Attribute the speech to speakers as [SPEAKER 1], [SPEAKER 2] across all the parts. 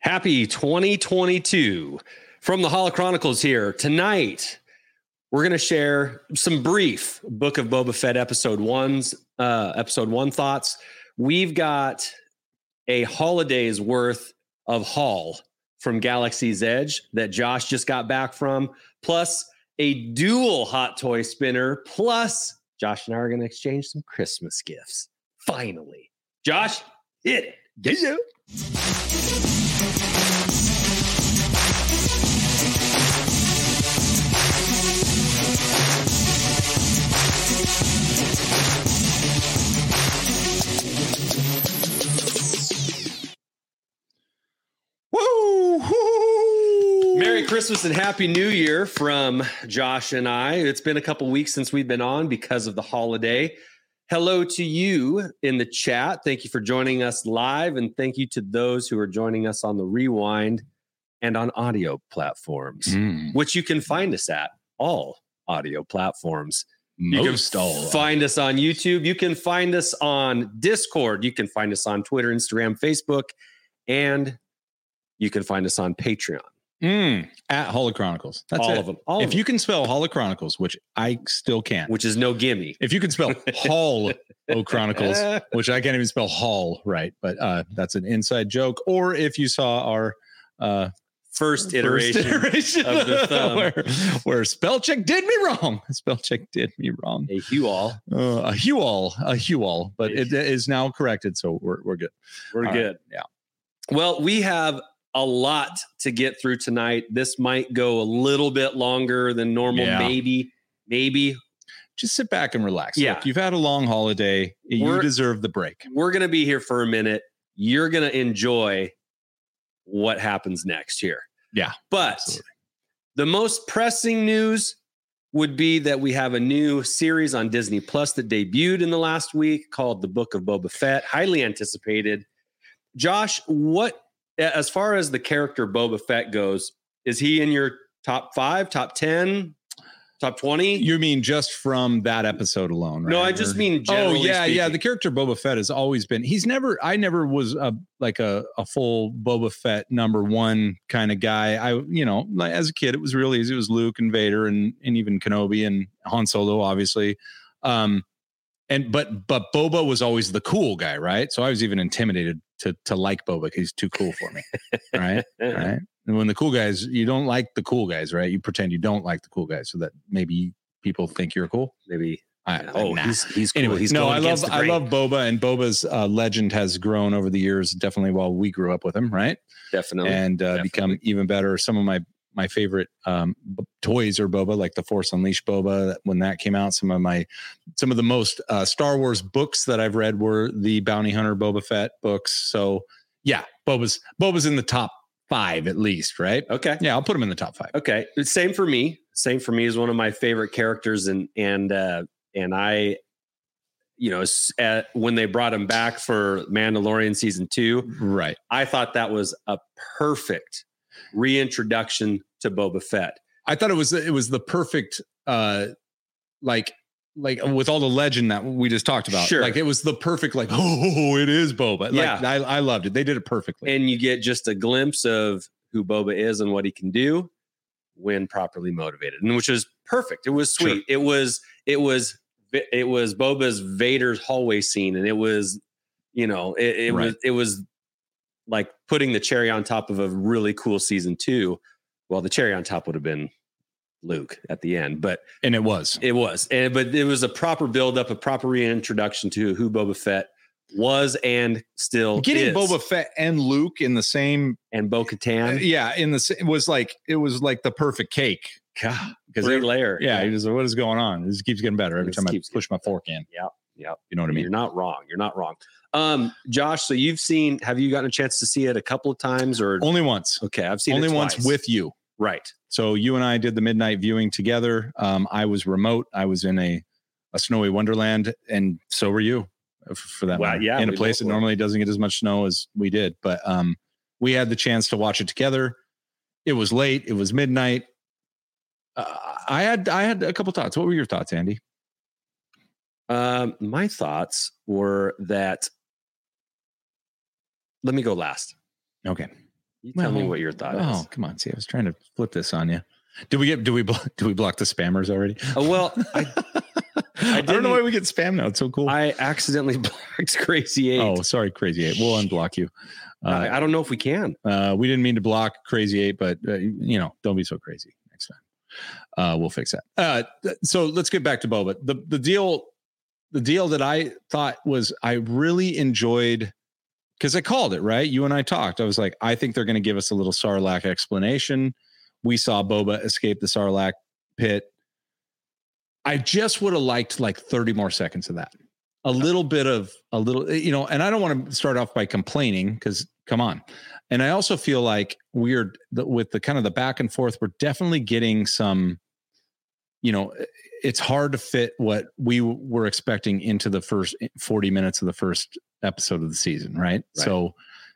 [SPEAKER 1] Happy 2022 from the Holo Chronicles here. Tonight, we're going to share some brief Book of Boba Fett episode one's uh, episode one thoughts. We've got a holiday's worth of haul from Galaxy's Edge that Josh just got back from, plus a dual hot toy spinner, plus Josh and I are going to exchange some Christmas gifts. Finally, Josh, hit it. Yeah.
[SPEAKER 2] Woo!
[SPEAKER 1] Merry Christmas and Happy New Year from Josh and I. It's been a couple weeks since we've been on because of the holiday. Hello to you in the chat. Thank you for joining us live, and thank you to those who are joining us on the rewind and on audio platforms,
[SPEAKER 2] Mm,
[SPEAKER 1] which you can find us at all audio platforms. You can
[SPEAKER 2] Most all.
[SPEAKER 1] find us on YouTube. You can find us on Discord. You can find us on Twitter, Instagram, Facebook, and you can find us on Patreon.
[SPEAKER 2] Mm. At Holo Chronicles. That's
[SPEAKER 1] all
[SPEAKER 2] it.
[SPEAKER 1] of them. All of
[SPEAKER 2] if you can spell Holo Chronicles, which I still can't.
[SPEAKER 1] which is no gimme.
[SPEAKER 2] if you can spell Hall O Chronicles, which I can't even spell Hall right, but uh, that's an inside joke. Or if you saw our uh,
[SPEAKER 1] First iteration.
[SPEAKER 2] first iteration
[SPEAKER 1] of the thumb.
[SPEAKER 2] where, where spell check did me wrong. Spell check did me wrong.
[SPEAKER 1] Hey, you all.
[SPEAKER 2] Uh, a Huol, a Huol, but it is now corrected, so we're we're good.
[SPEAKER 1] We're
[SPEAKER 2] All right,
[SPEAKER 1] good.
[SPEAKER 2] yeah.
[SPEAKER 1] Well, we have a lot to get through tonight. This might go a little bit longer than normal.
[SPEAKER 2] Yeah.
[SPEAKER 1] Maybe, maybe
[SPEAKER 2] Just sit back and relax.
[SPEAKER 1] Yeah.
[SPEAKER 2] Look, you've had a long holiday. You
[SPEAKER 1] We're-
[SPEAKER 2] deserve the break.
[SPEAKER 1] we're going to be here for a minute. You're going to enjoy what happens next here.
[SPEAKER 2] Yeah,
[SPEAKER 1] But
[SPEAKER 2] absolutely.
[SPEAKER 1] the most pressing news would be that we have a new series on Disney Plus that debuted in the last week called The Book of Boba Fett, highly anticipated. Josh, what as far as the character Boba Fett goes, is he in your top 5, top 10, top 20?
[SPEAKER 2] You mean just from that episode alone? Right?
[SPEAKER 1] No, I just
[SPEAKER 2] Or-
[SPEAKER 1] mean
[SPEAKER 2] Oh
[SPEAKER 1] generally
[SPEAKER 2] yeah, yeah.
[SPEAKER 1] speaking.
[SPEAKER 2] The character Boba Fett has always been. He's never. I never was a like a, a full Boba Fett number one kind of guy. I you know like as a kid it was real easy. It was Luke and Vader and and even Kenobi and Han Solo obviously. Um, and but but Boba was always the cool guy, right? So I was even intimidated to to like Boba because he's too cool for me, right? right? And when the cool guys, you don't like the cool guys, right? You pretend you don't like the cool guys so that maybe people think you're cool.
[SPEAKER 1] Maybe.
[SPEAKER 2] I,
[SPEAKER 1] Oh,
[SPEAKER 2] nah.
[SPEAKER 1] he's he's cool.
[SPEAKER 2] Anyway,
[SPEAKER 1] he's
[SPEAKER 2] no,
[SPEAKER 1] going
[SPEAKER 2] I love
[SPEAKER 1] against the
[SPEAKER 2] I
[SPEAKER 1] grain.
[SPEAKER 2] love Boba, and Boba's uh, legend has grown over the years. Definitely, while we grew up with him, right,
[SPEAKER 1] Oh, definitely.
[SPEAKER 2] and uh, become even better. Some of my my favorite um, b- toys are Boba, like the Force Unleashed Boba. that- When that came out, some of my some of the most uh, Star Wars books that I've read were the Bounty Hunter Boba Fett books. So yeah, Boba's Boba's in the top five at least, right?
[SPEAKER 1] okay.
[SPEAKER 2] Yeah, I'll put him in the top five.
[SPEAKER 1] Okay. Same for me. Same for me is one of my favorite characters, and and uh, and I, you know, s- uh, when they brought him back for Mandalorian season two,
[SPEAKER 2] Right.
[SPEAKER 1] I thought that was a perfect reintroduction to Boba Fett.
[SPEAKER 2] I thought it was it was the perfect uh like like with all the legend that we just talked about.
[SPEAKER 1] Sure.
[SPEAKER 2] Like it was the perfect like oh it is Boba. Like
[SPEAKER 1] Yeah.
[SPEAKER 2] I, I loved it. They did it perfectly.
[SPEAKER 1] And you get just a glimpse of who Boba is and what he can do when properly motivated, and which was perfect. It was
[SPEAKER 2] Sure.
[SPEAKER 1] sweet. It was it was it was Boba's Vader's hallway scene, and it was you know it, it was
[SPEAKER 2] Right.
[SPEAKER 1] it was like putting the cherry on top of a really cool season two. Well, the cherry on top would have been Luke at the end, but
[SPEAKER 2] And it was.
[SPEAKER 1] it was. And, but it was a proper build up, a proper reintroduction to who Boba Fett was and still
[SPEAKER 2] Getting
[SPEAKER 1] is.
[SPEAKER 2] Boba Fett and Luke in the same
[SPEAKER 1] and Bo
[SPEAKER 2] Uh,
[SPEAKER 1] Katan.
[SPEAKER 2] yeah, in the sa- it was like it was like the perfect cake. God. Because
[SPEAKER 1] Three layer.
[SPEAKER 2] yeah, he was like, what is going on? This keeps getting better every
[SPEAKER 1] This
[SPEAKER 2] time I
[SPEAKER 1] keeps
[SPEAKER 2] push my fork in.
[SPEAKER 1] Yep, yep.
[SPEAKER 2] You know what I mean?
[SPEAKER 1] You're not wrong. You're not wrong. Um, Josh, so you've seen, have you gotten a chance to see it a couple of times or?
[SPEAKER 2] Only once.
[SPEAKER 1] okay. I've seen
[SPEAKER 2] Only
[SPEAKER 1] it
[SPEAKER 2] once
[SPEAKER 1] twice.
[SPEAKER 2] with you.
[SPEAKER 1] Right.
[SPEAKER 2] So you and I did the midnight viewing together. Um, I was remote. I was in a, a snowy wonderland, and so were you, f- for that
[SPEAKER 1] Wow,
[SPEAKER 2] matter.
[SPEAKER 1] yeah,
[SPEAKER 2] in a
[SPEAKER 1] we
[SPEAKER 2] place
[SPEAKER 1] both
[SPEAKER 2] that
[SPEAKER 1] were.
[SPEAKER 2] normally doesn't get as much snow as we did. But um, we had the chance to watch it together. It was late. It was midnight. Uh, I had I had a couple thoughts. What were your thoughts, Andy?
[SPEAKER 1] Um, my thoughts were that, let me go last.
[SPEAKER 2] Okay.
[SPEAKER 3] You tell me
[SPEAKER 2] Well,
[SPEAKER 3] what your
[SPEAKER 1] Uh,
[SPEAKER 3] thought
[SPEAKER 2] Oh,
[SPEAKER 3] is.
[SPEAKER 2] come on. See, I was trying to flip this on you. Do we get do we blo- do we block the spammers already?
[SPEAKER 1] Oh, well, I,
[SPEAKER 2] I, don't
[SPEAKER 1] didn't-
[SPEAKER 2] know why we get spam now. It's so cool.
[SPEAKER 1] I accidentally blocked Crazy Eight.
[SPEAKER 2] oh, sorry, Crazy Eight. We'll unblock you. Uh,
[SPEAKER 1] I, I don't know if we can.
[SPEAKER 2] uh, we didn't mean to block Crazy Eight, but uh, you know, don't be so crazy next time. Uh, we'll fix that. Uh, th- so let's get back to Boba. The the deal, the deal that I thought was I really enjoyed because I called it right. You and I talked. I was like, I think they're going to give us a little Sarlacc explanation. We saw Boba escape the Sarlacc pit. I just would have liked like 30 more seconds of that. A little bit of a little, eh, you know, and I don't want to start off by complaining because come on. And I also feel like we're th- with the kind of the back and forth, we're definitely getting some, you know, it's hard to fit what we w- were expecting into the first 40 minutes of the first episode of the season, right?
[SPEAKER 1] Right.
[SPEAKER 2] So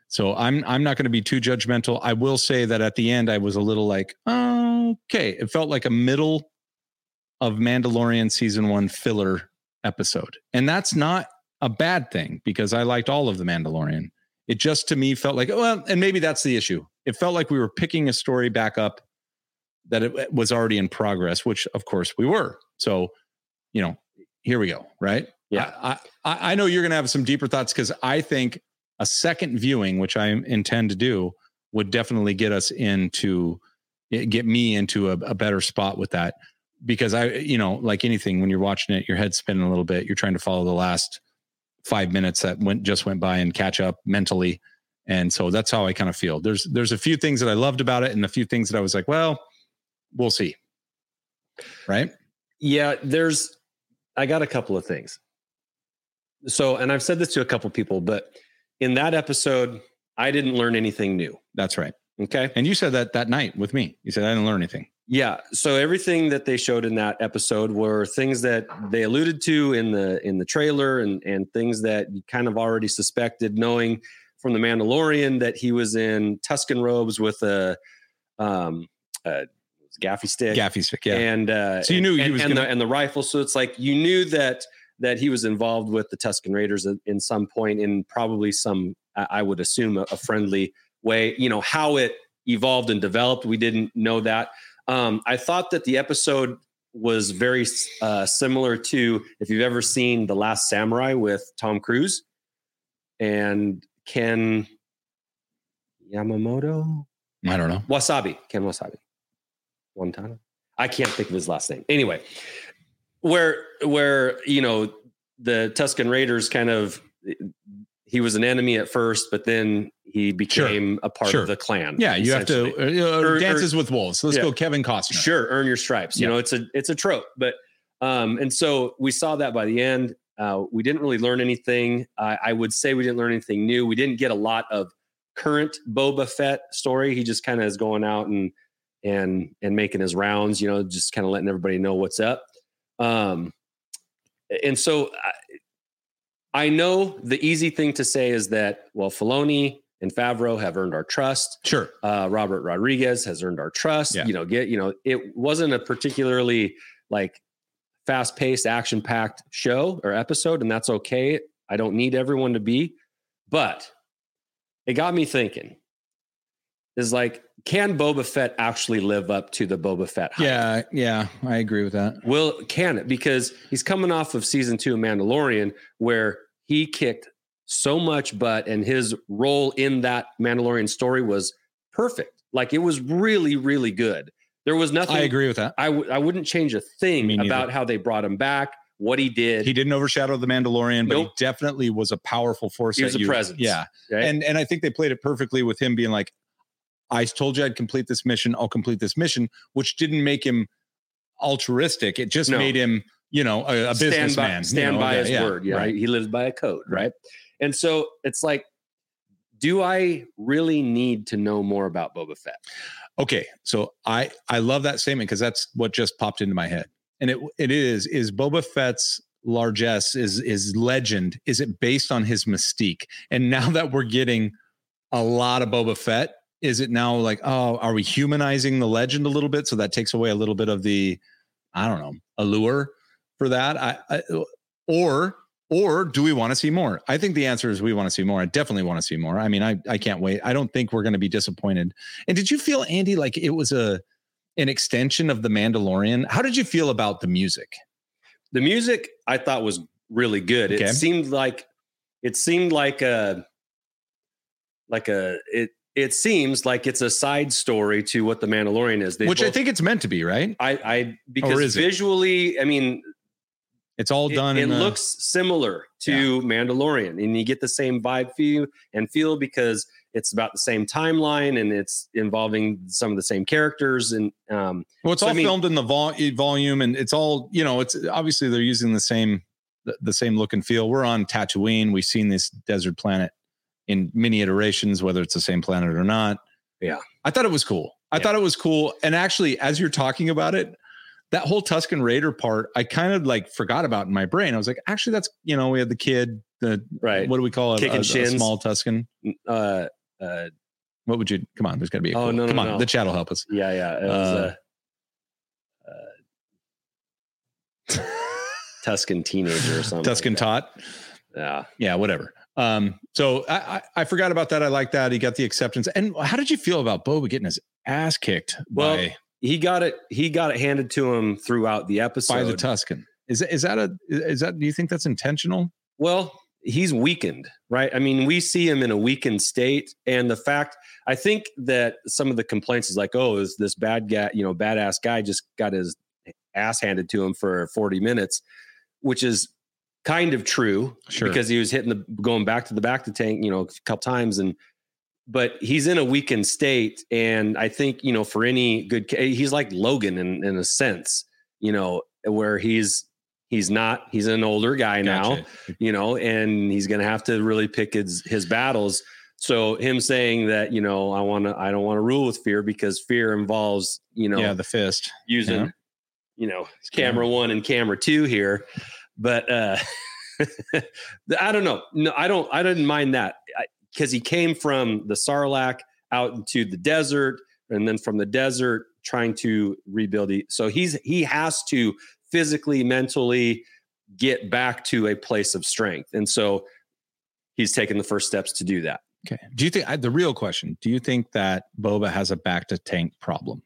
[SPEAKER 2] so I'm I'm not going to be too judgmental. I will say that at the end I was a little like, okay, it felt like a middle of Mandalorian season 1 filler episode. And that's not a bad thing because I liked all of the Mandalorian it just to me felt like well and maybe that's the issue it felt like we were picking a story back up that it was already in progress which of course we were so you know here we go right
[SPEAKER 1] Yeah.
[SPEAKER 2] i i, I know you're gonna have some deeper thoughts because i think a second viewing which i intend to do would definitely get us into it- get me into a, a better spot with that because i you know like anything when you're watching it your head's spinning a little bit you're trying to follow the last five minutes that went just went by and catch up mentally and so that's how i kind of feel there's there's a few things that i loved about it and a few things that i was like well we'll see right
[SPEAKER 1] Yeah, there's I got a couple of things. So, and I've said this to a couple people, but in that episode, I didn't learn anything new.
[SPEAKER 2] that's right
[SPEAKER 1] Okay.
[SPEAKER 2] and you said that that night with me you said i didn't learn anything
[SPEAKER 1] Yeah. So everything that they showed in that episode were things that they alluded to in the in the trailer and and things that you kind of already suspected, knowing from the Mandalorian that he was in Tuscan robes with a um a gaffy stick.
[SPEAKER 2] gaffy stick yeah
[SPEAKER 1] and uh,
[SPEAKER 2] So you knew he
[SPEAKER 1] and,
[SPEAKER 2] was
[SPEAKER 1] and,
[SPEAKER 2] gonna-
[SPEAKER 1] the, and the rifle. So it's like you knew that that he was involved with the Tuscan Raiders in, in some point, in probably some, I I would assume, a, a friendly way. You know how it evolved and developed. We didn't know that. Um, I thought that the episode was very uh, similar to if you've ever seen The Last Samurai with Tom Cruise and Ken Yamamoto.
[SPEAKER 2] i don't know
[SPEAKER 1] Wasabi, Ken Wasabi, Wantana. I can't think of his last name. Anyway, where where you know the Tuscan Raiders kind of he was an enemy at first, but then he became a part
[SPEAKER 2] Sure.
[SPEAKER 1] of the clan.
[SPEAKER 2] yeah you have
[SPEAKER 1] essentially.
[SPEAKER 2] to uh,
[SPEAKER 1] Or- or-
[SPEAKER 2] dances with wolves let's
[SPEAKER 1] yeah.
[SPEAKER 2] go kevin costner
[SPEAKER 1] Sure, earn your stripes. You
[SPEAKER 2] Yeah.
[SPEAKER 1] know, it's a it's a trope, but um, and so we saw that by the end. Uh, we didn't really learn anything. I I would say we didn't learn anything new. We didn't get a lot of current Boba Fett story. He just kind of is going out and and and making his rounds. You know, just kind of letting everybody know what's up. Um, and so I, I know the easy thing to say is that well, Filoni and Favreau have earned our trust
[SPEAKER 2] sure
[SPEAKER 1] uh, Robert Rodriguez has earned our trust.
[SPEAKER 2] Yeah.
[SPEAKER 1] You know, get you know, it wasn't a particularly like fast-paced, action-packed show or episode, and that's okay. I don't need everyone to be, but it got me thinking. Is like, can Boba Fett actually live up to the Boba Fett? hype?
[SPEAKER 2] yeah yeah i agree with that
[SPEAKER 1] Will can it because he's coming off of season two of Mandalorian, where he kicked so much butt, and his role in that Mandalorian story was perfect. Like it was really, really good. There was nothing.
[SPEAKER 2] i agree with that
[SPEAKER 1] I, w- I wouldn't change a
[SPEAKER 2] Me
[SPEAKER 1] thing
[SPEAKER 2] neither.
[SPEAKER 1] about how they brought him back, what he did.
[SPEAKER 2] he didn't overshadow the Mandalorian, but
[SPEAKER 1] Nope.
[SPEAKER 2] he definitely was a powerful force.
[SPEAKER 1] He was
[SPEAKER 2] that
[SPEAKER 1] a
[SPEAKER 2] you-
[SPEAKER 1] presence,
[SPEAKER 2] Yeah,
[SPEAKER 1] right?
[SPEAKER 2] and and I think they played it perfectly with him being like, "I told you I'd complete this mission. I'll complete this mission," which didn't make him altruistic. It just
[SPEAKER 1] No.
[SPEAKER 2] made him, you know, a, a
[SPEAKER 1] stand by,
[SPEAKER 2] businessman. you
[SPEAKER 1] stand
[SPEAKER 2] know,
[SPEAKER 1] by
[SPEAKER 2] yeah,
[SPEAKER 1] his
[SPEAKER 2] yeah,
[SPEAKER 1] word. Yeah,
[SPEAKER 2] right.
[SPEAKER 1] he lives by a code, right? And so it's like, do I really need to know more about Boba Fett?
[SPEAKER 2] Okay, so I I love that statement because that's what just popped into my head, and it it is is Boba Fett's largesse is is legend. Is it based on his mystique? And now that we're getting a lot of Boba Fett, is it now like oh, are we humanizing the legend a little bit so that takes away a little bit of the I don't know allure for that? I, I or Or do we want to see more? I think the answer is we want to see more. I definitely want to see more. I mean, I, I can't wait. I don't think we're going to be disappointed. And did you feel, Andy, like it was a an extension of The Mandalorian? How did you feel about the music?
[SPEAKER 1] The music I thought was really good.
[SPEAKER 2] Okay.
[SPEAKER 1] It seemed like it seemed like a like a it it seems like it's a side story to what the Mandalorian is. They
[SPEAKER 2] Which I
[SPEAKER 1] both-
[SPEAKER 2] think it's meant to be, right?
[SPEAKER 1] I I because
[SPEAKER 2] is it?
[SPEAKER 1] visually, I mean,
[SPEAKER 2] It's all
[SPEAKER 1] it,
[SPEAKER 2] done.
[SPEAKER 1] it
[SPEAKER 2] in a-
[SPEAKER 1] looks similar to Mandalorian, and you get the same vibe feel and feel because it's about the same timeline and it's involving some of the same characters and um,
[SPEAKER 2] Well, it's
[SPEAKER 1] So,
[SPEAKER 2] all
[SPEAKER 1] I mean-
[SPEAKER 2] filmed in the vol- e, volume, and it's all you know. It's obviously they're using the same the, the same look and feel. We're on Tatooine. We've seen this desert planet in many iterations, whether it's the same planet or not.
[SPEAKER 1] Yeah.
[SPEAKER 2] I thought it was cool. I
[SPEAKER 1] Yeah.
[SPEAKER 2] thought it was cool. And actually, as you're talking about it, that whole Tuscan Raider part, I kind of like forgot about in my brain. I was like, actually, that's you know, we had the kid. The
[SPEAKER 1] right
[SPEAKER 2] what do we call it?
[SPEAKER 1] Kicking
[SPEAKER 2] A- a
[SPEAKER 1] shins.
[SPEAKER 2] small Tuscan.
[SPEAKER 1] uh, uh,
[SPEAKER 2] What would you? Come on, there's got to be. A
[SPEAKER 1] Oh,
[SPEAKER 2] cool-
[SPEAKER 1] no, no,
[SPEAKER 2] come on,
[SPEAKER 1] no.
[SPEAKER 2] the chat will help us.
[SPEAKER 1] yeah yeah it was,
[SPEAKER 2] Uh,
[SPEAKER 1] uh, uh, Oh Tuscan teenager or something
[SPEAKER 2] Tuscan
[SPEAKER 1] like that.
[SPEAKER 2] Tot.
[SPEAKER 1] yeah
[SPEAKER 2] yeah, whatever. Um, so I, I, I forgot about that. I like that. He got the acceptance. And how did you feel about Boba getting his ass kicked
[SPEAKER 1] Well,
[SPEAKER 2] by,
[SPEAKER 1] he got it he got it handed to him throughout the episode
[SPEAKER 2] by the Tuscan? Is that, is that a, is that, do you think that's intentional?
[SPEAKER 1] Well, he's weakened, right? I mean, we see him in a weakened state, and the fact I think that some of the complaints is like, oh, is this bad guy, you know, badass guy just got his ass handed to him for 40 minutes, which is kind of true
[SPEAKER 2] Sure.
[SPEAKER 1] because he was hitting the going back to the back to tank, you know, a couple times and but he's in a weakened state and I think, you know, for any good ca- he's like Logan in in a sense, you know, where he's he's not he's an older guy now
[SPEAKER 2] Gotcha.
[SPEAKER 1] you know, and he's going to have to really pick his his battles. So him saying that, you know, I want to, I don't want to rule with fear because fear involves, you know,
[SPEAKER 2] yeah, the fist.
[SPEAKER 1] using,
[SPEAKER 2] yeah.
[SPEAKER 1] you know, camera one and camera two here. But uh I don't know. No, I don't. I didn't mind that because he came from the Sarlacc out into the desert, and then from the desert trying to rebuild. He, so he's he has to physically, mentally get back to a place of strength, and so he's taken the first steps to do that.
[SPEAKER 2] Okay. Do you think I, the real question? Do you think that Boba has a back to tank problem?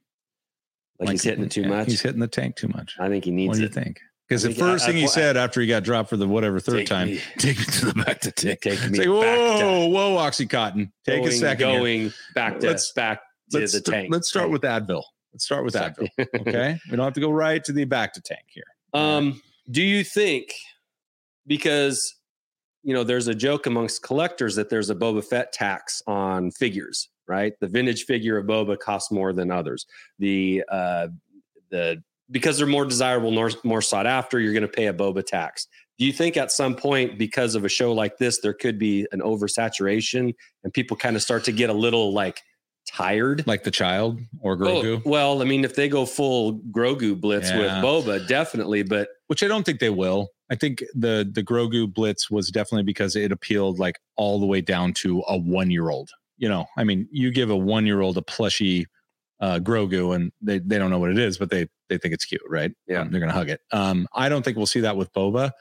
[SPEAKER 1] Like, he's hitting it too
[SPEAKER 2] yeah,
[SPEAKER 1] much.
[SPEAKER 2] He's hitting the tank too much.
[SPEAKER 1] I think he
[SPEAKER 2] What
[SPEAKER 1] needs
[SPEAKER 2] do you
[SPEAKER 1] it.
[SPEAKER 2] think? Because
[SPEAKER 1] I
[SPEAKER 2] the
[SPEAKER 1] think I-
[SPEAKER 2] first thing
[SPEAKER 1] I-
[SPEAKER 2] he said after he got dropped for the whatever third
[SPEAKER 1] Take
[SPEAKER 2] time,
[SPEAKER 1] me-
[SPEAKER 2] take me to the back to tank.
[SPEAKER 1] take
[SPEAKER 2] It's
[SPEAKER 1] me
[SPEAKER 2] like,
[SPEAKER 1] back to
[SPEAKER 2] whoa, whoa, Oxycontin. Take a
[SPEAKER 1] going-
[SPEAKER 2] second. here.
[SPEAKER 1] Going back to
[SPEAKER 2] Let's-
[SPEAKER 1] back to the
[SPEAKER 2] st-
[SPEAKER 1] tank.
[SPEAKER 2] Let's start with Advil. Let's start with
[SPEAKER 1] Sorry.
[SPEAKER 2] Advil. Okay. we don't have to go right to the back to tank here.
[SPEAKER 1] Um, do you think because you know there's a joke amongst collectors that there's a Boba Fett tax on figures, right? The vintage figure of Boba costs more than others. The uh, the because they're more desirable, nor, more sought after, you're going to pay a Boba tax. Do you think at some point, because of a show like this, there could be an oversaturation and people kind of start to get a little like tired?
[SPEAKER 2] Like the child or
[SPEAKER 1] Oh,
[SPEAKER 2] Grogu,
[SPEAKER 1] well, I mean, if they go full Grogu blitz with
[SPEAKER 2] Yeah.
[SPEAKER 1] Boba, definitely. But uh,
[SPEAKER 2] which I don't think they will. I think the the Grogu blitz was definitely because it appealed like all the way down to a one year old. You know, I mean, you give a one year old a plushy uh, Grogu, and they they don't know what it is, but they they think it's cute, right?
[SPEAKER 1] Yeah.
[SPEAKER 2] they're gonna hug it. Um, I don't think we'll see that with Boba.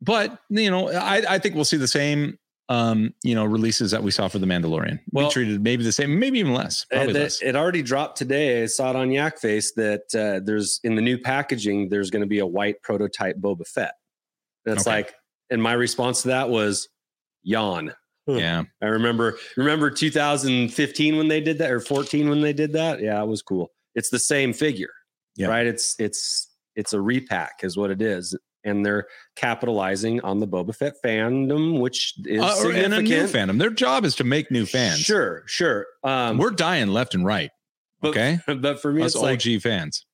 [SPEAKER 2] but you know, I, I think we'll see the same um, you know, releases that we saw for The Mandalorian. we
[SPEAKER 1] Well-
[SPEAKER 2] treated maybe the same, maybe even less.
[SPEAKER 1] Uh,
[SPEAKER 2] Probably
[SPEAKER 1] that-
[SPEAKER 2] less.
[SPEAKER 1] it already dropped today. I saw it on Yak Face that uh, there's in the new packaging, there's going to be a white prototype Boba Fett. That's
[SPEAKER 2] Okay.
[SPEAKER 1] like, and my response to that was yawn.
[SPEAKER 2] yeah.
[SPEAKER 1] I remember, remember 2015 when they did that or 14 when they did that. Yeah, it was cool. It's the same figure,
[SPEAKER 2] Yeah.
[SPEAKER 1] right? It's, it's, it's a repack is what it is. And they're capitalizing on the Boba Fett fandom, which is
[SPEAKER 2] Uh, or-
[SPEAKER 1] significant.
[SPEAKER 2] and a new fandom. Their job is to make new fans.
[SPEAKER 1] Sure, sure. Um,
[SPEAKER 2] We're dying left and right.
[SPEAKER 1] But-
[SPEAKER 2] okay.
[SPEAKER 1] but for me,
[SPEAKER 2] Us
[SPEAKER 1] it's
[SPEAKER 2] OG
[SPEAKER 1] like,
[SPEAKER 2] fans.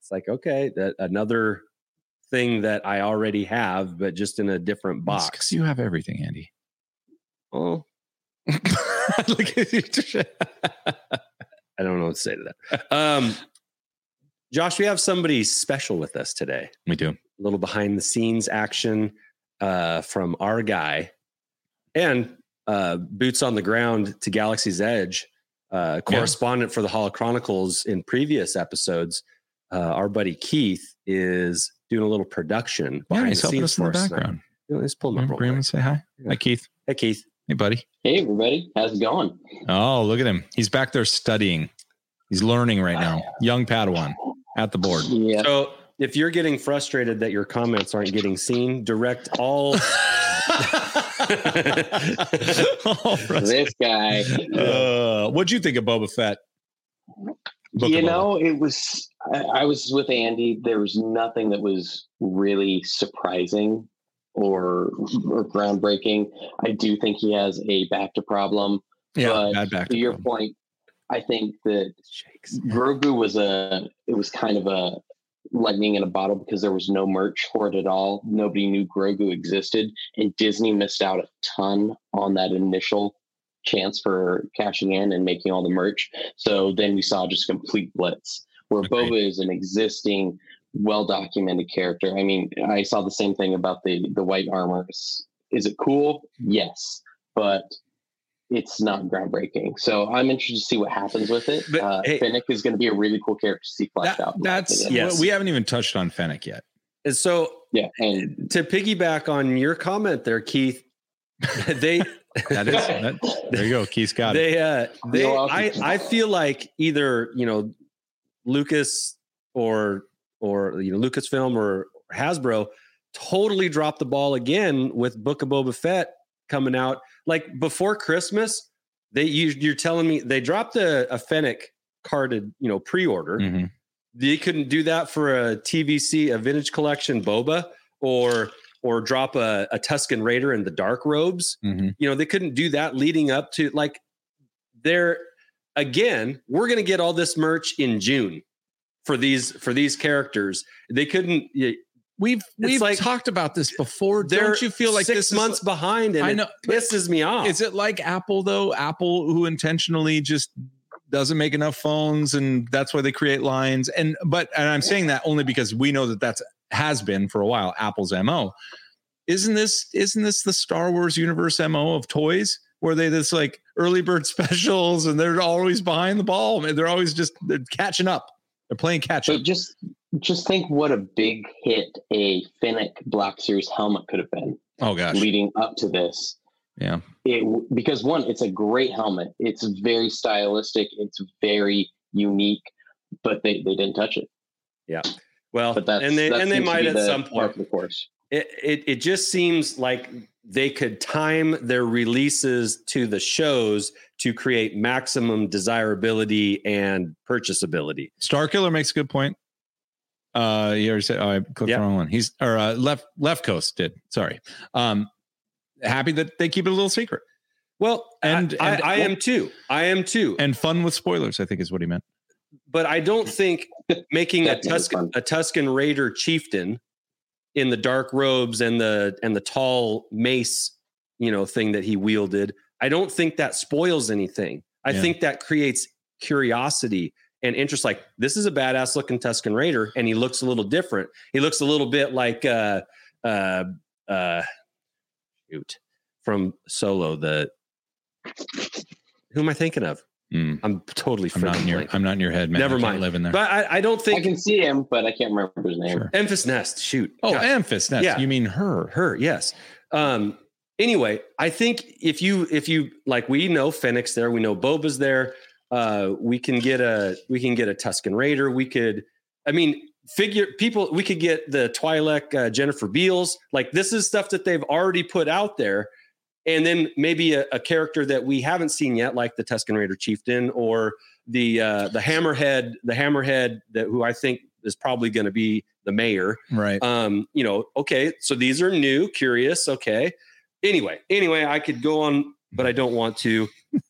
[SPEAKER 1] it's like okay that another thing that i already have but just in a different
[SPEAKER 2] That's 'cause
[SPEAKER 1] box
[SPEAKER 2] You have everything, Andy.
[SPEAKER 1] oh
[SPEAKER 2] Look at you.
[SPEAKER 1] i don't know what to say to that um josh we have somebody special with us today
[SPEAKER 2] we do.
[SPEAKER 1] a little behind the scenes action uh from our guy and uh boots on the ground to galaxy's edge uh correspondent for the holochronicles in previous episodes uh our buddy keith is doing a little production
[SPEAKER 2] Yeah,
[SPEAKER 1] behind
[SPEAKER 2] he's
[SPEAKER 1] the
[SPEAKER 2] helping
[SPEAKER 1] scenes
[SPEAKER 2] us in
[SPEAKER 1] for
[SPEAKER 2] the
[SPEAKER 1] us. uh, tonight.
[SPEAKER 2] background.
[SPEAKER 1] Yeah, Let's pull him up.
[SPEAKER 2] Remember,
[SPEAKER 1] Real
[SPEAKER 2] Graham
[SPEAKER 1] quick.
[SPEAKER 2] and say hi.
[SPEAKER 1] Yeah.
[SPEAKER 2] Hi, Keith.
[SPEAKER 1] Hey Keith,
[SPEAKER 2] Hey, buddy.
[SPEAKER 3] Hey, everybody. How's it going?
[SPEAKER 2] Oh, look at him. He's back there studying. He's learning right now. Young Padawan at the board.
[SPEAKER 3] Yeah.
[SPEAKER 1] So if you're getting frustrated that your comments aren't getting seen, direct all.
[SPEAKER 2] Oh, Russ.
[SPEAKER 3] This guy.
[SPEAKER 2] Uh, what'd you think of Boba Fett? Book
[SPEAKER 3] you
[SPEAKER 2] of Boba.
[SPEAKER 3] know, it was, I, I was with Andy. There was nothing that was really surprising or, or groundbreaking. I do think he has a back to problem.
[SPEAKER 2] yeah,
[SPEAKER 3] but
[SPEAKER 2] bad back.
[SPEAKER 3] To your point, I think that
[SPEAKER 1] Shakes.
[SPEAKER 3] Grogu was a it was kind of a lightning in a bottle because there was no merch for it at all. Nobody knew Grogu existed, and Disney missed out a ton on that initial chance for cashing in and making all the merch. So then we saw just complete blitz where
[SPEAKER 2] Agreed.
[SPEAKER 3] Boba is an existing, well documented character. I mean, I saw the same thing about the the white armor. Is is it cool? Yes, but it's not groundbreaking. So I'm interested to see what happens with it.
[SPEAKER 1] But,
[SPEAKER 3] uh,
[SPEAKER 1] hey-
[SPEAKER 3] Finnick is going to be a really cool character to see flashed
[SPEAKER 2] That-
[SPEAKER 3] out. in my
[SPEAKER 2] that's
[SPEAKER 3] opinion.
[SPEAKER 1] Yes.
[SPEAKER 2] we haven't even touched on Fennec yet.
[SPEAKER 1] And so
[SPEAKER 3] yeah, and
[SPEAKER 1] to piggyback on your comment there, Keith, they
[SPEAKER 2] That is that, there you go. Keith's got it.
[SPEAKER 1] they uh they
[SPEAKER 3] You're welcome.
[SPEAKER 1] I, I feel like either you know lucas or or you know lucasfilm or hasbro totally dropped the ball again with book of boba fett coming out like before christmas they you, you're telling me they dropped a, a fennec carded you know pre-order
[SPEAKER 2] Mhm.
[SPEAKER 1] they couldn't do that for a tvc a vintage collection boba or or drop a, a tuscan raider in the dark robes
[SPEAKER 2] Mhm.
[SPEAKER 1] you know they couldn't do that leading up to like they're again we're going to get all this merch in june for these for these characters they couldn't y-
[SPEAKER 2] We've we've
[SPEAKER 1] like-
[SPEAKER 2] talked about this before.
[SPEAKER 1] they're
[SPEAKER 2] Don't you feel like
[SPEAKER 1] six
[SPEAKER 2] this is-
[SPEAKER 1] months behind and
[SPEAKER 2] I
[SPEAKER 1] it
[SPEAKER 2] know.
[SPEAKER 1] pisses me off
[SPEAKER 2] Is it like Apple though? Apple who intentionally just doesn't make enough phones and that's why they create lines and but and I'm saying that only because we know that that's has been for a while Apple's MO. Isn't this isn't this the Star Wars universe MO of toys where they this like early bird specials and they're always behind the ball and they're always just they're catching up. They're playing catch up.
[SPEAKER 3] But just just think what a big hit a Finnick Black Series helmet could have been
[SPEAKER 2] Oh gosh.
[SPEAKER 3] leading up to this.
[SPEAKER 2] Yeah.
[SPEAKER 3] It because one, it's a great helmet. It's very stylistic. It's very unique. But they, they didn't touch it.
[SPEAKER 1] well
[SPEAKER 3] But that's
[SPEAKER 1] and they
[SPEAKER 3] that
[SPEAKER 1] and they
[SPEAKER 3] seems to
[SPEAKER 1] might
[SPEAKER 3] be
[SPEAKER 1] at
[SPEAKER 3] the
[SPEAKER 1] some
[SPEAKER 3] par
[SPEAKER 1] point
[SPEAKER 3] for the course.
[SPEAKER 1] it, it it just seems like they could time their releases to the shows to create maximum desirability and purchasability
[SPEAKER 2] Star Killer makes a good point. Uh, you already said, oh, I clicked
[SPEAKER 1] Yeah.
[SPEAKER 2] the wrong one. He's or uh, left left coast did. Sorry. Um, happy that they keep it a little secret
[SPEAKER 1] well
[SPEAKER 2] And-
[SPEAKER 1] and, I,
[SPEAKER 2] and-
[SPEAKER 1] I, I am too i am too
[SPEAKER 2] and fun with spoilers. I think is what he meant.
[SPEAKER 1] but I don't think making a
[SPEAKER 3] Definitely
[SPEAKER 1] Tuscan
[SPEAKER 3] fun.
[SPEAKER 1] a Tuscan Raider chieftain in the dark robes and the and the tall mace, you know, thing that he wielded. I don't think that spoils anything. I
[SPEAKER 2] Yeah.
[SPEAKER 1] think that creates curiosity and interest. Like this is a badass looking Tuscan Raider, and he looks a little different. He looks a little bit like uh uh uh shoot from Solo. The who am I thinking of?
[SPEAKER 2] Mm,
[SPEAKER 1] I'm totally
[SPEAKER 2] I'm
[SPEAKER 1] Hmm, freaking
[SPEAKER 2] not in your
[SPEAKER 1] blank.
[SPEAKER 2] I'm not in your head, man.
[SPEAKER 1] Never
[SPEAKER 2] I can't
[SPEAKER 1] mind.
[SPEAKER 2] Live in there.
[SPEAKER 1] But I, I don't
[SPEAKER 3] I
[SPEAKER 1] think
[SPEAKER 3] can see him, but I can't remember his name.
[SPEAKER 2] Sure.
[SPEAKER 1] Memphis Nest. Shoot.
[SPEAKER 2] Oh,
[SPEAKER 1] God,
[SPEAKER 2] Amphis Nest.
[SPEAKER 1] Yeah.
[SPEAKER 2] You mean her?
[SPEAKER 1] her. Yes. Um. Anyway, I think if you if you like, we know Fennec's there. We know Boba's there. Uh, we can get a we can get a Tuscan Raider. We could. I mean, figure people. We could get the Twi'lek uh, Jennifer Beals. Like this is stuff that they've already put out there. And then maybe a, a character that we haven't seen yet, like the Tuscan Raider Chieftain or the uh, the Hammerhead, the Hammerhead that who I think is probably going to be the mayor
[SPEAKER 2] Right.
[SPEAKER 1] um you know okay so these are new curious okay anyway anyway i could go on but i don't want to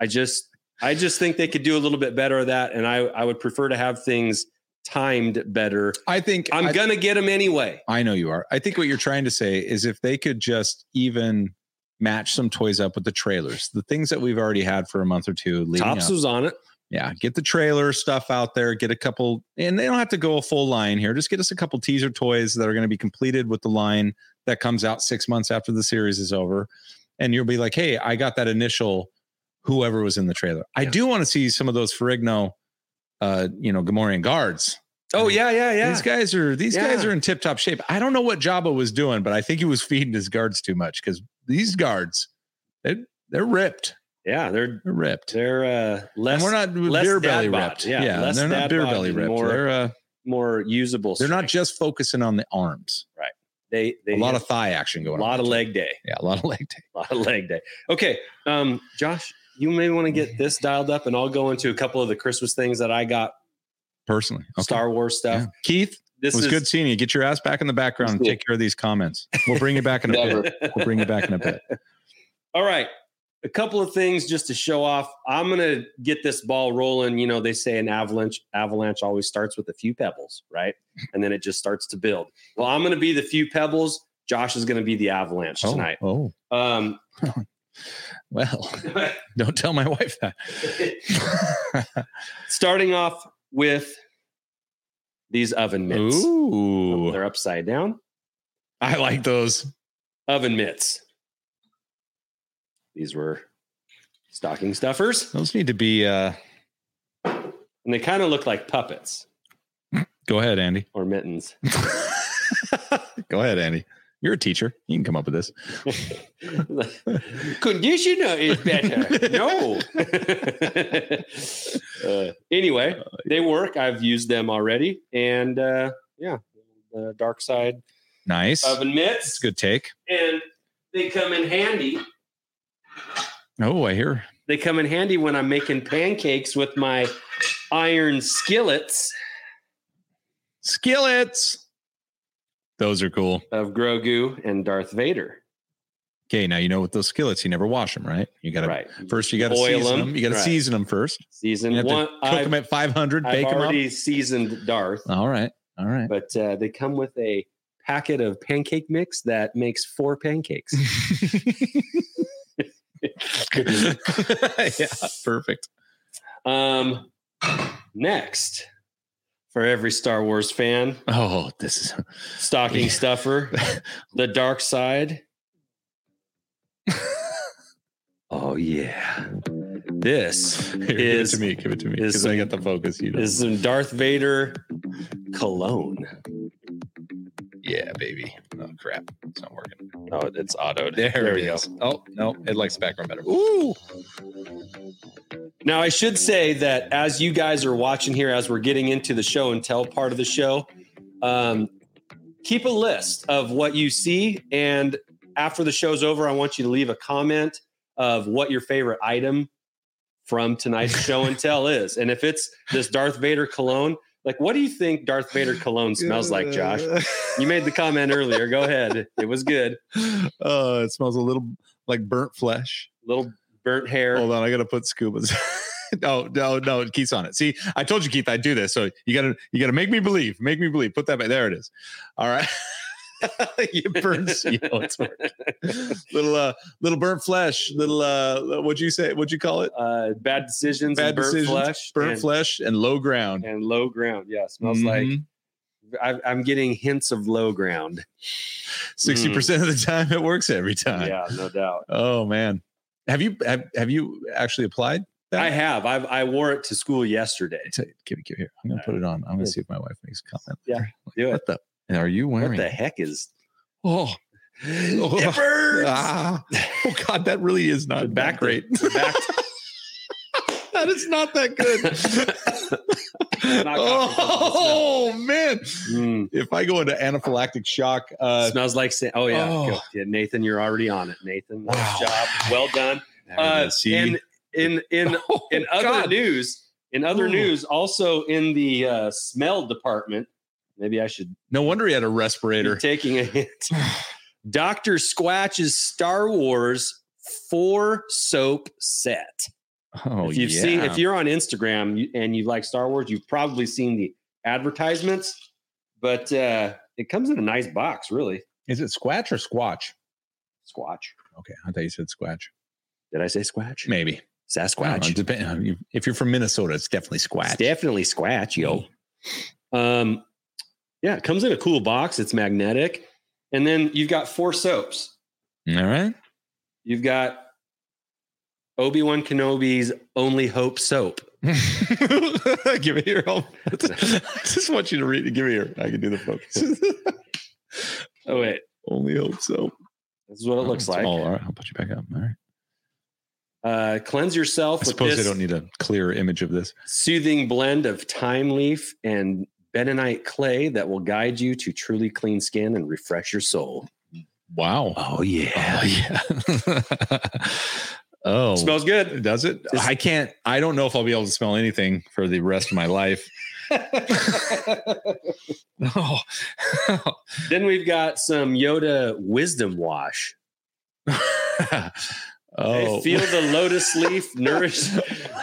[SPEAKER 1] i just i just think they could do a little bit better of that and i i would prefer to have things timed better
[SPEAKER 2] I think
[SPEAKER 1] i'm
[SPEAKER 2] I-
[SPEAKER 1] gonna get them anyway
[SPEAKER 2] I know you are. I think what you're trying to say is if they could just even match some toys up with the trailers, the things that we've already had for a month or two leading up.
[SPEAKER 1] tops was on it
[SPEAKER 2] Yeah, get the trailer stuff out there. Get a couple, and they don't have to go a full line here. Just get us a couple teaser toys that are going to be completed with the line that comes out six months after the series is over. And you'll be like, hey, I got that initial whoever was in the trailer. I
[SPEAKER 1] Yeah.
[SPEAKER 2] do want to see some of those Ferrigno, uh, you know, Gamorrean guards.
[SPEAKER 1] Oh yeah, yeah, yeah.
[SPEAKER 2] These guys are these
[SPEAKER 1] Yeah.
[SPEAKER 2] guys are in tip top shape. I don't know what Jabba was doing, but I think he was feeding his guards too much because these guards, they they're ripped.
[SPEAKER 1] yeah, they're
[SPEAKER 2] They're ripped.
[SPEAKER 1] they're uh,
[SPEAKER 2] and
[SPEAKER 1] less
[SPEAKER 2] we're not
[SPEAKER 1] less
[SPEAKER 2] beer belly
[SPEAKER 1] dad bod.
[SPEAKER 2] ripped.
[SPEAKER 1] Yeah,
[SPEAKER 2] Yeah,
[SPEAKER 1] less
[SPEAKER 2] they're
[SPEAKER 1] dad
[SPEAKER 2] not beer
[SPEAKER 1] bod
[SPEAKER 2] belly
[SPEAKER 1] and
[SPEAKER 2] ripped.
[SPEAKER 1] more-
[SPEAKER 2] they're uh,
[SPEAKER 1] more usable.
[SPEAKER 2] they're not
[SPEAKER 1] strength.
[SPEAKER 2] just focusing on the arms.
[SPEAKER 1] they they
[SPEAKER 2] a lot
[SPEAKER 1] have
[SPEAKER 2] of thigh action
[SPEAKER 1] a
[SPEAKER 2] going. on.
[SPEAKER 1] lot of leg day,
[SPEAKER 2] Yeah, a lot of leg. day.
[SPEAKER 1] a lot of leg day. Okay, um, Josh, you may want to get this dialed up, and I'll go into a couple of the Christmas things that I got
[SPEAKER 2] Personally, okay.
[SPEAKER 1] Star Wars stuff.
[SPEAKER 2] Yeah. Keith,
[SPEAKER 1] This
[SPEAKER 2] it was
[SPEAKER 1] is
[SPEAKER 2] good seeing you. Get your ass back in the background and
[SPEAKER 3] Yeah.
[SPEAKER 2] take care of these comments. We'll bring you back in a
[SPEAKER 3] Never.
[SPEAKER 2] bit. We'll bring you back in a bit.
[SPEAKER 1] All right. A couple of things just to show off. I'm gonna get this ball rolling. You know, they say an avalanche avalanche always starts with a few pebbles, right? And then it just starts to build. Well, I'm gonna be the few pebbles. Josh is gonna be the avalanche
[SPEAKER 2] Oh,
[SPEAKER 1] tonight.
[SPEAKER 2] oh,
[SPEAKER 1] Um,
[SPEAKER 2] well, don't tell my wife that.
[SPEAKER 1] starting off with these oven mitts.
[SPEAKER 2] Ooh,
[SPEAKER 1] They're upside down.
[SPEAKER 2] I like those.
[SPEAKER 1] Oven mitts. These were stocking stuffers,
[SPEAKER 2] Those need to be. uh
[SPEAKER 1] and they kind of look like puppets
[SPEAKER 2] Go ahead, Andy.
[SPEAKER 1] or mittens.
[SPEAKER 2] Go ahead, Andy. You're a teacher. You can come up with this.
[SPEAKER 1] Conditioner is better. No. Uh, anyway, they work. I've used them already, and uh, yeah, the dark side
[SPEAKER 2] Nice.
[SPEAKER 1] oven
[SPEAKER 2] It's
[SPEAKER 1] mitts,
[SPEAKER 2] a good take.
[SPEAKER 1] and they come in handy.
[SPEAKER 2] Oh, I hear.
[SPEAKER 1] They come in handy when I'm making pancakes with my iron skillets
[SPEAKER 2] Skillets. Those are cool.
[SPEAKER 1] of Grogu and Darth Vader.
[SPEAKER 2] Okay, now you know with those skillets, you never wash them, right? You got to
[SPEAKER 1] Right,
[SPEAKER 2] first. You got to
[SPEAKER 1] Oil
[SPEAKER 2] season them.
[SPEAKER 1] 'em.
[SPEAKER 2] You got to
[SPEAKER 1] Right.
[SPEAKER 2] season them first.
[SPEAKER 1] season
[SPEAKER 2] You have to
[SPEAKER 1] one.
[SPEAKER 2] Cook
[SPEAKER 1] I've,
[SPEAKER 2] them at 500.
[SPEAKER 1] I've
[SPEAKER 2] bake them up.
[SPEAKER 1] already seasoned Darth.
[SPEAKER 2] All right. All right.
[SPEAKER 1] but uh, they come with a packet of pancake mix that makes four pancakes.
[SPEAKER 2] yeah. Perfect.
[SPEAKER 1] um, next, for every Star Wars fan,
[SPEAKER 2] Oh, this is
[SPEAKER 1] stocking stuffer, the dark side. oh yeah, this
[SPEAKER 2] Here,
[SPEAKER 1] Is-
[SPEAKER 2] give it to me. Give it to me
[SPEAKER 1] is
[SPEAKER 2] because I got the focus. You know.
[SPEAKER 1] is some Darth Vader cologne.
[SPEAKER 2] yeah, baby. Oh crap, it's not working.
[SPEAKER 1] Oh, it's autoed.
[SPEAKER 2] There, it is. Oh no, it likes the background better. Ooh.
[SPEAKER 1] Now, I should say that as you guys are watching here, as we're getting into the show and tell part of the show, um, keep a list of what you see. And after the show's over, I want you to leave a comment of what your favorite item from tonight's show and tell is. And if it's this Darth Vader cologne, like what do you think Darth Vader cologne smells like, Josh? You made the comment earlier. Go ahead. It was good.
[SPEAKER 2] Uh, it smells a little like burnt flesh.
[SPEAKER 1] Little burnt hair.
[SPEAKER 2] Hold on, I gotta put scuba's. no, no, no, Keith's on it. See, I told you, Keith, I do this. So you gotta, you gotta make me believe. Make me believe. Put that back. There it is. All right. you burned. You know, it's working. little, uh, little burnt flesh. Little, uh, what'd you say? What'd you call it?
[SPEAKER 1] Uh, bad decisions.
[SPEAKER 2] Bad
[SPEAKER 1] and burnt
[SPEAKER 2] decisions,
[SPEAKER 1] Flesh
[SPEAKER 2] Burnt
[SPEAKER 1] and-
[SPEAKER 2] flesh and low ground.
[SPEAKER 1] and low ground. Yeah, it smells
[SPEAKER 2] Mhm.
[SPEAKER 1] like I, I'm getting hints of low ground.
[SPEAKER 2] 60% of the time it works every time.
[SPEAKER 1] Mm. Yeah, no doubt.
[SPEAKER 2] Oh man. Have you have, have you actually applied? that?
[SPEAKER 1] I have. I've, I wore it to school yesterday.
[SPEAKER 2] T- give it, give it here. I'm gonna put it on. I'm gonna see if my wife makes a comment.
[SPEAKER 1] uh, Yeah,
[SPEAKER 2] later. Like,
[SPEAKER 1] do it.
[SPEAKER 2] What the? And are you
[SPEAKER 1] What
[SPEAKER 2] wearing?
[SPEAKER 1] the heck is?
[SPEAKER 2] Oh,
[SPEAKER 1] It burns!
[SPEAKER 2] ah. oh God, that really is
[SPEAKER 1] The back
[SPEAKER 2] not Uh, back rate.
[SPEAKER 1] the back-
[SPEAKER 2] that is not that good.
[SPEAKER 1] Not
[SPEAKER 2] oh man!
[SPEAKER 1] Mm,
[SPEAKER 2] If I go into anaphylactic shock, uh,
[SPEAKER 1] smells like. sa- Oh yeah.
[SPEAKER 2] oh.
[SPEAKER 1] Go- yeah, Nathan, you're already on it. Nathan, nice
[SPEAKER 2] Wow.
[SPEAKER 1] job. Well done. Uh, and in in
[SPEAKER 2] Oh,
[SPEAKER 1] in other
[SPEAKER 2] God.
[SPEAKER 1] news, in other
[SPEAKER 2] Ooh.
[SPEAKER 1] news, also in the uh, smell department. Maybe I should
[SPEAKER 2] no wonder he had a
[SPEAKER 1] be
[SPEAKER 2] respirator.
[SPEAKER 1] taking a hint. Dr. Squatch's Star Wars four soap set.
[SPEAKER 2] Oh
[SPEAKER 1] if you've seen if you're on Instagram you- and you like Star Wars, you've probably seen the advertisements, but uh it comes in a nice box, really.
[SPEAKER 2] is it squatch or squatch?
[SPEAKER 1] Squatch.
[SPEAKER 2] Okay, I thought you said squatch.
[SPEAKER 1] Did I say squatch?
[SPEAKER 2] Maybe I don't know,
[SPEAKER 1] Sasquatch.
[SPEAKER 2] depend- uh, if you're from Minnesota, it's definitely squatch.
[SPEAKER 1] It's definitely squatch, yo. Um yeah, it comes in a cool box. It's magnetic. And then you've got four soaps.
[SPEAKER 2] All right.
[SPEAKER 1] You've got Obi-Wan Kenobi's Only Hope soap.
[SPEAKER 2] Give it your own.
[SPEAKER 1] oh
[SPEAKER 2] I just want you to read. Give me your. I can do the focus.
[SPEAKER 1] Oh, wait,
[SPEAKER 2] Only hope so.
[SPEAKER 1] this is what it looks like.
[SPEAKER 2] All right, I'll put you back up. All right.
[SPEAKER 1] Uh, cleanse yourself
[SPEAKER 2] I
[SPEAKER 1] with
[SPEAKER 2] suppose they
[SPEAKER 1] this
[SPEAKER 2] don't need a clear image of this.
[SPEAKER 1] soothing blend of thyme leaf and benonite clay that will guide you to truly clean skin and refresh your soul.
[SPEAKER 2] Wow.
[SPEAKER 1] Oh yeah,
[SPEAKER 2] Oh, yeah. oh,
[SPEAKER 1] smells good.
[SPEAKER 2] does it?
[SPEAKER 1] It's-
[SPEAKER 2] I can't. I don't know if I'll be able to smell anything for the rest of my life. Oh,
[SPEAKER 1] then we've got some Yoda wisdom wash.
[SPEAKER 2] oh.
[SPEAKER 1] Hey, feel the lotus leaf nourish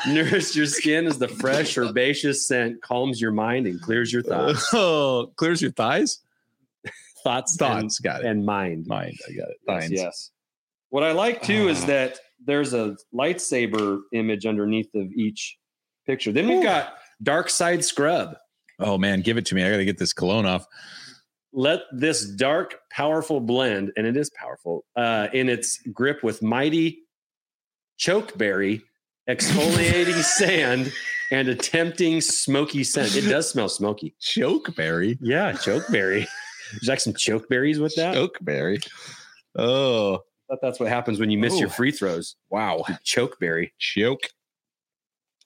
[SPEAKER 1] nourish your skin as the fresh herbaceous scent calms your mind and clears your thoughts,
[SPEAKER 2] oh, clears your thighs.
[SPEAKER 1] thoughts,
[SPEAKER 2] Thoughts. got
[SPEAKER 1] and,
[SPEAKER 2] it.
[SPEAKER 1] and mind.
[SPEAKER 2] Mind. I got it.
[SPEAKER 1] Yes,
[SPEAKER 2] Thighs.
[SPEAKER 1] yes. What I like too is
[SPEAKER 2] Ah.
[SPEAKER 1] that there's a lightsaber image underneath of each picture. Then we've got dark side scrub.
[SPEAKER 2] Oh man, give it to me. I got to get this cologne off.
[SPEAKER 1] Let this dark, powerful blend, and it is powerful, uh, in its grip with mighty chokeberry, exfoliating sand, and a tempting smoky scent. It does smell smoky.
[SPEAKER 2] Chokeberry.
[SPEAKER 1] Yeah, chokeberry. There's like some chokeberries with that. I
[SPEAKER 2] Chokeberry. Oh
[SPEAKER 1] thought that's what happens when you miss your
[SPEAKER 2] Ooh.
[SPEAKER 1] free throws.
[SPEAKER 2] wow.
[SPEAKER 1] Chokeberry.
[SPEAKER 2] Choke.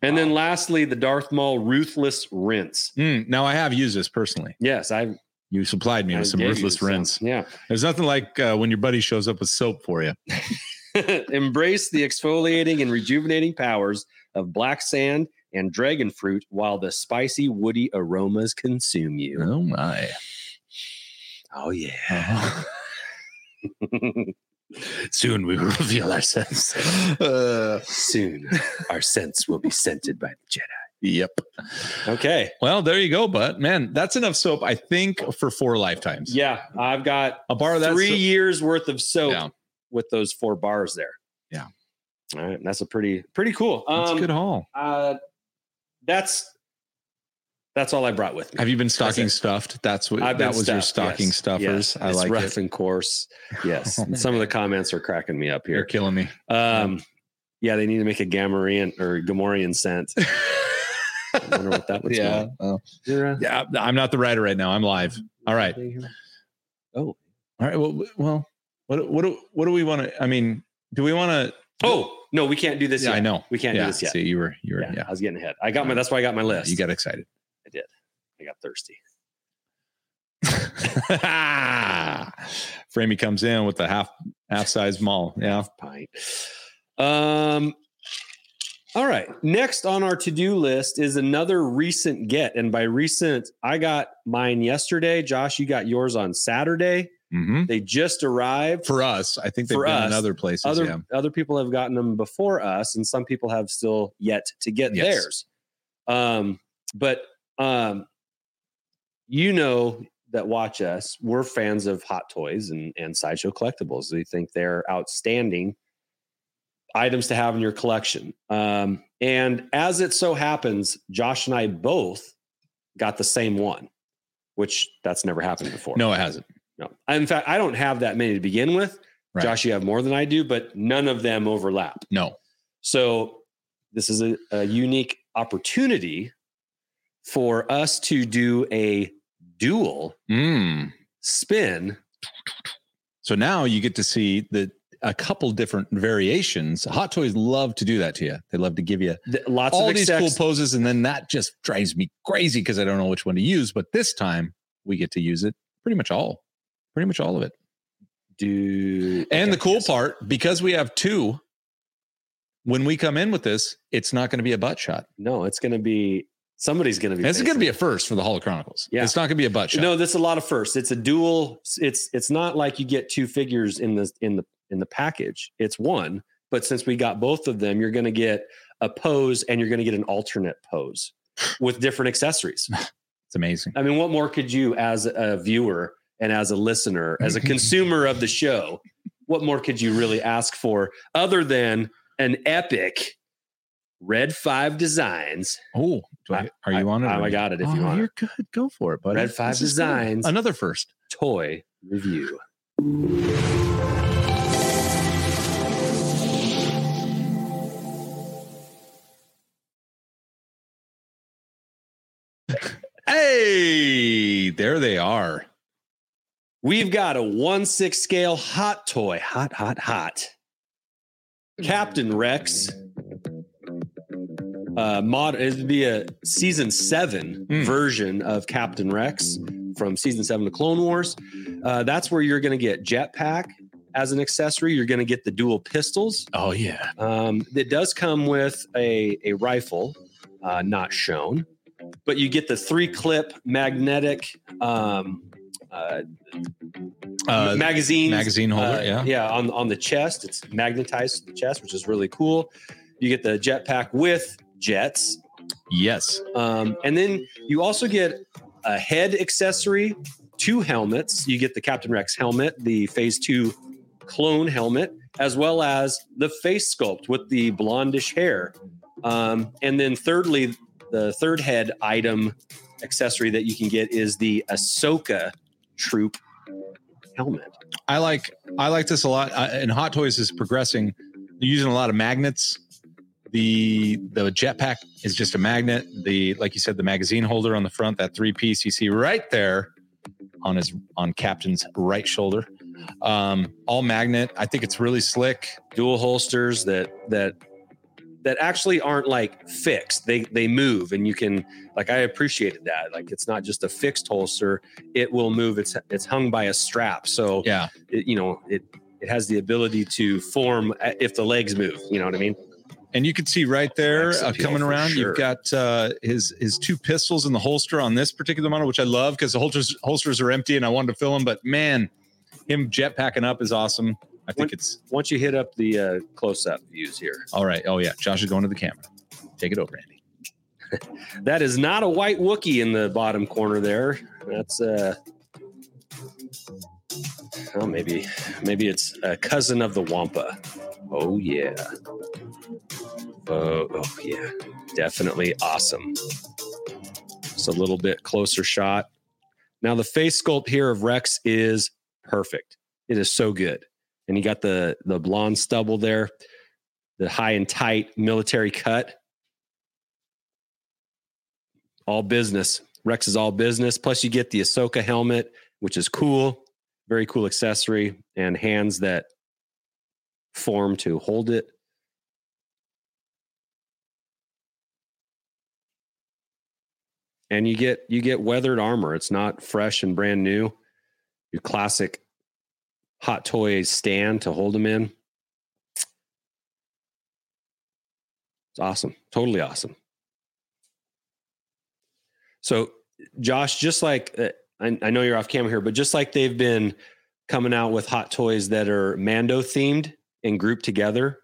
[SPEAKER 1] And then lastly, the Darth Maul Ruthless Rinse.
[SPEAKER 2] Mm, now I have used this personally.
[SPEAKER 1] Yes, I
[SPEAKER 2] You supplied me
[SPEAKER 1] I
[SPEAKER 2] with some
[SPEAKER 1] gave you
[SPEAKER 2] ruthless rinse.
[SPEAKER 1] Yeah.
[SPEAKER 2] There's nothing like uh, when your buddy shows up with soap for you.
[SPEAKER 1] Embrace the exfoliating and rejuvenating powers of black sand and dragon fruit while the spicy woody aromas consume you.
[SPEAKER 2] Oh my. Uh-huh.
[SPEAKER 1] Oh yeah.
[SPEAKER 2] Soon we will reveal ourselves. Uh,
[SPEAKER 1] Soon our scents will be scented by the
[SPEAKER 2] yep.
[SPEAKER 1] Jedi. Okay.
[SPEAKER 2] Well, there you go, but man, that's enough soap, I think, for four lifetimes.
[SPEAKER 1] Yeah, I've got
[SPEAKER 2] I'll borrow that.
[SPEAKER 1] three
[SPEAKER 2] soap-
[SPEAKER 1] years worth of soap
[SPEAKER 2] Yeah,
[SPEAKER 1] with those four bars there.
[SPEAKER 2] Yeah.
[SPEAKER 1] All right. That's a pretty pretty cool.
[SPEAKER 2] that's
[SPEAKER 1] Um,
[SPEAKER 2] a good haul.
[SPEAKER 1] uh, that's that's all I brought with me.
[SPEAKER 2] Have you been stocking
[SPEAKER 1] it.
[SPEAKER 2] stuffed? That's what
[SPEAKER 1] I've
[SPEAKER 2] that
[SPEAKER 1] been
[SPEAKER 2] was your
[SPEAKER 1] stuffed,
[SPEAKER 2] stocking
[SPEAKER 1] yes,
[SPEAKER 2] stuffers.
[SPEAKER 1] yes.
[SPEAKER 2] I
[SPEAKER 1] it's
[SPEAKER 2] like
[SPEAKER 1] rough
[SPEAKER 2] it.
[SPEAKER 1] and coarse. Yes, And some of the comments are cracking me up
[SPEAKER 2] You're
[SPEAKER 1] here.
[SPEAKER 2] killing me.
[SPEAKER 1] Um, yeah, they need to make a Gamorrean or Gamorrean scent. I wonder what that would
[SPEAKER 2] yeah.
[SPEAKER 1] smell
[SPEAKER 2] Oh.
[SPEAKER 1] like.
[SPEAKER 2] yeah. I'm not the writer right now. I'm live. All right. All right. Well, well, what what do, what do we want to? I mean, do we want to?
[SPEAKER 1] Oh no, we can't do this
[SPEAKER 2] Yeah, I
[SPEAKER 1] yet.
[SPEAKER 2] know.
[SPEAKER 1] We can't
[SPEAKER 2] yeah.
[SPEAKER 1] do this yet.
[SPEAKER 2] See, you were you were
[SPEAKER 1] yeah,
[SPEAKER 2] yeah.
[SPEAKER 1] I was getting ahead. I got my. That's why I got my list.
[SPEAKER 2] You got excited.
[SPEAKER 1] I got thirsty.
[SPEAKER 2] Framey comes in with the half half size mall. Yeah.
[SPEAKER 1] pint. Um, all right. Next on our to do list is another recent get. And by recent, I got mine yesterday. Josh, you got yours on Saturday.
[SPEAKER 2] hmm
[SPEAKER 1] They just arrived.
[SPEAKER 2] For us, I think they've
[SPEAKER 1] For
[SPEAKER 2] been in
[SPEAKER 1] us,
[SPEAKER 2] other places.
[SPEAKER 1] other
[SPEAKER 2] yeah.
[SPEAKER 1] other people have gotten them before us, and some people have still yet to get
[SPEAKER 2] Yes.
[SPEAKER 1] theirs. Um, but um, you know that watch us, we're fans of hot toys and, and sideshow collectibles. We think they're outstanding items to have in your collection. Um, and as it so happens, Josh and I both got the same one, which that's never happened before.
[SPEAKER 2] No, it hasn't.
[SPEAKER 1] No. In fact, I don't have that many to begin with.
[SPEAKER 2] Right.
[SPEAKER 1] Josh, you have more than I do, but none of them overlap.
[SPEAKER 2] No.
[SPEAKER 1] So this is a, a unique opportunity for us to do a dual
[SPEAKER 2] Mm.
[SPEAKER 1] spin.
[SPEAKER 2] So now you get to see the a couple different variations. Hot toys love to do that to you. They love to give you
[SPEAKER 1] Th- Lots
[SPEAKER 2] all
[SPEAKER 1] of
[SPEAKER 2] these
[SPEAKER 1] access-
[SPEAKER 2] cool poses, and then that just drives me crazy because I don't know which one to use. But this time we get to use it pretty much all, pretty much all of it.
[SPEAKER 1] do
[SPEAKER 2] And
[SPEAKER 1] okay,
[SPEAKER 2] the cool
[SPEAKER 1] yes.
[SPEAKER 2] part, because we have two, when we come in with this, it's not going to be a butt shot.
[SPEAKER 1] No, it's going to be somebody's going to be.
[SPEAKER 2] This is going
[SPEAKER 1] facing-
[SPEAKER 2] to be a first for the Hall of Chronicles.
[SPEAKER 1] Yeah.
[SPEAKER 2] It's not going to be a butt shot.
[SPEAKER 1] No, that's a lot of firsts. It's a dual. It's it's not like you get two figures in the in the in the package. It's one. But since we got both of them, you're going to get a pose and you're going to get an alternate pose with different accessories.
[SPEAKER 2] It's amazing.
[SPEAKER 1] I mean, what more could you, as a viewer and as a listener, as a consumer of the show, what more could you really ask for other than an epic Red Five Designs?
[SPEAKER 2] Oh, do I, are you on it?
[SPEAKER 1] I- I
[SPEAKER 2] already?
[SPEAKER 1] got it if you
[SPEAKER 2] Oh,
[SPEAKER 1] want it.
[SPEAKER 2] You're good. Go for it, buddy.
[SPEAKER 1] Red Five
[SPEAKER 2] This is good.
[SPEAKER 1] Designs.
[SPEAKER 2] Another first.
[SPEAKER 1] toy review.
[SPEAKER 2] Hey, there they are.
[SPEAKER 1] We've got a 1 6 scale hot toy. Hot, hot, hot. Captain Rex. Uh, mod it'd be a season seven
[SPEAKER 2] Hmm.
[SPEAKER 1] version of Captain Rex from season seven of Clone Wars. Uh, that's where you're going to get jetpack as an accessory. You're going to get the dual pistols.
[SPEAKER 2] Oh yeah.
[SPEAKER 1] Um, it does come with a, a rifle, uh, not shown, but you get the three clip magnetic um, uh,
[SPEAKER 2] Uh,
[SPEAKER 1] magazines.
[SPEAKER 2] magazine holder.
[SPEAKER 1] uh,
[SPEAKER 2] yeah.
[SPEAKER 1] yeah, on on the chest. It's magnetized to the chest, which is really cool. You get the jetpack with jets,
[SPEAKER 2] Yes.
[SPEAKER 1] um, and then you also get a head accessory, two helmets. You get the Captain Rex helmet, the Phase Two clone helmet, as well as the face sculpt with the blondish hair. Um, and then, thirdly, the third head item accessory that you can get is the Ahsoka troop helmet.
[SPEAKER 2] I like I like this a lot. Uh, and Hot Toys is progressing. They're using a lot of magnets. The the jetpack is just a magnet. The like you said, the magazine holder on the front, that three piece you see right there on his on Captain's right shoulder. Um, all magnet. I think it's really slick.
[SPEAKER 1] dual holsters that that that actually aren't like fixed they they move and you can like i appreciated that like it's not just a fixed holster it will move it's it's hung by a strap so
[SPEAKER 2] Yeah.
[SPEAKER 1] it, you know it it has the ability to form uh, if the legs move you know what i mean
[SPEAKER 2] And you can see right there
[SPEAKER 1] Flex
[SPEAKER 2] uh,
[SPEAKER 1] appeal
[SPEAKER 2] coming
[SPEAKER 1] for
[SPEAKER 2] around.
[SPEAKER 1] sure.
[SPEAKER 2] You've got uh, his his two pistols in the holster on this particular model, which I love because the holsters holsters are empty, and I wanted to fill them. But man, him jetpacking up is awesome. I think
[SPEAKER 1] When-
[SPEAKER 2] it's
[SPEAKER 1] once you hit up the uh, close-up views here
[SPEAKER 2] All right. Oh yeah. Josh is going to the camera. Take it over, Andy.
[SPEAKER 1] that is not a white wookie in the bottom corner there that's uh oh maybe maybe it's a cousin of the wampa oh yeah oh, oh yeah definitely awesome just a little bit closer shot now the face sculpt here of rex is perfect it is so good and you got the the blonde stubble there the high and tight military cut all business. Rex is all business. Plus, you get the Ahsoka helmet, which is cool, very cool accessory, and hands that form to hold it. And you get you get weathered armor. It's not fresh and brand new. Your classic hot toy stand to hold them in. It's awesome. Totally awesome. So, Josh, just like uh, I, I know you're off camera here, but just like they've been coming out with hot toys that are Mando themed and grouped together,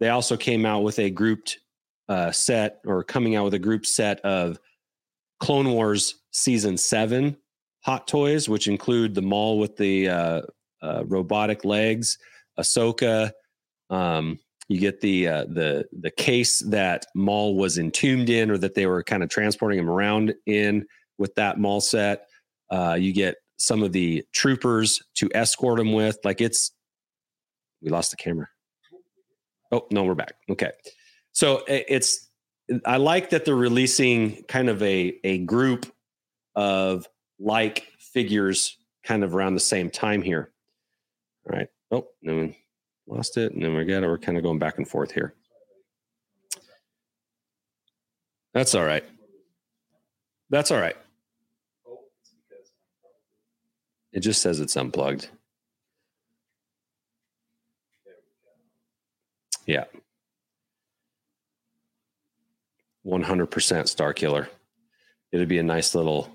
[SPEAKER 1] they also came out with a grouped uh, set or coming out with a group set of Clone Wars Season 7 hot toys, which include the mall with the uh, uh, robotic legs, Ahsoka. Um, you get the uh, the the case that Maul was entombed in, or that they were kind of transporting him around in with that Maul set. Uh, you get some of the troopers to escort him with. Like it's, we lost the camera. Oh no, we're back. Okay, so i- it's I like that they're releasing kind of a a group of like figures kind of around the same time here. All right. Oh no, lost it, and then we got it. We're kind of going back and forth here. That's all right. That's all right. It just says it's unplugged. Yeah. 100% Star Killer. It'd be a nice little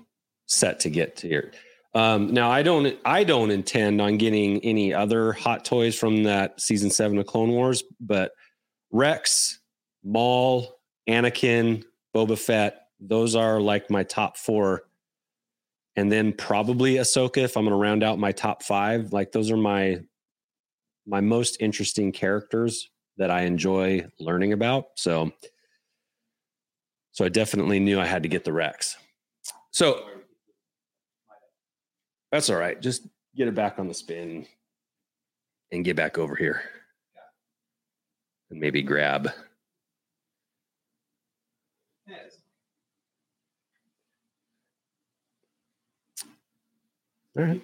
[SPEAKER 1] set to get to here. Um, now I don't I don't intend on getting any other hot toys from that season seven of Clone Wars, but Rex, Maul, Anakin, Boba Fett, those are like my top four. And then probably Ahsoka, if I'm gonna round out my top five. Like those are my my most interesting characters that I enjoy learning about. So so I definitely knew I had to get the Rex. So that's all right. Just get it back on the spin and get back over here. And maybe grab. All right.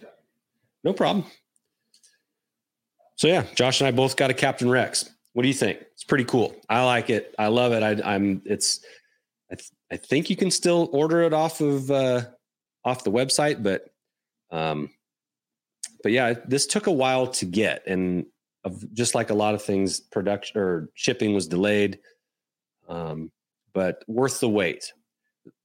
[SPEAKER 1] No problem. So yeah, Josh and I both got a Captain Rex. What do you think? It's pretty cool. I like it. I love it. I, I'm. It's. I, th- I think you can still order it off of uh, off the website, but um, but yeah, this took a while to get, and of just like a lot of things, production or shipping was delayed. Um, but worth the wait.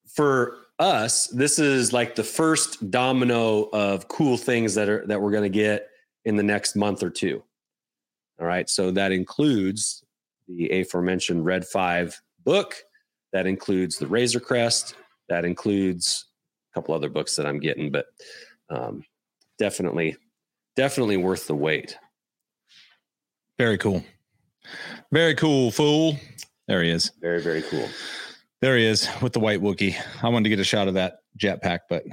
[SPEAKER 1] For us, this is like the first domino of cool things that are that we're going to get in the next month or two. All right, so that includes the aforementioned Red Five book. That includes the Razor Crest. That includes a couple other books that I'm getting, but um, definitely, definitely worth the wait.
[SPEAKER 2] Very cool. Very cool, fool. There he is.
[SPEAKER 1] Very, very cool.
[SPEAKER 2] There he is with the white Wookie. I wanted to get a shot of that jetpack, but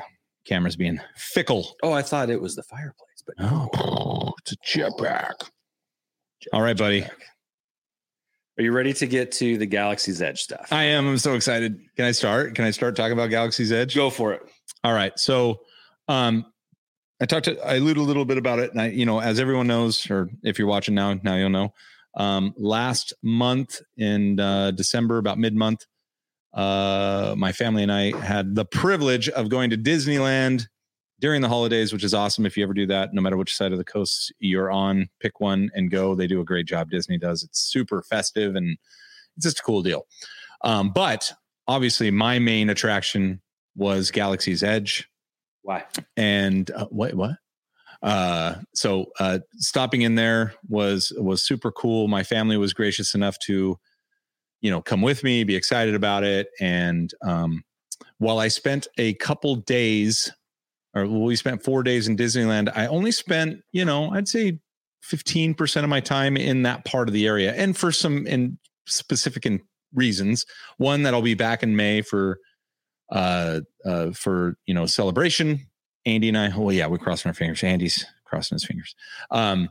[SPEAKER 2] camera's being fickle.
[SPEAKER 1] Oh, I thought it was the fireplace, but
[SPEAKER 2] Oh, it's a jetpack. All right, buddy.
[SPEAKER 1] Are you ready to get to the Galaxy's Edge stuff?
[SPEAKER 2] I am. I'm so excited. Can I start? Can I start talking about Galaxy's Edge?
[SPEAKER 1] Go for it.
[SPEAKER 2] All right. So, um, I talked to, I alluded a little bit about it. And I, you know, as everyone knows, or if you're watching now, now you'll know. Um, last month in uh, December, about mid month, uh, my family and I had the privilege of going to Disneyland during the holidays, which is awesome. If you ever do that, no matter which side of the coast you're on, pick one and go. They do a great job. Disney does. It's super festive and it's just a cool deal. Um, but obviously, my main attraction was Galaxy's Edge
[SPEAKER 1] Why?
[SPEAKER 2] and uh, what what uh so uh stopping in there was was super cool my family was gracious enough to you know come with me be excited about it and um while i spent a couple days or well, we spent 4 days in disneyland i only spent you know i'd say 15% of my time in that part of the area and for some in specific in reasons one that i'll be back in may for uh uh for you know celebration Andy and I, oh yeah, we're crossing our fingers. Andy's crossing his fingers. Um,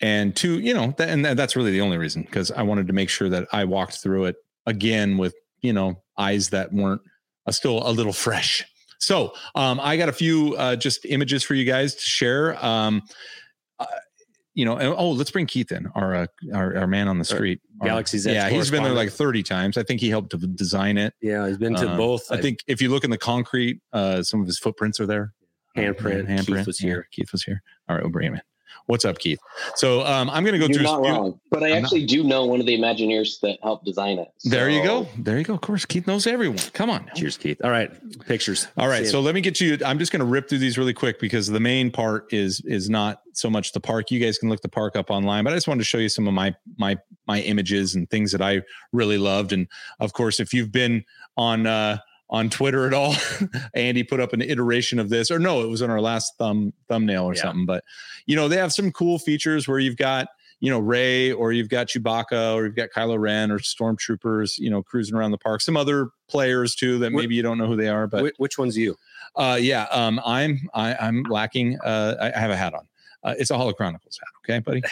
[SPEAKER 2] and two, you know, that, and that, that's really the only reason because I wanted to make sure that I walked through it again with, you know, eyes that weren't uh, still a little fresh. So um, I got a few uh, just images for you guys to share. Um, uh, you know, and, oh, let's bring Keith in, our uh, our, our man on the
[SPEAKER 1] Our
[SPEAKER 2] street. Our-
[SPEAKER 1] Galaxy's Edge
[SPEAKER 2] yeah, he's been there
[SPEAKER 1] correspondent.
[SPEAKER 2] like thirty times. I think he helped to design it.
[SPEAKER 1] Yeah, he's been to
[SPEAKER 2] Um,
[SPEAKER 1] both.
[SPEAKER 2] I think if you look in the concrete, uh, some of his footprints are there.
[SPEAKER 1] handprint.
[SPEAKER 2] Yeah,
[SPEAKER 1] Keith was
[SPEAKER 2] yeah,
[SPEAKER 1] here.
[SPEAKER 2] Keith was here. All right, we'll bring him in. What's up, Keith? So um, I'm going to go
[SPEAKER 3] You're
[SPEAKER 2] through.
[SPEAKER 3] not
[SPEAKER 2] you-
[SPEAKER 3] wrong, but I
[SPEAKER 2] I'm not-
[SPEAKER 3] actually do know one of the Imagineers that helped design it.
[SPEAKER 2] There you
[SPEAKER 3] so-
[SPEAKER 2] go. There you go. Of course, Keith knows everyone. Come on.
[SPEAKER 1] Cheers, Keith. All right, pictures.
[SPEAKER 2] All right,
[SPEAKER 1] See
[SPEAKER 2] so let me get you. I'm just going to rip through these really quick because the main part is is not so much the park. You guys can look the park up online, but I just wanted to show you some of my my my images and things that I really loved. And of course, if you've been on uh, on Twitter at all, Andy put up an iteration of this, or no, it was on our last thumb thumbnail or
[SPEAKER 1] Yeah.
[SPEAKER 2] something. But you know, they have some cool features where you've got you know Ray, or you've got Chewbacca, or you've got Kylo Ren, or stormtroopers, you know, cruising around the park. Some other players too that
[SPEAKER 1] Wh-
[SPEAKER 2] maybe you don't know who they are, but
[SPEAKER 1] Wh- which one's you?
[SPEAKER 2] uh, yeah, um, I'm I, I'm lacking. Uh, I, I have a hat on. Uh, it's a Holochronicles hat, okay, buddy.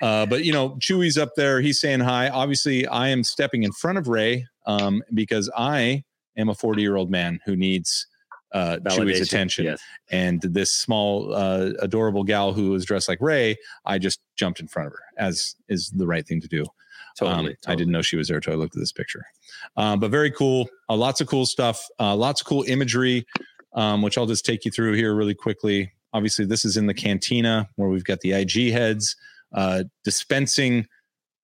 [SPEAKER 2] Uh, but you know, Chewie's up there. He's saying hi. Obviously, I am stepping in front of Ray um, because I am a 40 year old man who needs uh, Chewie's
[SPEAKER 1] Validation.
[SPEAKER 2] attention.
[SPEAKER 1] Yes.
[SPEAKER 2] And this small, uh, adorable gal who was dressed like Ray, I just jumped in front of her, as is the right thing to do.
[SPEAKER 1] Totally,
[SPEAKER 2] Um, I didn't know she was there until I looked at this picture. Um, but very cool. Uh, lots of cool stuff. Uh, lots of cool imagery, um, which I'll just take you through here really quickly. Obviously, this is in the cantina where we've got the IG heads uh, dispensing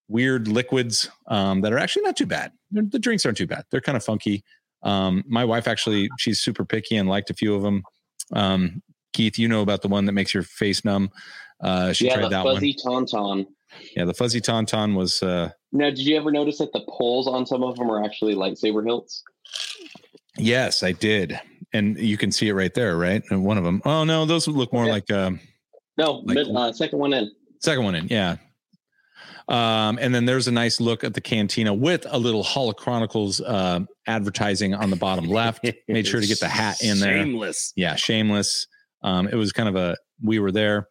[SPEAKER 2] weird liquids um, that are actually not too bad. They're- the drinks aren't too bad. They're kind of funky. Um, my wife actually, she's super picky and liked a few of them. Um, Keith, you know about the one that makes your face numb. Uh, she
[SPEAKER 3] yeah,
[SPEAKER 2] tried
[SPEAKER 3] the
[SPEAKER 2] that one.
[SPEAKER 3] fuzzy tauntaun.
[SPEAKER 2] Yeah, the fuzzy tauntaun was. Uh,
[SPEAKER 3] Now, did you ever notice that the poles on some of them are actually lightsaber hilts?
[SPEAKER 2] Yes, I did. And you can see it right there, right? And one of them. Oh no, those would look more
[SPEAKER 3] Yeah.
[SPEAKER 2] like um
[SPEAKER 3] No,
[SPEAKER 2] Like-
[SPEAKER 3] mid, uh, second one in.
[SPEAKER 2] second one in, yeah. Um, and then there's a nice look at the cantina with a little Holochronicles uh, advertising on the bottom left. Made sure to get the hat in there.
[SPEAKER 1] Shameless.
[SPEAKER 2] Yeah, shameless. Um, it was kind of a we were there.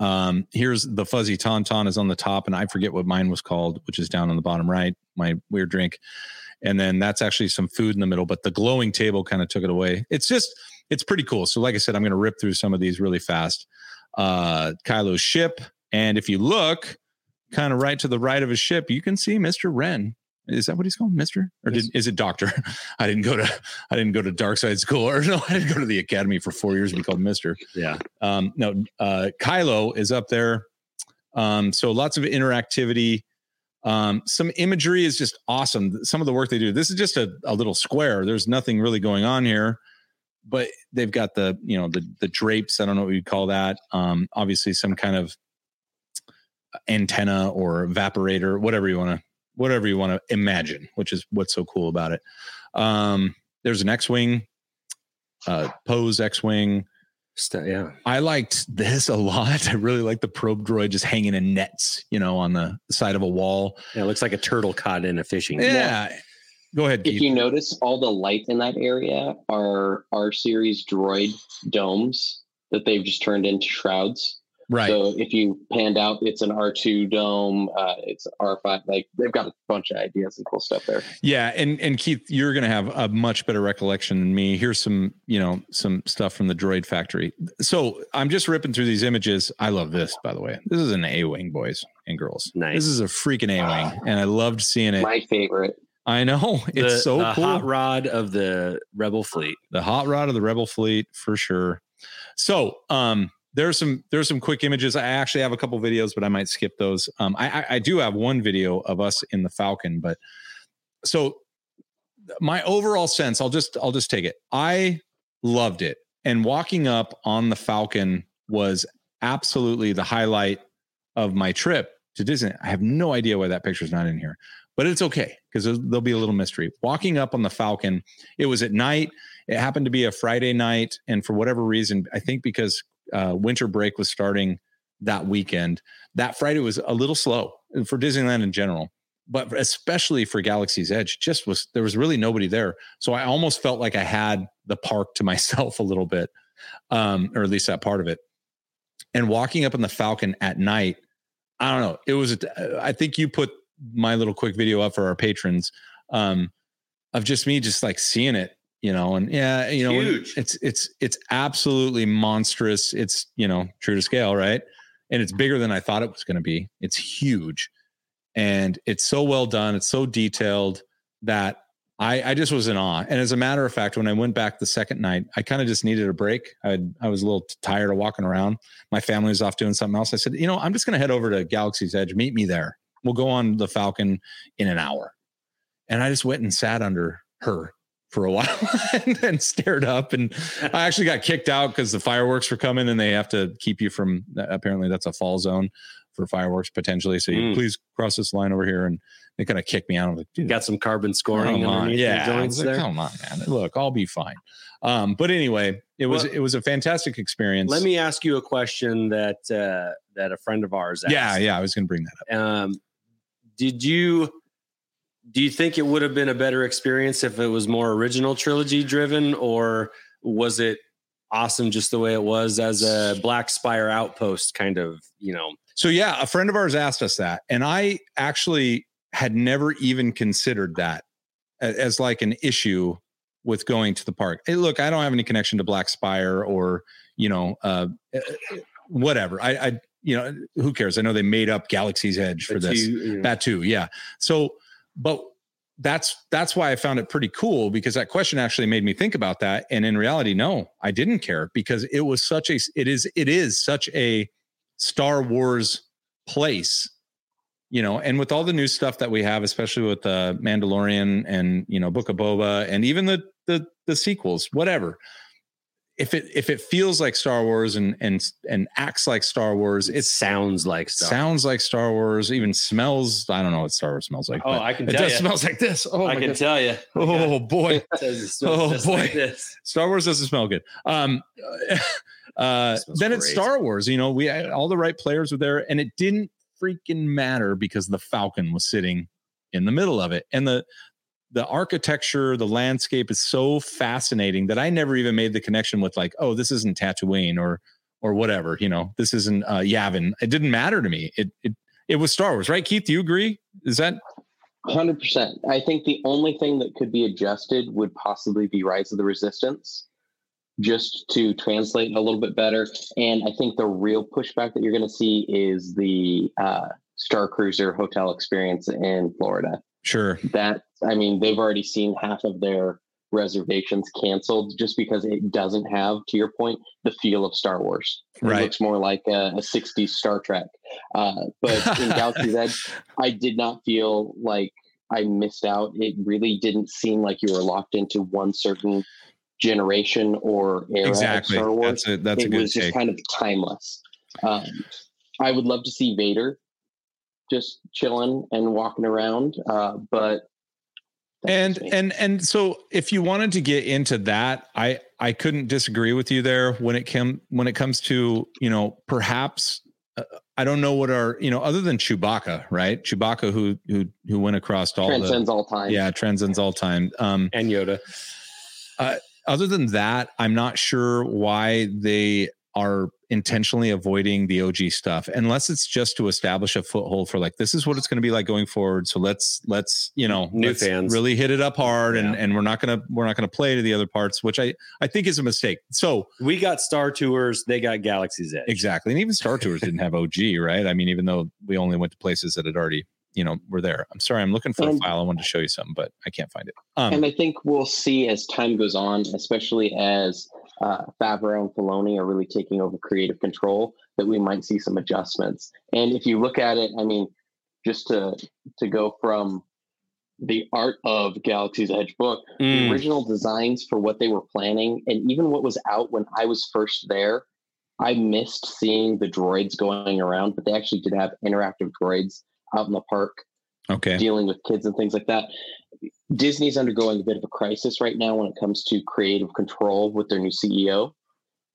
[SPEAKER 2] Um, here's the fuzzy tauntaun is on the top, and I forget what mine was called, which is down on the bottom right. My weird drink, and then that's actually some food in the middle, but the glowing table kind of took it away. It's just it's pretty cool. So, like I said, I'm going to rip through some of these really fast. Uh, Kylo's ship, and if you look, kind of right to the right of his ship, you can see Mister Wren. Is that what he's called, Mister? Or
[SPEAKER 1] Yes.
[SPEAKER 2] did, is it Doctor? I didn't go to I didn't go to dark side school, or no, I didn't go to the academy for four years and be called Mister.
[SPEAKER 1] Yeah.
[SPEAKER 2] Um, no, uh, Kylo is up there. Um, so lots of interactivity. Um, some imagery is just awesome. Some of the work they do. This is just a, a little square. There's nothing really going on here, but they've got the you know the the drapes. I don't know what you'd call that. Um, obviously some kind of uh, antenna or evaporator, whatever you want to whatever you want to imagine, which is what's so cool about it. Um, there's an X-wing, uh, Poe's X-wing.
[SPEAKER 1] St- yeah.
[SPEAKER 2] I liked this a lot. I really like the probe droid just hanging in nets, you know, on the side of a wall.
[SPEAKER 1] Yeah, It looks like a turtle caught in a fishing. net.
[SPEAKER 2] Yeah. Go ahead,
[SPEAKER 3] If
[SPEAKER 2] Keith.
[SPEAKER 3] you notice, all the lights in that area are R series droid domes that they've just turned into shrouds.
[SPEAKER 2] right.
[SPEAKER 3] So if you panned out, it's an R two dome. Uh, it's R five. Like they've got a bunch of ideas and cool stuff there.
[SPEAKER 2] Yeah, and and Keith, you're going to have a much better recollection than me. Here's some, you know, some stuff from the Droid Factory. So I'm just ripping through these images. I love this, by the way. This is an A-wing, boys and girls.
[SPEAKER 1] Nice. Ah.
[SPEAKER 2] This is a freaking A-wing, and I loved seeing it.
[SPEAKER 3] My favorite.
[SPEAKER 2] I know
[SPEAKER 1] The-
[SPEAKER 2] it's so
[SPEAKER 1] the
[SPEAKER 2] cool.
[SPEAKER 1] hot rod of the rebel fleet.
[SPEAKER 2] the hot rod of the rebel fleet for sure so um there's some there's some quick images i actually have a couple videos but i might skip those um i i, I do have one video of us in the falcon but so my overall sense i'll just i'll just take it i loved it and walking up on the falcon was absolutely the highlight of my trip to disney i have no idea why that picture's not in here but it's okay because there'll be a little mystery walking up on the falcon it was at night it happened to be a friday night and for whatever reason i think because uh, winter break was starting that weekend that friday was a little slow uh, for disneyland in general but especially for galaxy's edge just was there was really nobody there so i almost felt like i had the park to myself a little bit um, or at least that part of it and walking up in the falcon at night i don't know it was uh, i think you put my little quick video up for our patrons um, of just me just like seeing it you know and yeah you know when-
[SPEAKER 1] Huge.
[SPEAKER 2] it's it's it's absolutely monstrous it's you know true to scale right and it's bigger than i thought it was going to be it's huge and it's so well done it's so detailed that I, I just was in awe. And as a matter of fact, when I went back the second night, I kind of just needed a break. I, had, I was a little tired of walking around. My family was off doing something else. I said, you know, I'm just going to head over to Galaxy's Edge. Meet me there. We'll go on the Falcon in an hour. And I just went and sat under her for a while and then stared up. And I actually got kicked out because the fireworks were coming and they have to keep you from, uh, apparently, that's a fall zone for fireworks potentially. So you
[SPEAKER 1] Mm.
[SPEAKER 2] please cross this line over here. And they kind of kicked me out. I'm like, dude,
[SPEAKER 1] Got some carbon scoring
[SPEAKER 2] Come on,
[SPEAKER 1] underneath
[SPEAKER 2] yeah.
[SPEAKER 1] the
[SPEAKER 2] I
[SPEAKER 1] joints
[SPEAKER 2] was like,
[SPEAKER 1] there.
[SPEAKER 2] Come on, man. Look, I'll be fine. Um, but anyway, it was
[SPEAKER 1] Well,
[SPEAKER 2] it was a fantastic experience.
[SPEAKER 1] Let me ask you a question that uh, that a friend of ours asked.
[SPEAKER 2] Yeah, yeah. I was going to bring that up.
[SPEAKER 1] um, did you do you think it would have been a better experience if it was more original trilogy driven or was it awesome just the way it was as a black spire outpost kind of you know
[SPEAKER 2] So yeah, a friend of ours asked us that, and I actually had never even considered that a- as like an issue with going to the park. Hey, look, I don't have any connection to Black Spire or you know uh, whatever. I, I you know who cares? I know they made up Galaxy's Edge for
[SPEAKER 1] that
[SPEAKER 2] this.
[SPEAKER 1] you- you know,
[SPEAKER 2] that too yeah so but that's that's why i found it pretty cool because that question actually made me think about that and in reality no i didn't care because it was such a it is it is such a star wars place you know and with all the new stuff that we have especially with uh, mandalorian and you know book of boba and even the the the sequels whatever if it if it feels like star wars and and and acts like star wars
[SPEAKER 1] it
[SPEAKER 2] it's
[SPEAKER 1] sounds like stuff.
[SPEAKER 2] sounds like Star Wars, even smells. I don't know what Star Wars smells like. but
[SPEAKER 1] Oh, i can
[SPEAKER 2] it does smells like this. Oh,
[SPEAKER 1] i
[SPEAKER 2] my
[SPEAKER 1] can
[SPEAKER 2] goodness.
[SPEAKER 1] tell you
[SPEAKER 2] oh boy,
[SPEAKER 1] It says it smells
[SPEAKER 2] Oh,
[SPEAKER 1] just like
[SPEAKER 2] boy.
[SPEAKER 1] this.
[SPEAKER 2] Star Wars doesn't smell good. Um, uh,
[SPEAKER 1] It smells
[SPEAKER 2] then it's
[SPEAKER 1] great.
[SPEAKER 2] Star Wars. You know, we all the right players were there, and it didn't freaking matter because the Falcon was sitting in the middle of it, and the the architecture, the landscape is so fascinating that I never even made the connection with like, oh, this isn't Tatooine or or whatever. You know, this isn't uh, Yavin. It didn't matter to me. It it it was Star Wars, right? Keith, do you agree? Is that
[SPEAKER 3] Hundred percent. I think the only thing that could be adjusted would possibly be Rise of the Resistance, just to translate a little bit better. And I think the real pushback that you're going to see is the uh, Star Cruiser hotel experience in Florida.
[SPEAKER 2] Sure.
[SPEAKER 3] That, I mean, they've already seen half of their reservations canceled just because it doesn't have, to your point, the feel of Star Wars. It
[SPEAKER 2] Right.
[SPEAKER 3] looks more like a, a 60s Star Trek. Uh, but in Galaxy's Edge, I did not feel like I missed out. It really didn't seem like you were locked into one certain generation or era
[SPEAKER 2] Exactly.
[SPEAKER 3] of Star Wars
[SPEAKER 2] That's a that's a
[SPEAKER 3] it
[SPEAKER 2] good
[SPEAKER 3] was
[SPEAKER 2] take.
[SPEAKER 3] just kind of timeless. Um, I would love to see Vader just chilling and walking around, uh, but that's
[SPEAKER 2] and
[SPEAKER 3] just me.
[SPEAKER 2] and and so if you wanted to get into that i i couldn't disagree with you there when it came when it comes to you know perhaps uh, i don't know what our you know other than chewbacca right chewbacca who who who went across all the
[SPEAKER 3] transcends all time.
[SPEAKER 2] yeah transcends all time um
[SPEAKER 1] and Yoda.
[SPEAKER 2] other than that i'm not sure why they are intentionally avoiding the og stuff unless it's just to establish a foothold for like this is what it's going to be like going forward so let's let's you know
[SPEAKER 1] New
[SPEAKER 2] let's
[SPEAKER 1] fans.
[SPEAKER 2] really hit it up hard and
[SPEAKER 1] Yeah.
[SPEAKER 2] and we're not gonna we're not gonna play to the other parts which i i think is a mistake so
[SPEAKER 1] We got Star Tours, they got Galaxy's Edge.
[SPEAKER 2] exactly and even star tours didn't have og right i mean even though we only went to places that had already you know were there i'm sorry i'm looking for a
[SPEAKER 1] Um,
[SPEAKER 3] And-
[SPEAKER 2] file i wanted to show you something but i can't find it um
[SPEAKER 3] And I think we'll see as time goes on, especially as uh, Favreau and Filoni are really taking over creative control, that we might see some adjustments. And if you look at it, I mean, just to to go from the art of Galaxy's Edge book the
[SPEAKER 1] Mm,
[SPEAKER 3] original designs for what they were planning and even what was out when I was first there. I missed seeing the droids going around, but they actually did have interactive droids out in the park
[SPEAKER 2] okay
[SPEAKER 3] dealing with kids and things like that. Disney's undergoing a bit of a crisis right now when it comes to creative control with their new CEO,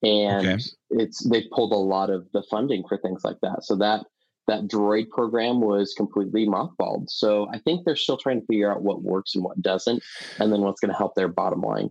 [SPEAKER 3] and
[SPEAKER 2] Okay.
[SPEAKER 3] it's they pulled a lot of the funding for things like that. So that that droid program was completely mothballed. So I think they're still trying to figure out what works and what doesn't, and then what's going to help their bottom line.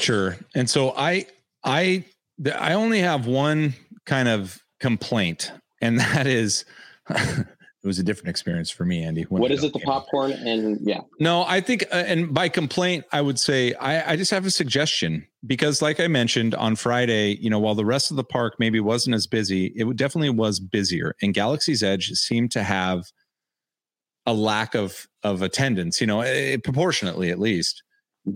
[SPEAKER 2] Sure. And so I I th- I only have one kind of complaint, and that is it was a different experience for me, Andy. when
[SPEAKER 3] what
[SPEAKER 2] I
[SPEAKER 3] is it? The
[SPEAKER 2] came out.
[SPEAKER 3] popcorn and yeah,
[SPEAKER 2] No, I think, uh, and by complaint, I would say I, I just have a suggestion because, like I mentioned on Friday, you know, while the rest of the park maybe wasn't as busy, it would- definitely was busier. And Galaxy's Edge seemed to have a lack of of attendance, you know, eh, proportionately at least.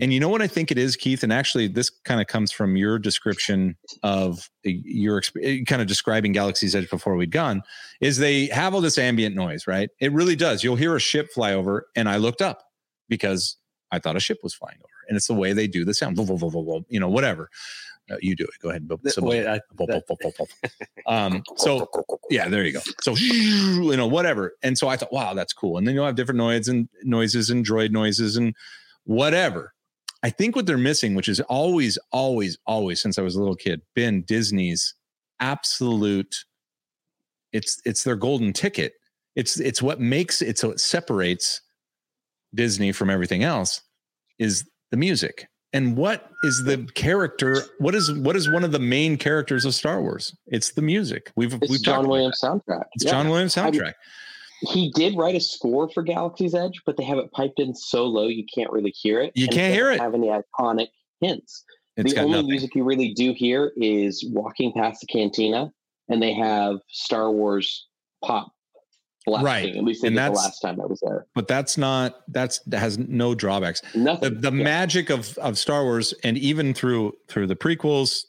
[SPEAKER 2] And you know what I think it is, Keith, and actually this kind of comes from your description of eh, your exp- kind of describing Galaxy's Edge before we'd gone is they have all this ambient noise, right? It really does. You'll hear a ship fly over, and I looked up because I thought a ship was flying over, and it's the way they do the sound, Vroom, vroom, vroom, vroom, vroom, you know, whatever. Uh, you do it. Go ahead.
[SPEAKER 1] Th- wait, I-
[SPEAKER 2] Boom, boom, boom, boom, boom. um, so yeah, there you go. So you know, whatever. And so I thought, wow, that's cool. And then you'll have different noises and noises and droid noises and whatever. I think what they're missing, which is always, always, always since I was a little kid, been Disney's absolute. It's it's their golden ticket. It's it's what makes it so it separates Disney from everything else is the music. And what is the character? What is what is one of the main characters of Star Wars? It's the music. We've
[SPEAKER 3] it's
[SPEAKER 2] we've talked
[SPEAKER 3] John
[SPEAKER 2] about
[SPEAKER 3] Williams soundtrack.
[SPEAKER 2] that. It's
[SPEAKER 3] Yeah.
[SPEAKER 2] John Williams
[SPEAKER 3] I mean-
[SPEAKER 2] soundtrack.
[SPEAKER 3] He did write a score for Galaxy's Edge, but they have it piped in so low you can't really hear it.
[SPEAKER 2] You
[SPEAKER 3] and
[SPEAKER 2] can't hear
[SPEAKER 3] doesn't
[SPEAKER 2] it.
[SPEAKER 3] Have any iconic hints?
[SPEAKER 2] It's
[SPEAKER 3] the
[SPEAKER 2] got
[SPEAKER 3] only
[SPEAKER 2] nothing.
[SPEAKER 3] music you really do hear is walking past the cantina, and they have Star Wars pop blasting.
[SPEAKER 2] Right.
[SPEAKER 3] At least they
[SPEAKER 2] And
[SPEAKER 3] did the
[SPEAKER 2] that's-
[SPEAKER 3] last time I was there.
[SPEAKER 2] But that's not that's that has no drawbacks. The
[SPEAKER 3] Nothing.
[SPEAKER 2] the
[SPEAKER 3] Yeah.
[SPEAKER 2] magic of of Star Wars and even through through the prequels,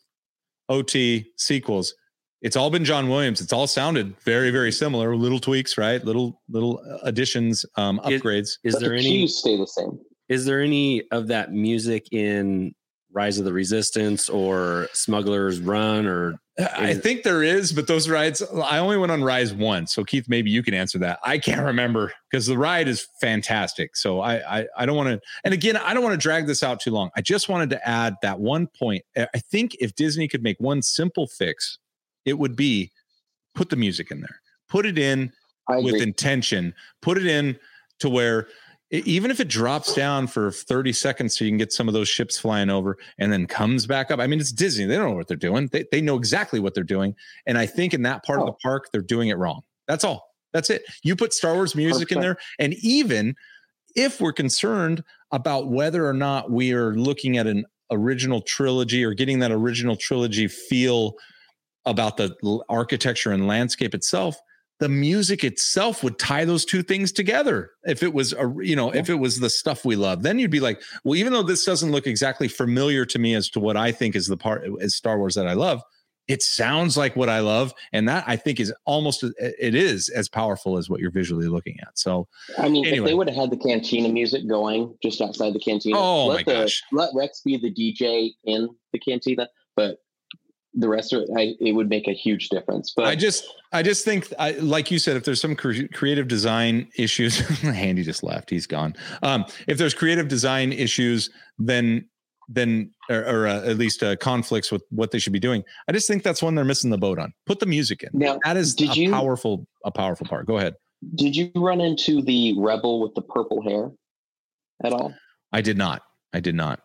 [SPEAKER 2] OT sequels, it's all been John Williams. It's all sounded very very similar. Little tweaks, right? Little little uh, additions, um,
[SPEAKER 1] It-
[SPEAKER 2] upgrades.
[SPEAKER 1] Is
[SPEAKER 3] But
[SPEAKER 1] there
[SPEAKER 3] the
[SPEAKER 1] any
[SPEAKER 3] cues stay the same?
[SPEAKER 1] is there any of that music in Rise of the Resistance or Smuggler's Run or
[SPEAKER 2] I
[SPEAKER 1] is-
[SPEAKER 2] think there is, but those rides, I only went on Rise once. So Keith, maybe you can answer that. I can't remember because the ride is fantastic. So I, I, I don't want to, and again, I don't want to drag this out too long. I just wanted to add that one point. I I think if Disney could make one simple fix, it would be put the music in there, put it in
[SPEAKER 3] I agree.
[SPEAKER 2] with intention. Put it in to where e- even if it drops down for 30 seconds so you can get some of those ships flying over and then comes back up. I mean, it's Disney. They don't know what they're doing. They, they know exactly what they're doing. And I think in that part of the
[SPEAKER 3] Oh.
[SPEAKER 2] park, they're doing it wrong. That's all. That's it. You put Star Wars music in there. And even if we're concerned about whether or not we are looking at an original trilogy or getting that original trilogy feel about the l- architecture and landscape itself the music itself would tie those two things together if it was a you know if it was the stuff we love then you'd be like well even though this doesn't look exactly familiar to me as to what i think is the part is star wars that i love it sounds like what i love and that i think is almost uh, it is as powerful as what you're visually looking at so
[SPEAKER 3] I mean, if
[SPEAKER 2] Anyway.
[SPEAKER 3] they would have had the cantina music going just outside the cantina,
[SPEAKER 2] Oh,
[SPEAKER 3] let
[SPEAKER 2] my
[SPEAKER 3] the,
[SPEAKER 2] gosh.
[SPEAKER 3] let Rex be the DJ in the cantina, but the rest of it, I, it would make a huge difference. But
[SPEAKER 2] I just, I just think, I, like you said, if there's some cre- creative design issues, Handy just left. He's gone. Um, if there's creative design issues, then, then, or, or uh, at least uh, conflicts with what they should be doing. I just think that's one they're missing the boat on. Put the music in.
[SPEAKER 3] now,
[SPEAKER 2] That is
[SPEAKER 3] Did
[SPEAKER 2] a
[SPEAKER 3] you-
[SPEAKER 2] powerful, a powerful part. Go ahead.
[SPEAKER 3] did you run into the rebel with the purple hair at all?
[SPEAKER 2] I did not. I did not.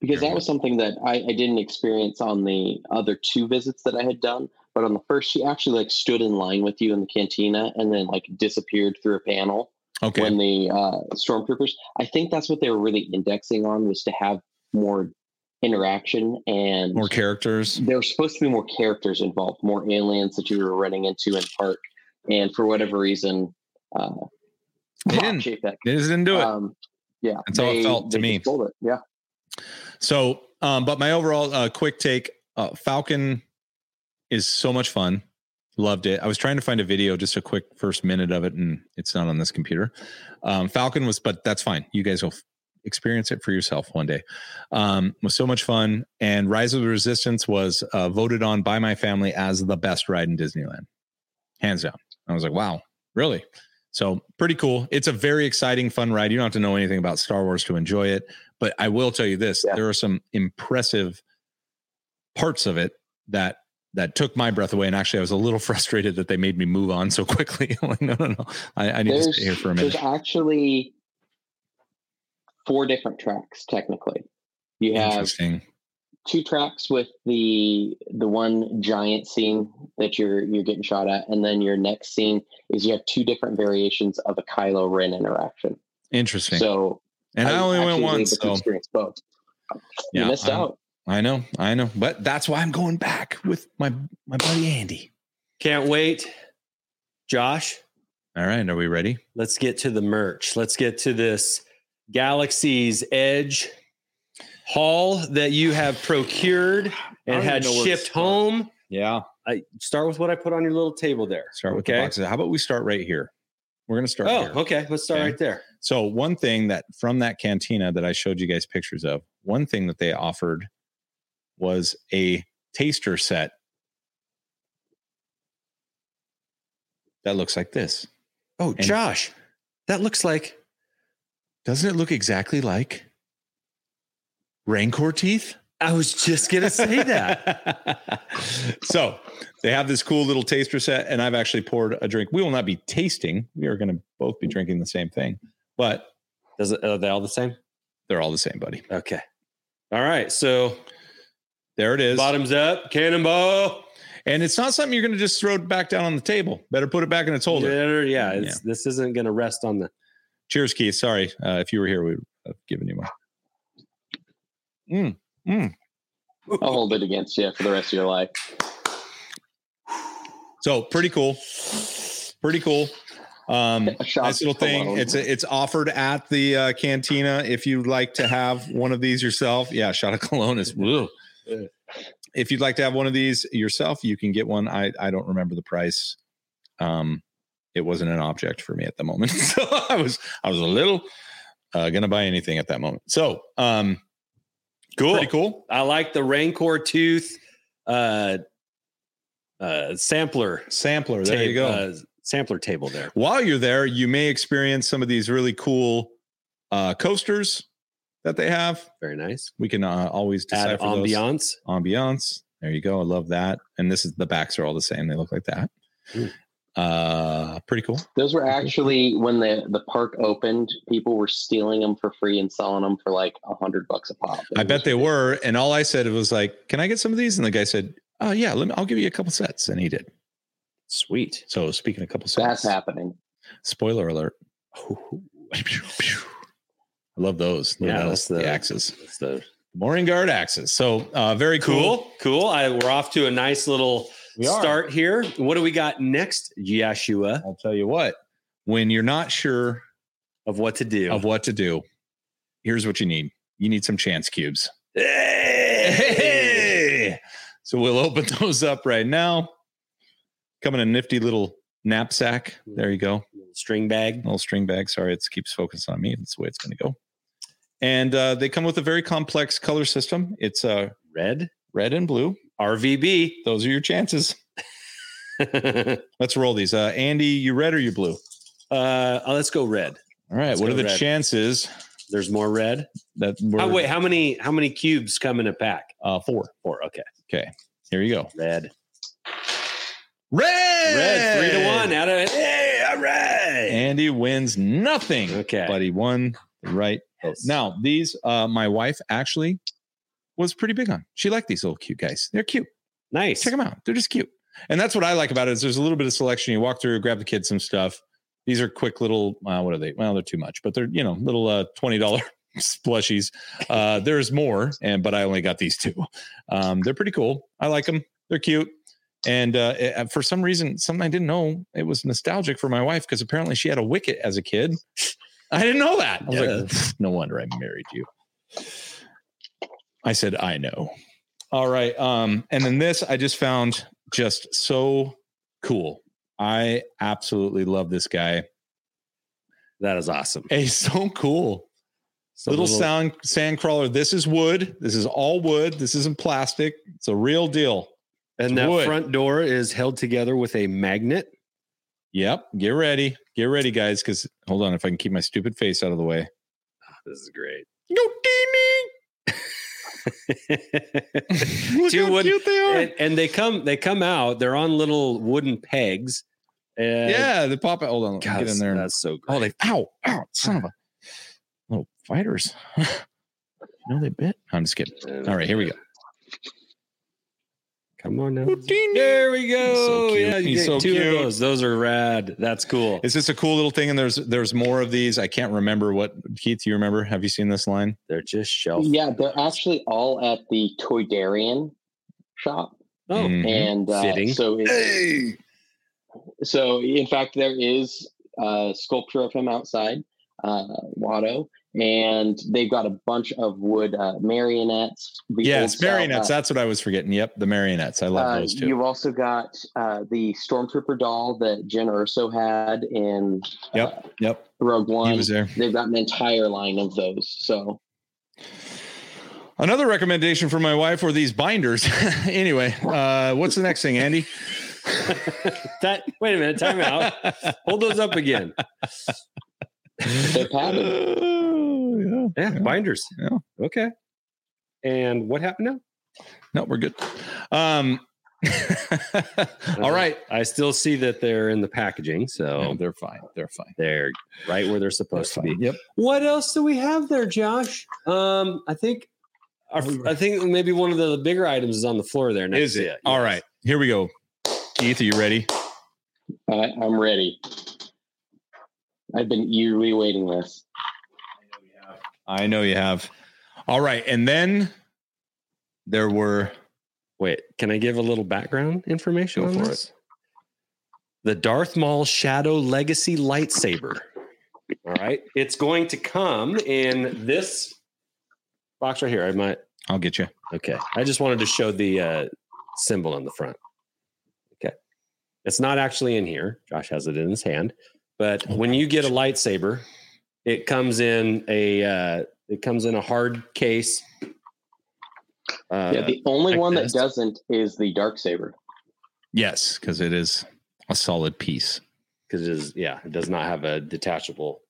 [SPEAKER 3] because
[SPEAKER 2] Very
[SPEAKER 3] that was something that I, I didn't experience on the other two visits that I had done. But on the first, she actually like stood in line with you in the cantina and then like disappeared through a panel
[SPEAKER 2] Okay.
[SPEAKER 3] when the uh, stormtroopers. I think that's what they were really indexing on was to have more interaction and
[SPEAKER 2] More characters.
[SPEAKER 3] there were supposed to be more characters involved, more aliens that you were running into in park. And for whatever reason, uh,
[SPEAKER 2] They didn't.
[SPEAKER 3] Chief Eck,
[SPEAKER 2] They just didn't do it.
[SPEAKER 3] Um, yeah,
[SPEAKER 2] That's how it felt to
[SPEAKER 3] they
[SPEAKER 2] me.
[SPEAKER 3] just sold it. Yeah.
[SPEAKER 2] So, um, but my overall uh, quick take: uh, Falcon is so much fun. Loved it. I was trying to find a video, just a quick first minute of it, and it's not on this computer. Um, Falcon was, but that's fine. You guys will f- experience it for yourself one day. Um, was so much fun, and Rise of the Resistance was uh, voted on by my family as the best ride in Disneyland, hands down. I was like, wow, really? So pretty cool. It's a very exciting, fun ride. You don't have to know anything about Star Wars to enjoy it. But I will tell you this:
[SPEAKER 3] Yeah.
[SPEAKER 2] there are some impressive parts of it that that took my breath away. And actually, I was a little frustrated that they made me move on so quickly. I'm like, no, no, no, I, I need to stay here for a minute.
[SPEAKER 3] There's actually four different tracks technically. You have
[SPEAKER 2] Interesting.
[SPEAKER 3] two tracks with the the one giant scene that you're you're getting shot at, and then your next scene is you have two different variations of a Kylo Ren interaction.
[SPEAKER 2] Interesting.
[SPEAKER 3] So
[SPEAKER 2] and I, only went
[SPEAKER 3] actually was
[SPEAKER 2] once,
[SPEAKER 3] able to
[SPEAKER 2] so
[SPEAKER 3] experience both.
[SPEAKER 2] Yeah,
[SPEAKER 3] you missed
[SPEAKER 2] I'm-
[SPEAKER 3] out.
[SPEAKER 2] I know, I know. But that's why I'm going back with my my buddy Andy.
[SPEAKER 1] Can't wait. Josh,
[SPEAKER 2] All right, are we ready?
[SPEAKER 1] let's get to the merch. Let's get to this Galaxy's Edge haul that you have procured
[SPEAKER 4] I
[SPEAKER 1] and
[SPEAKER 4] don't
[SPEAKER 1] had
[SPEAKER 4] even know where to
[SPEAKER 1] shipped
[SPEAKER 4] start.
[SPEAKER 1] home.
[SPEAKER 2] Yeah.
[SPEAKER 1] I start with what I put on your little table there.
[SPEAKER 2] Start with the
[SPEAKER 1] Okay.
[SPEAKER 2] boxes. How about we start right here? We're gonna start.
[SPEAKER 1] Oh,
[SPEAKER 2] here.
[SPEAKER 1] okay. Let's start
[SPEAKER 2] Okay.
[SPEAKER 1] right there.
[SPEAKER 2] So one thing that from that cantina that I showed you guys pictures of, one thing that they offered was a taster set that looks like this.
[SPEAKER 1] Oh,
[SPEAKER 2] And-
[SPEAKER 1] Josh, that looks like
[SPEAKER 2] Doesn't it look exactly like Rancor teeth?
[SPEAKER 1] I was just gonna say that.
[SPEAKER 2] so they have this cool little taster set, and I've actually poured a drink. We will not be tasting. We are going to both be drinking the same thing, but
[SPEAKER 1] Does it, are they all the same?
[SPEAKER 2] they're all the same, buddy.
[SPEAKER 1] Okay. All right. So
[SPEAKER 2] There it is.
[SPEAKER 1] bottoms up, cannonball.
[SPEAKER 2] And it's not something you're going to just throw it back down on the table. Better put it back in its holder.
[SPEAKER 1] Yeah, yeah, it's, This isn't gonna rest on the.
[SPEAKER 2] Cheers, Keith. Sorry. Uh, if you were here, we would have given you one. Mm,
[SPEAKER 3] I'll hold it against you for the rest of your life.
[SPEAKER 2] So pretty cool. Pretty cool. Um,
[SPEAKER 3] A shot
[SPEAKER 2] nice little thing.
[SPEAKER 3] alone.
[SPEAKER 2] It's it's offered at the uh, cantina if you'd like to have one of these yourself. Yeah, shot of cologne is. Woo. If you'd like to have one of these yourself, you can get one. I I don't remember the price. Um, it wasn't an object for me at the moment, so I was I was a little uh, gonna buy anything at that moment. So um,
[SPEAKER 1] Cool.
[SPEAKER 2] pretty cool.
[SPEAKER 1] I like the Rancor tooth uh, uh, sampler.
[SPEAKER 2] Sampler. There
[SPEAKER 1] tab-
[SPEAKER 2] you go.
[SPEAKER 1] Uh, sampler table there.
[SPEAKER 2] While you're there, you may experience some of these really cool uh, coasters that they have.
[SPEAKER 1] Very nice.
[SPEAKER 2] We can uh, always
[SPEAKER 1] Add
[SPEAKER 2] decipher those.
[SPEAKER 1] ambiance.
[SPEAKER 2] ambiance. There you go. I love that. And this is the backs are all the same. They look like that.
[SPEAKER 1] Ooh.
[SPEAKER 2] Uh, pretty cool.
[SPEAKER 3] Those were actually when the the park opened. People were stealing them for free and selling them for like a hundred bucks a pop.
[SPEAKER 2] I bet they were. And all I said was like, "Can I get some of these?" And the guy said, "Oh yeah, let me. I'll give you a couple sets." And he did.
[SPEAKER 1] Sweet.
[SPEAKER 2] So speaking of couple sets,
[SPEAKER 3] That's happening.
[SPEAKER 2] spoiler alert. I love those.
[SPEAKER 1] Yeah,
[SPEAKER 2] Yeah,
[SPEAKER 1] that's
[SPEAKER 2] the,
[SPEAKER 1] the-
[SPEAKER 2] axes.
[SPEAKER 1] That's the
[SPEAKER 2] Morning Guard Axis. So uh, very cool.
[SPEAKER 1] Cool, cool. I, we're off to a nice little
[SPEAKER 2] We are.
[SPEAKER 1] start here. What do we got next, Yeshua,
[SPEAKER 2] I'll tell you what. When you're not sure
[SPEAKER 1] of what to do?
[SPEAKER 2] of what to do, here's what you need. You need some chance cubes. Hey! So we'll open those up right now. Come in a nifty little knapsack. There you go.
[SPEAKER 1] String bag.
[SPEAKER 2] Little string bag. Sorry, it keeps focusing on me. That's the way it's going to go. And uh, they come with a very complex color system. It's uh,
[SPEAKER 1] Red.
[SPEAKER 2] red and blue.
[SPEAKER 1] RVB.
[SPEAKER 2] Those are your chances.
[SPEAKER 1] uh,
[SPEAKER 2] Let's roll these. Uh, Andy, you red or you blue?
[SPEAKER 1] oh, let's go red.
[SPEAKER 2] All right.
[SPEAKER 1] Let's
[SPEAKER 2] what
[SPEAKER 1] go
[SPEAKER 2] are the
[SPEAKER 1] red.
[SPEAKER 2] chances
[SPEAKER 1] There's more red.
[SPEAKER 2] that we're
[SPEAKER 1] Oh, wait, how many how many cubes come in a pack?
[SPEAKER 2] Uh, four?
[SPEAKER 1] Four. Okay.
[SPEAKER 2] Here you go.
[SPEAKER 1] Red.
[SPEAKER 2] Red,
[SPEAKER 1] Red. Three to one. Out of hey, all right.
[SPEAKER 2] Andy wins nothing.
[SPEAKER 1] Okay.
[SPEAKER 2] But he won the right. Now, these, uh, my wife actually was pretty big on. She liked these little cute guys. They're cute.
[SPEAKER 1] nice.
[SPEAKER 2] Check them out. They're just cute. And that's what I like about it is there's a little bit of selection. You walk through, grab the kids some stuff. These are quick little, uh, what are they? Well, they're too much, but they're, you know, little uh, $20 plushies. Uh, there's more, and but I only got these two. Um, they're pretty cool. I like them. They're cute. And uh, it- uh, for some reason, something I didn't know, it was nostalgic for my wife because apparently she had a wicket as a kid. I didn't know that. I was like, "Pfft, no wonder I married you. I said, I know. All right. Um, and then this I just found just so cool. I absolutely love this guy.
[SPEAKER 1] That is awesome.
[SPEAKER 2] He's so cool.
[SPEAKER 1] So
[SPEAKER 2] little, sound sand crawler. This is wood. This is all wood. This isn't plastic. It's a real deal.
[SPEAKER 1] And that
[SPEAKER 2] wood.
[SPEAKER 1] front door is held together with a magnet.
[SPEAKER 2] Yep. Get ready. Get ready, guys. Because hold on, if I can keep my stupid face out of the way. Ah,
[SPEAKER 1] This is great.
[SPEAKER 2] Go Two
[SPEAKER 1] Two wood-
[SPEAKER 2] cute they are.
[SPEAKER 1] and, and they come they come out. They're on little wooden pegs. And
[SPEAKER 2] yeah, the pop. Hold on. let me
[SPEAKER 1] God,
[SPEAKER 2] get in there. and-
[SPEAKER 1] That's so great.
[SPEAKER 2] Oh, they ow, ow, son of a little fighters. no, they bit. I'm just kidding. All right, here we go. Oh.
[SPEAKER 1] Come on now.
[SPEAKER 2] Houdini.
[SPEAKER 1] There we go.
[SPEAKER 2] so cute.
[SPEAKER 1] Yeah, you
[SPEAKER 2] He's
[SPEAKER 1] get
[SPEAKER 2] so
[SPEAKER 1] two
[SPEAKER 2] cute.
[SPEAKER 1] of those. Those are rad. That's cool.
[SPEAKER 2] It's just a cool little thing, and there's there's more of these. I can't remember what Keith. You remember? Have you seen this line?
[SPEAKER 1] They're just shelf.
[SPEAKER 3] Yeah, they're actually all at the Toydarian shop,
[SPEAKER 1] Oh,
[SPEAKER 2] Mhm.
[SPEAKER 3] and uh,
[SPEAKER 1] Fitting.
[SPEAKER 3] so it's, so in fact there is a sculpture of him outside uh, Watto, and they've got a bunch of wood uh, marionettes. the
[SPEAKER 2] yeah,
[SPEAKER 3] old
[SPEAKER 2] it's
[SPEAKER 3] style,
[SPEAKER 2] marionettes.
[SPEAKER 3] uh,
[SPEAKER 2] That's what I was forgetting. Yep, the marionettes. I love
[SPEAKER 3] uh,
[SPEAKER 2] those too.
[SPEAKER 3] You've also got uh, the Stormtrooper doll that Jen Urso had in
[SPEAKER 2] Yep, yep.
[SPEAKER 3] Rogue
[SPEAKER 2] He
[SPEAKER 3] One.
[SPEAKER 2] was there.
[SPEAKER 3] They've got an entire line of those. So
[SPEAKER 2] Another recommendation from my wife were these binders. anyway, uh, what's the next thing, Andy? Mm.
[SPEAKER 1] that wait a minute, time out. Hold those up again.
[SPEAKER 3] they're padded.
[SPEAKER 2] Oh, yeah.
[SPEAKER 1] Yeah, binders.
[SPEAKER 2] Yeah.
[SPEAKER 1] Okay. And what happened now?
[SPEAKER 2] No, we're good. Um, all right.
[SPEAKER 1] Uh, I still see that they're in the packaging, so
[SPEAKER 2] No, Oh, they're fine. They're fine.
[SPEAKER 1] they're right where they're
[SPEAKER 2] They're
[SPEAKER 1] supposed to be.
[SPEAKER 2] fine. Yep.
[SPEAKER 1] What else do we have there, Josh? Um, I think our, I think maybe one of the bigger items is on the floor there. next
[SPEAKER 2] Is
[SPEAKER 1] to
[SPEAKER 2] it? All
[SPEAKER 1] Yes.
[SPEAKER 2] right. Here we go. Keith, are you ready?
[SPEAKER 3] I, I'm ready. I've been eagerly waiting this.
[SPEAKER 2] I know you have. All right. And then there were
[SPEAKER 1] Wait, can I give a little background information
[SPEAKER 2] Go
[SPEAKER 1] on
[SPEAKER 2] for
[SPEAKER 1] this? The Darth Maul Shadow Legacy lightsaber. All right, it's going to come in this box right here. I might.
[SPEAKER 2] I'll get you.
[SPEAKER 1] Okay, I just wanted to show the uh, symbol on the front. Okay, it's not actually in here. Josh has it in his hand, but when you get a lightsaber, it comes in a uh, it comes in a hard case. Uh,
[SPEAKER 3] yeah, the only
[SPEAKER 1] like
[SPEAKER 3] one
[SPEAKER 1] this.
[SPEAKER 3] that doesn't is the dark saber.
[SPEAKER 2] Yes, because it is a solid piece.
[SPEAKER 1] because it is yeah it does not have a detachable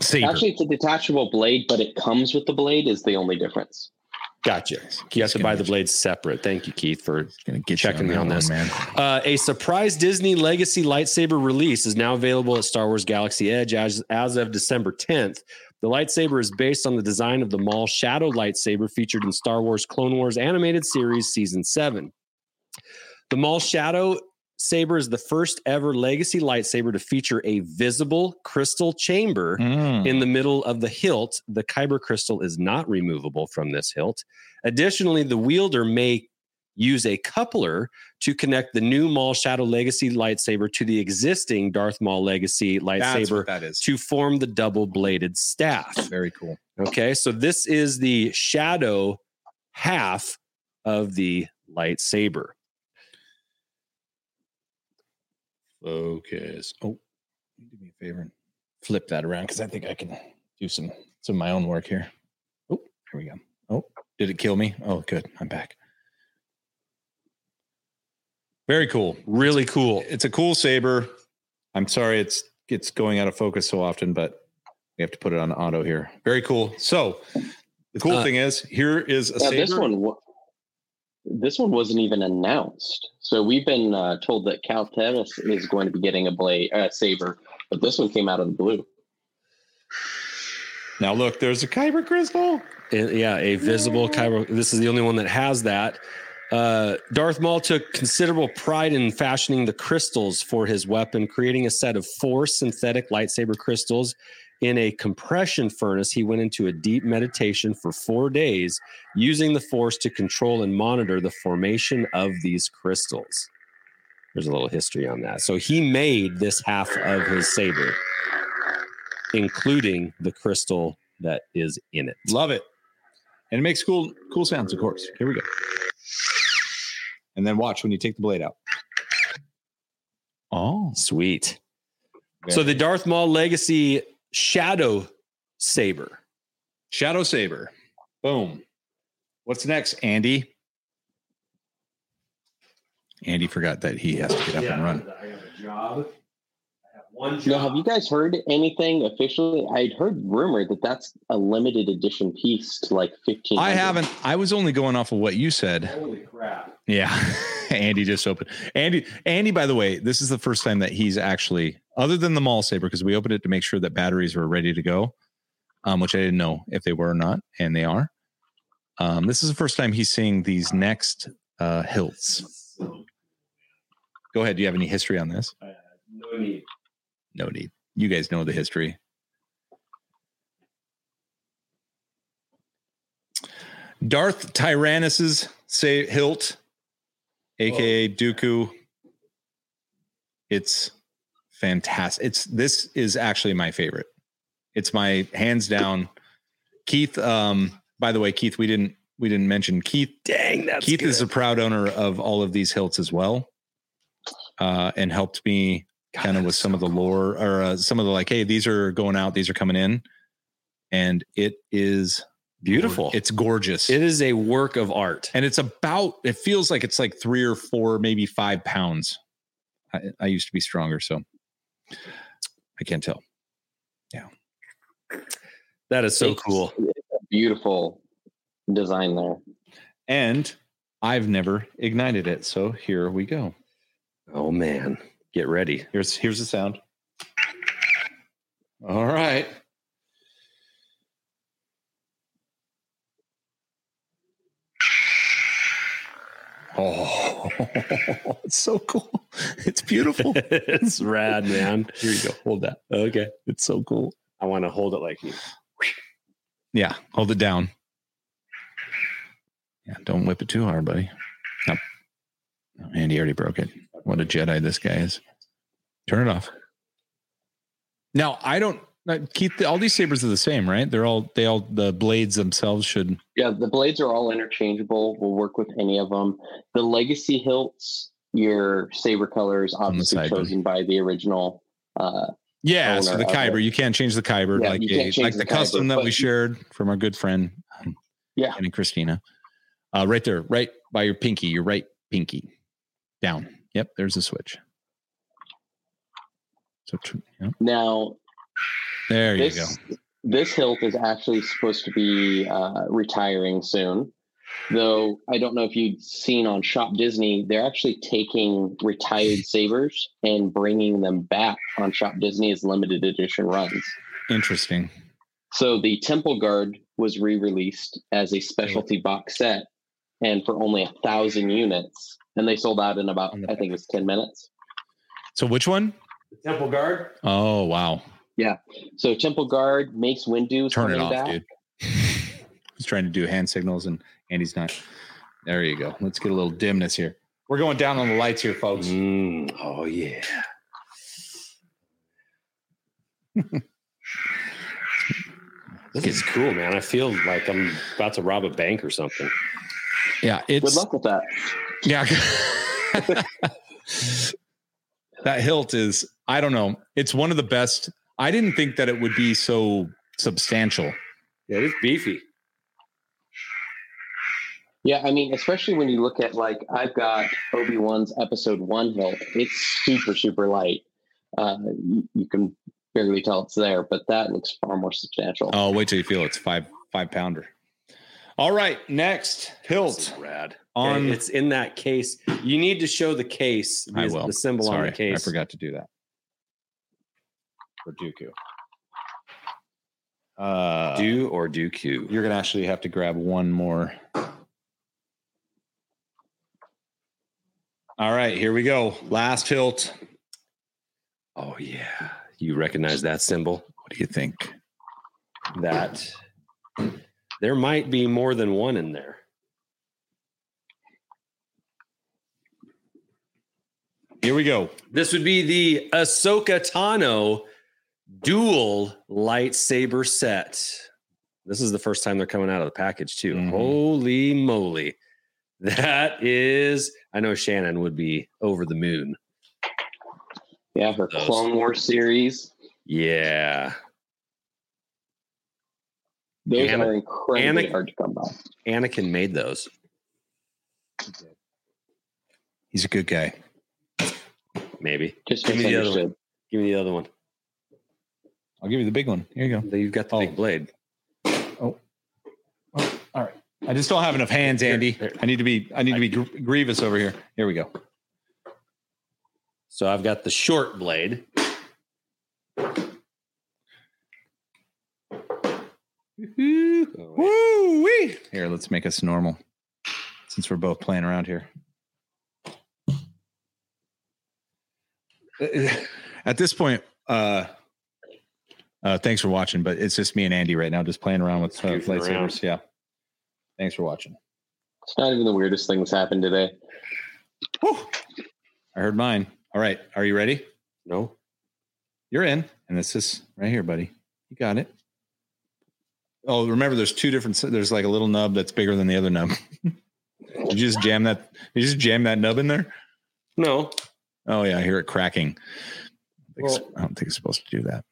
[SPEAKER 2] Saber.
[SPEAKER 3] Actually, it's a detachable blade, but it comes with the blade. Is the only difference.
[SPEAKER 1] gotcha you have to buy the blades separate thank you keith for
[SPEAKER 2] Gonna get
[SPEAKER 1] Checking me
[SPEAKER 2] that
[SPEAKER 1] on
[SPEAKER 2] one,
[SPEAKER 1] this.
[SPEAKER 2] man.
[SPEAKER 1] uh, a surprise disney legacy lightsaber release is now available at star wars galaxy edge as, as of december 10th the lightsaber is based on the design of the maul shadow lightsaber featured in star wars clone wars animated series season 7 the maul shadow Saber is the first ever legacy lightsaber to feature a visible crystal chamber
[SPEAKER 2] Mm.
[SPEAKER 1] in the middle of the hilt. The kyber crystal is not removable from this hilt. Additionally, the wielder may use a coupler to connect the new Maul Shadow Legacy lightsaber to the existing Darth Maul Legacy
[SPEAKER 2] That's
[SPEAKER 1] lightsaber
[SPEAKER 2] what that is.
[SPEAKER 1] to form the double bladed staff.
[SPEAKER 2] Very cool.
[SPEAKER 1] Okay, so this is the shadow half of the lightsaber.
[SPEAKER 2] Focus. Oh, do me a favor and flip that around because I think I can do some some of my own work here. Oh, here we go. Oh, did it kill me? Oh, good. I'm back. Very cool.
[SPEAKER 1] Really cool.
[SPEAKER 2] It's a cool saber. I'm sorry it's it's going out of focus so often, but we have to put it on auto here. Very cool. So the cool
[SPEAKER 1] Uh,
[SPEAKER 2] thing is here is a
[SPEAKER 3] Now,
[SPEAKER 2] saber.
[SPEAKER 3] this one, wa- this one wasn't even announced. So we've been uh, told that Cal Tennis is going to be getting a blade uh, saber, but this one came out of the blue.
[SPEAKER 2] Now look, there's a kyber crystal.
[SPEAKER 1] I- yeah, a visible Kyber. This is the only one that has that. Uh, Darth Maul took considerable pride in fashioning the crystals for his weapon, creating a set of four synthetic lightsaber crystals. In a compression furnace, he went into a deep meditation for four days, using the force to control and monitor the formation of these crystals. There's a little history on that. So he made this half of his saber, including the crystal that is in it.
[SPEAKER 2] Love it. And it makes cool cool sounds, of course. Here we go. And then watch when you take the blade out. Oh.
[SPEAKER 1] Sweet. So the Darth Maul Legacy Shadow Saber.
[SPEAKER 2] Shadow Saber. Boom. What's next, Andy? Andy forgot that he has to get up and run.
[SPEAKER 1] I have a job. I have one
[SPEAKER 3] Now, have you guys heard anything officially? I'd heard rumor that that's a limited edition piece to like fifteen.
[SPEAKER 2] I haven't. I was only going off of what you said.
[SPEAKER 1] Holy crap.
[SPEAKER 2] Yeah. Andy just opened. Andy, Andy, by the way, this is the first time that he's actually, other than the mall saber, because we opened it to make sure that batteries were ready to go, um, which I didn't know if they were or not, and they are. Um, this is the first time he's seeing these next uh, hilts. Go ahead. Do you have any history on this?
[SPEAKER 1] No need.
[SPEAKER 2] No need. You guys know the history. Darth Tyrannus's say hilt, aka Dooku. It's fantastic. It's this is actually my favorite. It's my hands down. Keith, um, by the way, Keith, we didn't we didn't mention Keith
[SPEAKER 1] Dang, that's
[SPEAKER 2] Keith is a proud owner of all of these hilts as well, uh, and helped me kind of with some of the lore or uh, some of the like, hey, these are going out, these are coming in, and it is
[SPEAKER 1] beautiful. It's
[SPEAKER 2] It's gorgeous,
[SPEAKER 1] it is a work of art.
[SPEAKER 2] and it's about. It feels like it's like three or four, maybe five pounds. I, I used to be stronger, so I can't tell.
[SPEAKER 1] That is so
[SPEAKER 3] It's-
[SPEAKER 1] cool.
[SPEAKER 3] beautiful design there.
[SPEAKER 2] And I've never ignited it, so here we go.
[SPEAKER 1] Oh man. Get ready.
[SPEAKER 2] Here's here's the sound. All right. Oh, it's so cool. It's beautiful.
[SPEAKER 1] it's rad, man.
[SPEAKER 2] Here you go. Hold that.
[SPEAKER 1] Okay.
[SPEAKER 2] It's so cool.
[SPEAKER 1] I want to hold it like you.
[SPEAKER 2] Yeah, hold it down. Yeah, don't whip it too hard, buddy. No. No, Andy already broke it. What a Jedi this guy is. Turn it off. Now I don't now, Keith. All these sabers are the same, right? They're all they all the blades themselves should.
[SPEAKER 3] Yeah, the blades are all interchangeable. We'll work with any of them. The legacy hilts, your saber color is
[SPEAKER 2] the
[SPEAKER 3] obviously
[SPEAKER 2] side,
[SPEAKER 3] chosen by the original. Uh,
[SPEAKER 2] Yeah, so
[SPEAKER 3] Owner
[SPEAKER 2] the
[SPEAKER 3] of
[SPEAKER 2] kyber
[SPEAKER 3] it.
[SPEAKER 2] you can't change the kyber
[SPEAKER 3] Yeah,
[SPEAKER 2] like
[SPEAKER 3] you can't
[SPEAKER 2] a-
[SPEAKER 3] change
[SPEAKER 2] like the,
[SPEAKER 3] the kyber,
[SPEAKER 2] custom that
[SPEAKER 3] but-
[SPEAKER 2] we shared from our good friend. um,
[SPEAKER 3] Yeah.
[SPEAKER 2] and Christina, uh, right there, right by your pinky, your right pinky, down. Yep, there's a switch. So tr- yep.
[SPEAKER 3] now,
[SPEAKER 2] There you go.
[SPEAKER 3] this this hilt is actually supposed to be uh, retiring soon. Though I don't know if you've seen on Shop Disney, they're actually taking retired sabers and bringing them back on Shop Disney as limited edition runs.
[SPEAKER 2] Interesting.
[SPEAKER 3] So the Temple Guard was re-released as a specialty box set, and for only a thousand units, and they sold out in about I think it was ten minutes.
[SPEAKER 2] So which one?
[SPEAKER 1] Temple Guard.
[SPEAKER 2] Oh wow!
[SPEAKER 3] So Temple Guard makes Windu
[SPEAKER 2] Turn it
[SPEAKER 3] coming
[SPEAKER 2] off,
[SPEAKER 3] back.
[SPEAKER 2] dude. I was trying to do hand signals and Andy's not. There you go. Let's get a little dimness here. We're going down on the lights here, folks.
[SPEAKER 1] Mm, oh yeah. Look, it's cool, man. I feel like I'm about to rob a bank or something.
[SPEAKER 3] Mm-hmm.
[SPEAKER 2] Yeah, it's
[SPEAKER 3] Good luck with that.
[SPEAKER 2] Yeah. that hilt is, I don't know. It's one of the best. I didn't think that it would be so substantial.
[SPEAKER 1] Yeah, it's beefy.
[SPEAKER 3] Yeah, I mean, especially when you look at like I've got Obi Wan's Episode One hilt. It's super super light. Uh, you, you can barely tell it's there, but that looks far more substantial.
[SPEAKER 2] Oh, wait till you feel it. it's five five pounder. All right, next
[SPEAKER 1] This
[SPEAKER 2] hilt
[SPEAKER 1] is rad.
[SPEAKER 2] on.
[SPEAKER 1] Okay, it's in that case. You need to show the case. The,
[SPEAKER 2] I will.
[SPEAKER 1] The symbol
[SPEAKER 2] Sorry,
[SPEAKER 1] on the case.
[SPEAKER 2] I forgot to do that for Dooku. Uh,
[SPEAKER 1] Do or do Q.
[SPEAKER 2] you're gonna actually have to grab one more. All right, here we go. Last hilt.
[SPEAKER 1] Oh yeah. You recognize that symbol?
[SPEAKER 2] What do you think?
[SPEAKER 1] That there might be more than one in there.
[SPEAKER 2] Here we go.
[SPEAKER 1] This would be the Ahsoka Tano dual lightsaber set. This is the first time they're coming out of the package, too.
[SPEAKER 2] Mhm.
[SPEAKER 1] Holy moly. That is, I know Shannon would be over the moon.
[SPEAKER 3] yeah, her
[SPEAKER 1] those.
[SPEAKER 3] Clone War series.
[SPEAKER 1] Yeah.
[SPEAKER 3] Those
[SPEAKER 1] Ana-
[SPEAKER 3] are incredibly
[SPEAKER 1] Ana-
[SPEAKER 3] hard to come by.
[SPEAKER 1] Anakin made those.
[SPEAKER 2] He's a good guy.
[SPEAKER 1] Maybe.
[SPEAKER 3] Just
[SPEAKER 1] Give me the other one.
[SPEAKER 3] misunderstood.
[SPEAKER 1] Give me the other one.
[SPEAKER 2] I'll give you the big one. Here you go.
[SPEAKER 1] You've got the
[SPEAKER 2] Oh.
[SPEAKER 1] big blade.
[SPEAKER 2] I just don't have enough hands, Andy.
[SPEAKER 1] Here, here.
[SPEAKER 2] I need to be. I need to be gr- grievous over here. Here we go.
[SPEAKER 1] So I've got the short blade. Oh, wait.
[SPEAKER 2] Woo wee! Here, let's make us normal, since we're both playing around here. At this point, uh, uh, thanks for watching. But it's just me and Andy right now, just playing around with uh,
[SPEAKER 1] Goofing
[SPEAKER 2] lightsabers.
[SPEAKER 1] around.
[SPEAKER 2] Yeah. Thanks for watching.
[SPEAKER 3] It's not even the weirdest thing that's happened today.
[SPEAKER 2] I heard mine. All right, are you ready?
[SPEAKER 1] No.
[SPEAKER 2] You're in. And this is right here, buddy. You got it. Oh, remember there's two different there's like a little nub that's bigger than the other nub. Did you just jam that you just jam that nub in there?
[SPEAKER 1] No.
[SPEAKER 2] Oh yeah, I hear it cracking. I, think it's-
[SPEAKER 1] Well-
[SPEAKER 2] I don't think it's supposed to do that.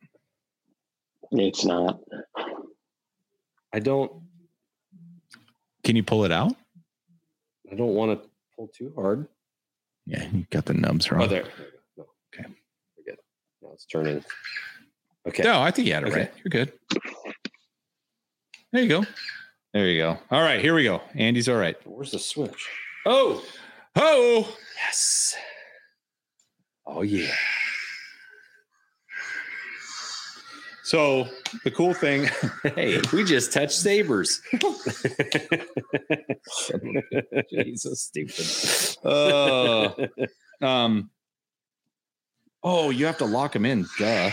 [SPEAKER 3] It's not.
[SPEAKER 1] I don't
[SPEAKER 2] Can you pull it out?
[SPEAKER 1] I don't want to pull too hard.
[SPEAKER 2] Yeah, you got the nubs wrong.
[SPEAKER 1] Oh there. No.
[SPEAKER 2] Okay.
[SPEAKER 1] We're good. Now it's turning. Okay.
[SPEAKER 2] No, I think you had it
[SPEAKER 1] Okay.
[SPEAKER 2] right. You're good. There you go. There you go. All right, here we go. Andy's all right.
[SPEAKER 1] Where's the switch? Oh
[SPEAKER 2] Oh,
[SPEAKER 1] yes. Oh yeah.
[SPEAKER 2] so the cool thing.
[SPEAKER 1] Hey, we just touched sabers. Jesus, stupid.
[SPEAKER 2] Oh. Um, oh, you have to lock them in. Duh.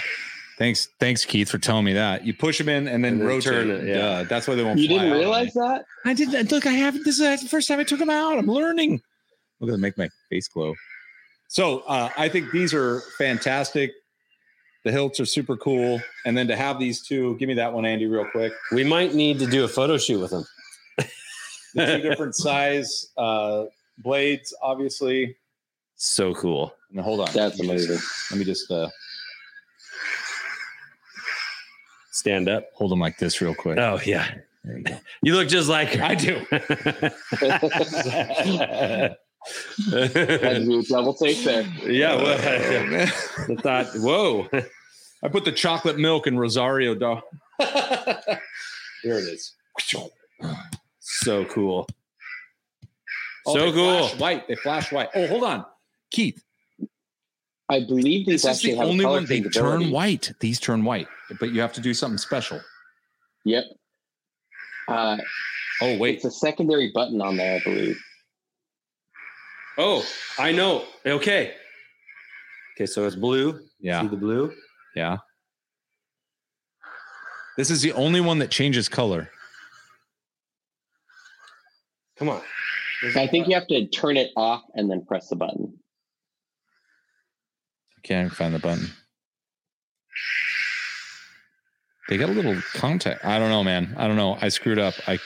[SPEAKER 2] Thanks, thanks, Keith, for telling me that. You push them in and then,
[SPEAKER 1] And then
[SPEAKER 2] rotate.
[SPEAKER 1] turn
[SPEAKER 2] It,
[SPEAKER 1] it, yeah.
[SPEAKER 2] Duh. That's why they won't.
[SPEAKER 3] You
[SPEAKER 2] fly
[SPEAKER 3] didn't
[SPEAKER 2] out on
[SPEAKER 3] realize that?
[SPEAKER 2] me. I didn't. Look, I haven't. This is the first time I took them out. I'm learning. Look at them make my face glow. So uh, I think these are fantastic. The hilts are super cool. And then to have these two, give me that one, Andy, real quick.
[SPEAKER 1] we might need to do a photo shoot with them.
[SPEAKER 2] The two different size uh, blades, obviously.
[SPEAKER 1] So cool.
[SPEAKER 2] Now hold on.
[SPEAKER 3] That's
[SPEAKER 2] Let me just-
[SPEAKER 3] amazing.
[SPEAKER 2] Let me just uh,
[SPEAKER 1] Stand up.
[SPEAKER 2] hold them like this real quick.
[SPEAKER 1] Oh yeah.
[SPEAKER 2] There you go.
[SPEAKER 1] You look just like her.
[SPEAKER 2] I do.
[SPEAKER 3] Had to
[SPEAKER 1] yeah,
[SPEAKER 3] do a double take there.
[SPEAKER 1] well,
[SPEAKER 3] Oh,
[SPEAKER 1] I, I thought, whoa.
[SPEAKER 2] I put the chocolate milk in Rosario dog.
[SPEAKER 1] Here it is. So cool.
[SPEAKER 2] Oh,
[SPEAKER 1] so
[SPEAKER 2] they
[SPEAKER 1] cool.
[SPEAKER 2] Flash white. They flash white. Oh, hold on, Keith.
[SPEAKER 3] I believe these
[SPEAKER 2] This is
[SPEAKER 3] actually
[SPEAKER 2] the
[SPEAKER 3] have
[SPEAKER 2] only
[SPEAKER 3] color
[SPEAKER 2] one they
[SPEAKER 3] capability.
[SPEAKER 2] turn white. These turn white, but you have to do something special.
[SPEAKER 3] Yep. Uh,
[SPEAKER 2] Oh wait,
[SPEAKER 3] it's a secondary button on there, I believe.
[SPEAKER 1] Oh, I know. Okay. Okay, so it's blue.
[SPEAKER 2] Yeah.
[SPEAKER 1] See the blue?
[SPEAKER 2] Yeah. This is the only one that changes color.
[SPEAKER 1] Come on.
[SPEAKER 3] I think you have to turn it off and then press the button.
[SPEAKER 2] I can't even find the button. They got a little contact. I don't know, man. I don't know. I screwed up. I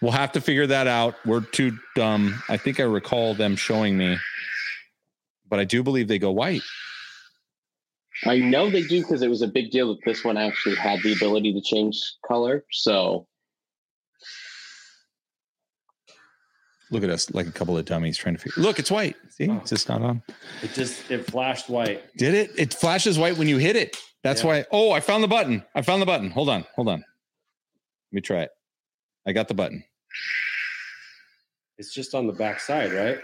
[SPEAKER 2] we'll have to figure that out. We're too dumb. I think I recall them showing me, but I do believe they go white.
[SPEAKER 3] I know they do because it was a big deal that this one actually had the ability to change color. So
[SPEAKER 2] Look at us like a couple of dummies trying to figure. Look, it's white. See,
[SPEAKER 1] Oh.
[SPEAKER 2] it's just not on.
[SPEAKER 1] It just it flashed white.
[SPEAKER 2] Did it? It flashes white when you hit it. That's
[SPEAKER 1] Yeah.
[SPEAKER 2] why. Oh, I found the button. I found the button. Hold on. Hold on. Let me try it. I got the button.
[SPEAKER 1] It's just on the back side, right?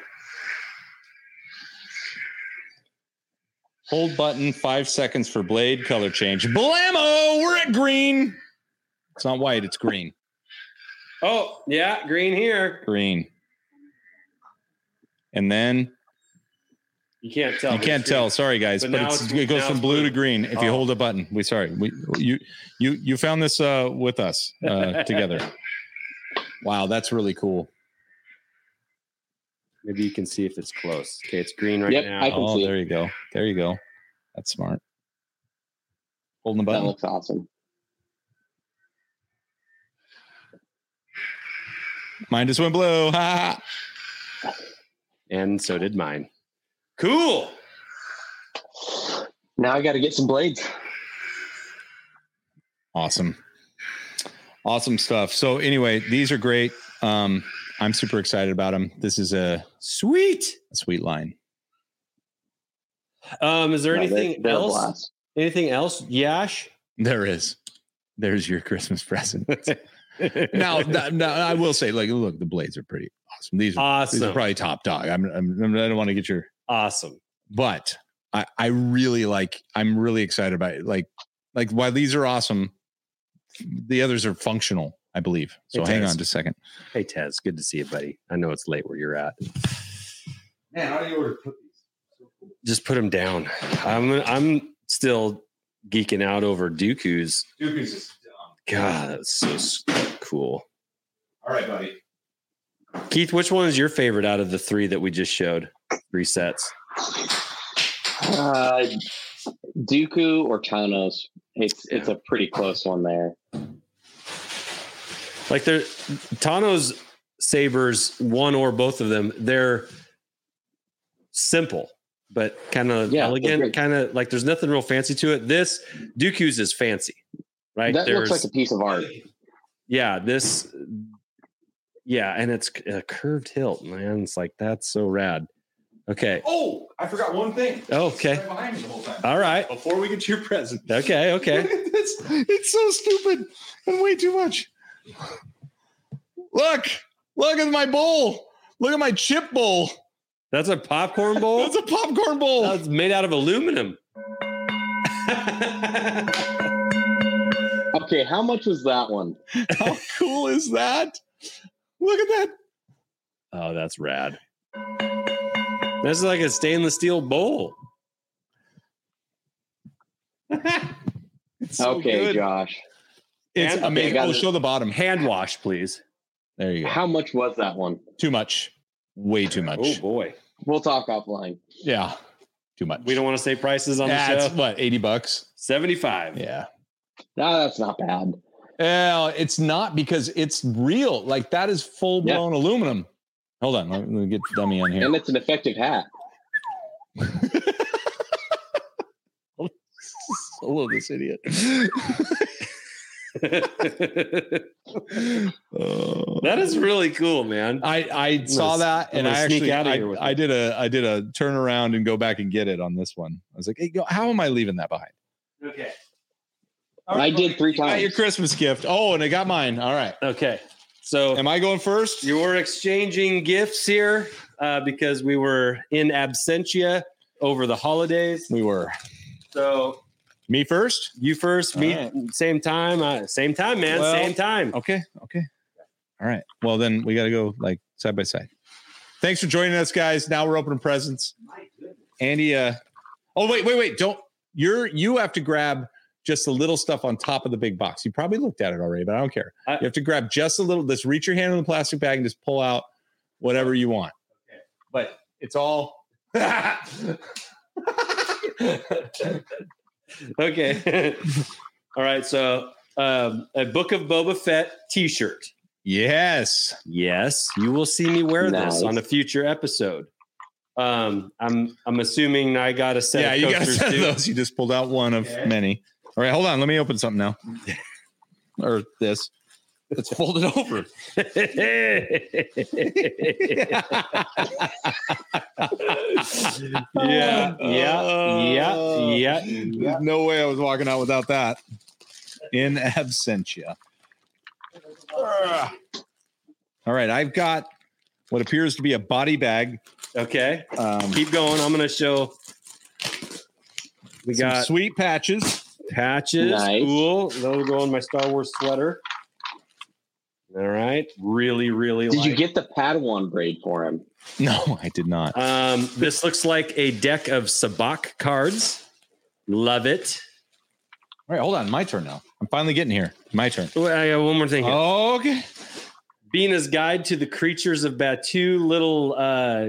[SPEAKER 2] Hold button, five seconds for blade color change. Blammo, we're at green. It's not white, it's green.
[SPEAKER 1] Oh, yeah, green here.
[SPEAKER 2] Green. And then
[SPEAKER 1] You can't tell.
[SPEAKER 2] you can't
[SPEAKER 1] It's green.
[SPEAKER 2] tell. Sorry guys,
[SPEAKER 1] But
[SPEAKER 2] but,
[SPEAKER 1] now
[SPEAKER 2] it's,
[SPEAKER 1] it's-
[SPEAKER 2] it goes
[SPEAKER 1] now
[SPEAKER 2] from
[SPEAKER 1] it's
[SPEAKER 2] blue,
[SPEAKER 1] blue.
[SPEAKER 2] to green if you
[SPEAKER 1] Oh.
[SPEAKER 2] hold a button. We sorry. We you you you found this uh with us uh together. Wow, that's really cool.
[SPEAKER 1] Maybe you can see if it's close. Okay, it's green right
[SPEAKER 3] Yep,
[SPEAKER 1] now.
[SPEAKER 3] I can
[SPEAKER 2] Oh,
[SPEAKER 3] see it.
[SPEAKER 2] there you go. There you go. That's smart. Holding the
[SPEAKER 3] that
[SPEAKER 2] button.
[SPEAKER 3] looks awesome.
[SPEAKER 2] Mine just went blue. Ha, ha. ha.
[SPEAKER 1] and so did mine. Cool.
[SPEAKER 3] Now I got to get some blades.
[SPEAKER 2] Awesome. Awesome stuff. So anyway, these are great. Um, I'm super excited about them. This is a,
[SPEAKER 1] Sweet.
[SPEAKER 2] a sweet line.
[SPEAKER 1] Um, is there
[SPEAKER 3] No, they're-
[SPEAKER 1] anything
[SPEAKER 3] they're a
[SPEAKER 1] else?
[SPEAKER 3] blast.
[SPEAKER 1] Anything else? Yash.
[SPEAKER 2] There is. There's your Christmas present. now, th- now, I will say, like, look, the blades are pretty awesome. These are, these are
[SPEAKER 1] awesome.
[SPEAKER 2] probably top dog. I'm, I'm, I'm- I don't want to get your,
[SPEAKER 1] Awesome.
[SPEAKER 2] but I, I really like. I'm really excited about it. Like, like while these are awesome, the others are functional. I believe. So
[SPEAKER 1] It
[SPEAKER 2] hang
[SPEAKER 1] is.
[SPEAKER 2] on just a second.
[SPEAKER 1] Hey Tez, good to see you, buddy. I know it's late where you're at.
[SPEAKER 2] Man, how do you order cookies?
[SPEAKER 1] Just put them down. I'm I'm still geeking out over Dooku's.
[SPEAKER 2] Dooku's is dumb.
[SPEAKER 1] God, that's so s- cool.
[SPEAKER 2] All right, buddy.
[SPEAKER 1] Keith, which one is your favorite out of the three that we just showed? Three sets.
[SPEAKER 3] Uh, Dooku or Thanos? It's it's a pretty close one there.
[SPEAKER 1] Like they're Tano's sabers, one or both of them, they're simple, but kind of
[SPEAKER 3] Yeah, they're
[SPEAKER 1] elegant,
[SPEAKER 3] great.
[SPEAKER 1] kind of like there's nothing real fancy to it. This Dooku's is fancy, right?
[SPEAKER 3] that
[SPEAKER 1] there's
[SPEAKER 3] looks like a piece of art.
[SPEAKER 1] yeah, this yeah, and it's a curved hilt, man. It's like that's so rad. Okay.
[SPEAKER 2] Oh, I forgot one thing.
[SPEAKER 1] Okay.
[SPEAKER 2] behind me the whole time.
[SPEAKER 1] All right.
[SPEAKER 2] Before we get to your present.
[SPEAKER 1] Okay, okay.
[SPEAKER 2] it's, it's so stupid and way too much. Look, look at my bowl. Look at my chip bowl.
[SPEAKER 1] That's a popcorn bowl.
[SPEAKER 2] That's a popcorn bowl.
[SPEAKER 1] That's made out of aluminum.
[SPEAKER 3] Okay, how much was that one?
[SPEAKER 2] How cool is that? Look at that.
[SPEAKER 1] Oh, that's rad. That's like a stainless steel bowl.
[SPEAKER 2] It's so
[SPEAKER 3] okay,
[SPEAKER 2] good.
[SPEAKER 3] Josh,
[SPEAKER 2] It's
[SPEAKER 1] And-
[SPEAKER 2] amazing.
[SPEAKER 3] okay,
[SPEAKER 2] oh,
[SPEAKER 3] guys.
[SPEAKER 2] show the bottom.
[SPEAKER 1] Hand wash, please.
[SPEAKER 2] There you go.
[SPEAKER 3] how much was that one?
[SPEAKER 2] Too much. Way too much.
[SPEAKER 1] Oh boy.
[SPEAKER 3] We'll talk offline.
[SPEAKER 2] yeah. Too much.
[SPEAKER 1] We don't want to say prices on the
[SPEAKER 2] That's
[SPEAKER 1] show.
[SPEAKER 2] what, 80 bucks?
[SPEAKER 1] 75.
[SPEAKER 2] Yeah.
[SPEAKER 3] No, that's not bad.
[SPEAKER 2] Well, it's not because it's real. Like that is full blown aluminum. Hold on, let me get the dummy on here.
[SPEAKER 3] And it's an effective hat.
[SPEAKER 2] Solo this idiot.
[SPEAKER 1] that is really cool, man.
[SPEAKER 2] Oh. I I
[SPEAKER 1] gonna-
[SPEAKER 2] saw that
[SPEAKER 1] I'm
[SPEAKER 2] and
[SPEAKER 1] gonna
[SPEAKER 2] I
[SPEAKER 1] sneak
[SPEAKER 2] actually
[SPEAKER 1] outta
[SPEAKER 2] I,
[SPEAKER 1] here with
[SPEAKER 2] I did a I did a turnaround and go back and get it on this one. I was like, hey, yo, how am I leaving that behind?
[SPEAKER 1] Okay.
[SPEAKER 3] I did three
[SPEAKER 2] Got your
[SPEAKER 3] times.
[SPEAKER 2] Christmas gift. Oh, and I got mine. All right.
[SPEAKER 1] Okay. So
[SPEAKER 2] Am I going first?
[SPEAKER 1] you were exchanging gifts here uh, because we were in absentia over the holidays.
[SPEAKER 2] We were.
[SPEAKER 1] So
[SPEAKER 2] Me first?
[SPEAKER 1] you first,
[SPEAKER 2] All
[SPEAKER 1] me
[SPEAKER 2] right.
[SPEAKER 1] same time, uh, same time, man,
[SPEAKER 2] Well-
[SPEAKER 1] same time.
[SPEAKER 2] Okay. Okay. All right. Well, then we got to go like side by side. Thanks for joining us, guys. Now we're opening presents. Andy, uh, oh wait, wait, wait! Don't you're you have to grab just the little stuff on top of the big box. You probably looked at it already, but I don't care.
[SPEAKER 1] I-
[SPEAKER 2] you have to grab just a little. Just reach your hand in the plastic bag and just pull out whatever you want. But it's all.
[SPEAKER 1] okay. All right. So um, a book of Boba Fett T-shirt.
[SPEAKER 2] yes.
[SPEAKER 1] Yes, you will see me wear
[SPEAKER 3] Nice.
[SPEAKER 1] this on a future episode. Um, I'm I'm assuming I got a set
[SPEAKER 2] yeah,
[SPEAKER 1] of
[SPEAKER 2] you got a
[SPEAKER 1] coasters
[SPEAKER 2] set of
[SPEAKER 1] too.
[SPEAKER 2] those. You just pulled out one of
[SPEAKER 1] Okay.
[SPEAKER 2] many. All right, hold on. Let me open something now. or this. Let's fold it over.
[SPEAKER 1] yeah, yeah, yeah, yeah, yeah.
[SPEAKER 2] There's no way I was walking out without that. In absentia. All right, I've got what appears to be a body bag.
[SPEAKER 1] Okay,
[SPEAKER 2] Um,
[SPEAKER 1] keep going. I'm gonna show. We
[SPEAKER 2] some
[SPEAKER 1] got
[SPEAKER 2] sweet patches.
[SPEAKER 1] patches.
[SPEAKER 3] Nice.
[SPEAKER 1] Cool. That'll go on my Star Wars sweater. All right. Really, really.
[SPEAKER 3] Did
[SPEAKER 1] like
[SPEAKER 3] you get the Padawan braid for him?
[SPEAKER 2] No, I did not.
[SPEAKER 1] Um, this looks like a deck of Sabak cards. Love it.
[SPEAKER 2] All right, hold on. My turn now. I'm finally getting here. My turn.
[SPEAKER 1] Oh, I got one more thing. Here.
[SPEAKER 2] Okay.
[SPEAKER 1] Bina's Guide to the Creatures of Batu, little uh,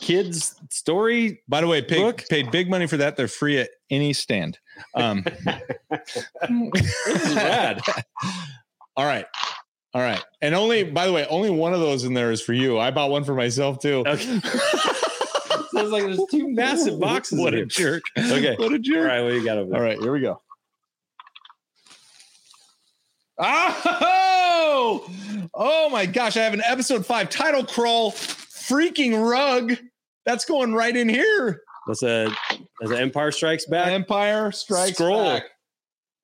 [SPEAKER 1] kids story.
[SPEAKER 2] By the way, paid,
[SPEAKER 1] Book.
[SPEAKER 2] paid big money for that. They're free at any stand. Um,
[SPEAKER 1] This is rad.
[SPEAKER 2] all right. All right. And only, by the way, only one of those in there is for you. I bought one for myself too.
[SPEAKER 1] Okay. Sounds like there's two massive boxes.
[SPEAKER 2] What
[SPEAKER 1] in
[SPEAKER 2] a
[SPEAKER 1] here.
[SPEAKER 2] jerk.
[SPEAKER 1] Okay.
[SPEAKER 2] What a
[SPEAKER 1] All
[SPEAKER 2] jerk.
[SPEAKER 1] right, what do you got over there?
[SPEAKER 2] All right, here we go. Oh, oh my gosh, I have an episode five title crawl freaking rug. That's going right in here.
[SPEAKER 1] That's a that's an Empire Strikes Back.
[SPEAKER 2] Empire Strikes
[SPEAKER 1] Scroll
[SPEAKER 2] Back.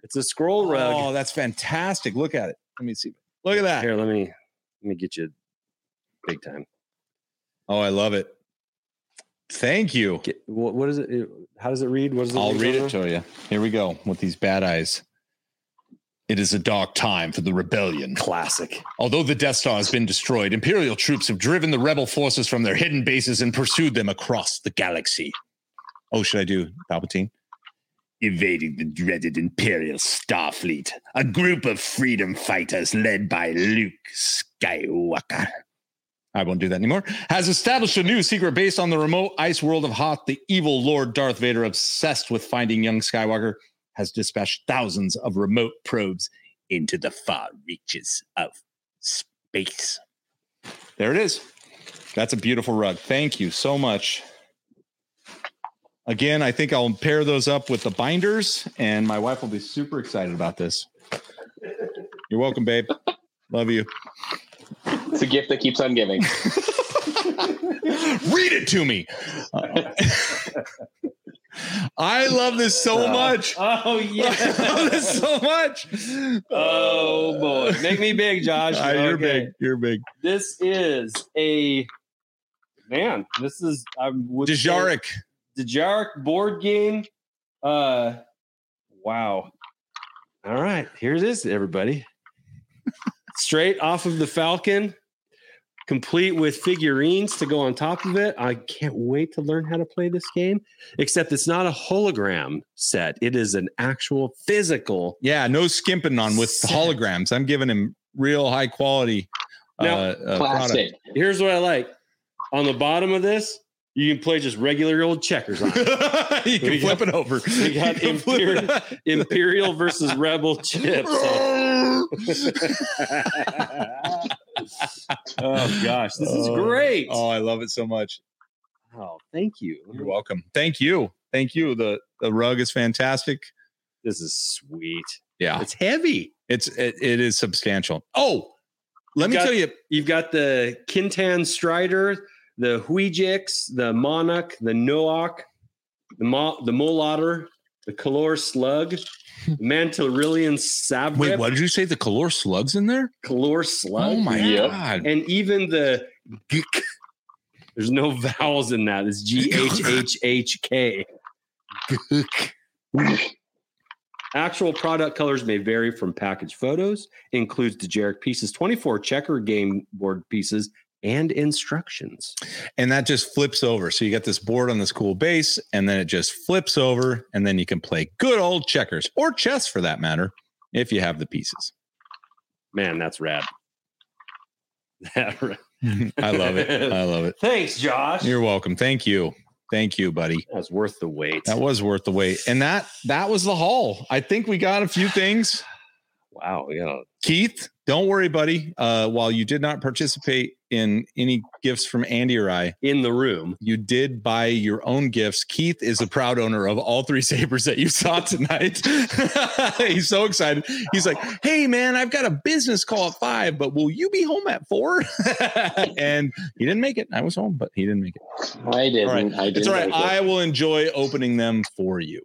[SPEAKER 1] It's a scroll
[SPEAKER 2] Oh,
[SPEAKER 1] rug.
[SPEAKER 2] that's fantastic. Look at it. Let me see. Look at that.
[SPEAKER 1] Here, let me let me get you big time.
[SPEAKER 2] Oh, I love it. Thank you.
[SPEAKER 1] Get, what, what is it? it- How does it read? What is
[SPEAKER 2] I'll read it to you. Here we go with these bad eyes. It is a dark time for the rebellion.
[SPEAKER 1] Classic.
[SPEAKER 2] Although the Death Star has been destroyed, Imperial troops have driven the rebel forces from their hidden bases and pursued them across the galaxy. Oh, should I do Palpatine?
[SPEAKER 4] evading the dreaded Imperial Starfleet, a group of freedom fighters led by Luke Skywalker.
[SPEAKER 2] I won't do that anymore. Has established a new secret base on the remote ice world of Hoth. The evil Lord Darth Vader, obsessed with finding young Skywalker, has dispatched thousands of remote probes into the far reaches of space. There it is. That's a beautiful rug. Thank you so much. Again, I think I'll pair those up with the binders, and my wife will be super excited about this. You're welcome, babe. Love you.
[SPEAKER 3] It's a gift that keeps on giving.
[SPEAKER 2] Read it to me. I love this so much.
[SPEAKER 1] Oh
[SPEAKER 2] I love
[SPEAKER 1] yeah.
[SPEAKER 2] this so much.
[SPEAKER 1] oh boy. Make me big, Josh.
[SPEAKER 2] Ah, you're
[SPEAKER 1] Okay.
[SPEAKER 2] big. You're big.
[SPEAKER 1] This is a man. This is I would say-
[SPEAKER 2] Dejaric.
[SPEAKER 1] Dejaric board game. Uh wow. All right, here it is, everybody. Straight off of the Falcon, complete with figurines to go on top of it. I can't wait to learn how to play this game. Except it's not a hologram set, it is an actual physical
[SPEAKER 2] Yeah, no skimping on with
[SPEAKER 1] Sad.
[SPEAKER 2] holograms. I'm giving him real high quality uh,
[SPEAKER 1] Now-
[SPEAKER 2] uh,
[SPEAKER 3] Plastic.
[SPEAKER 1] Here's what I like. On the bottom of this, you can play just regular old checkers on it.
[SPEAKER 2] product. you can
[SPEAKER 1] We
[SPEAKER 2] flip
[SPEAKER 1] got-
[SPEAKER 2] it over.
[SPEAKER 1] we got
[SPEAKER 2] You can flip it up.
[SPEAKER 1] Imperial versus Rebel chips. oh gosh, this is
[SPEAKER 2] Oh,
[SPEAKER 1] great.
[SPEAKER 2] Oh, I love it so much.
[SPEAKER 1] Oh, thank
[SPEAKER 2] You're
[SPEAKER 1] you.
[SPEAKER 2] welcome. Thank you. Thank you. The the rug is fantastic.
[SPEAKER 1] This is sweet.
[SPEAKER 2] Yeah.
[SPEAKER 1] It's heavy.
[SPEAKER 2] It's it, it is substantial. Oh, let me
[SPEAKER 1] Got-
[SPEAKER 2] tell you.
[SPEAKER 1] You've got the Kintan Strider, the Huijix, the Monarch, the Noak, the Mo- the Molotter, the Kalor Slug, Mantilrillian Sabrip,
[SPEAKER 2] Wait, what did you say? The color slugs in there?
[SPEAKER 1] Kalor Slug.
[SPEAKER 2] oh my
[SPEAKER 3] Yep.
[SPEAKER 2] god.
[SPEAKER 1] and even the geek, there's no vowels in that. It's G H H H K. Actual product colors may vary from package photos, includes DeJeric pieces, 24 checker game board pieces, and instructions.
[SPEAKER 2] and that just flips over. So you got this board on this cool base, and then it just flips over, and then you can play good old checkers or chess for that matter, if you have the pieces.
[SPEAKER 1] Man, that's rad.
[SPEAKER 2] I love it. I love it.
[SPEAKER 1] Thanks, Josh.
[SPEAKER 2] You're welcome. Thank you. Thank you, buddy.
[SPEAKER 1] That's worth the wait.
[SPEAKER 2] That was worth the wait. And that that was the haul. I think we got a few things.
[SPEAKER 1] wow. Yeah.
[SPEAKER 2] Keith, don't worry, buddy. Uh, while you did not participate in any gifts from Andy or I,
[SPEAKER 1] In the room.
[SPEAKER 2] you did buy your own gifts. Keith is the proud owner of all three sabers that you saw tonight. He's so excited. He's like, "Hey, man, I've got a business call at five, but will you be home at four? and he didn't make it. I was home, but he didn't make it.
[SPEAKER 3] I didn't.
[SPEAKER 2] All right.
[SPEAKER 3] I didn't.
[SPEAKER 2] It's all right.
[SPEAKER 3] make it.
[SPEAKER 2] I will enjoy opening them for you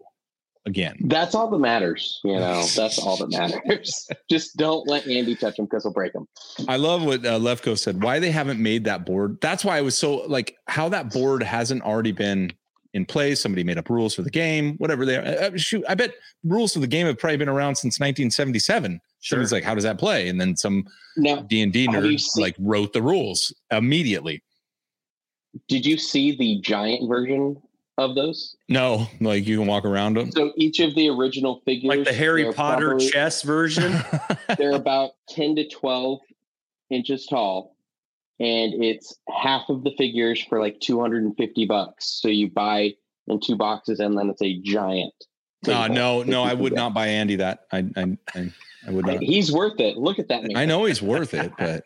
[SPEAKER 2] again.
[SPEAKER 3] That's all that matters. You know, that's all that matters. Just don't let Andy touch them because he'll break them.
[SPEAKER 2] I love what uh, Lefko said. Why they haven't made that board? That's why I was so like how that board hasn't already been in place. Somebody made up rules for the game, whatever they are. Uh, uh, shoot, I bet rules for the game have probably been around since 1977.
[SPEAKER 1] Sure.
[SPEAKER 2] Somebody's like, "How does that play?" And then some
[SPEAKER 3] Now,
[SPEAKER 2] D and D
[SPEAKER 3] Have you
[SPEAKER 2] nerd
[SPEAKER 3] seen-
[SPEAKER 2] like wrote the rules immediately.
[SPEAKER 3] did you see the giant version of those?
[SPEAKER 2] No, like you can walk around them.
[SPEAKER 3] So each of the original figures,
[SPEAKER 1] Like the Harry
[SPEAKER 3] they're
[SPEAKER 1] Potter
[SPEAKER 3] probably-
[SPEAKER 1] chess version.
[SPEAKER 3] they're about 10 to 12 inches tall and it's half of the figures for like 250 bucks so you buy in two boxes and then it's a giant
[SPEAKER 2] Uh,
[SPEAKER 3] table
[SPEAKER 2] no,
[SPEAKER 3] that
[SPEAKER 2] no,
[SPEAKER 3] you
[SPEAKER 2] I
[SPEAKER 3] can
[SPEAKER 2] would
[SPEAKER 3] get.
[SPEAKER 2] not buy Andy that. I, I, I, I would not.
[SPEAKER 3] he's worth it look at that man
[SPEAKER 2] I know he's worth it, but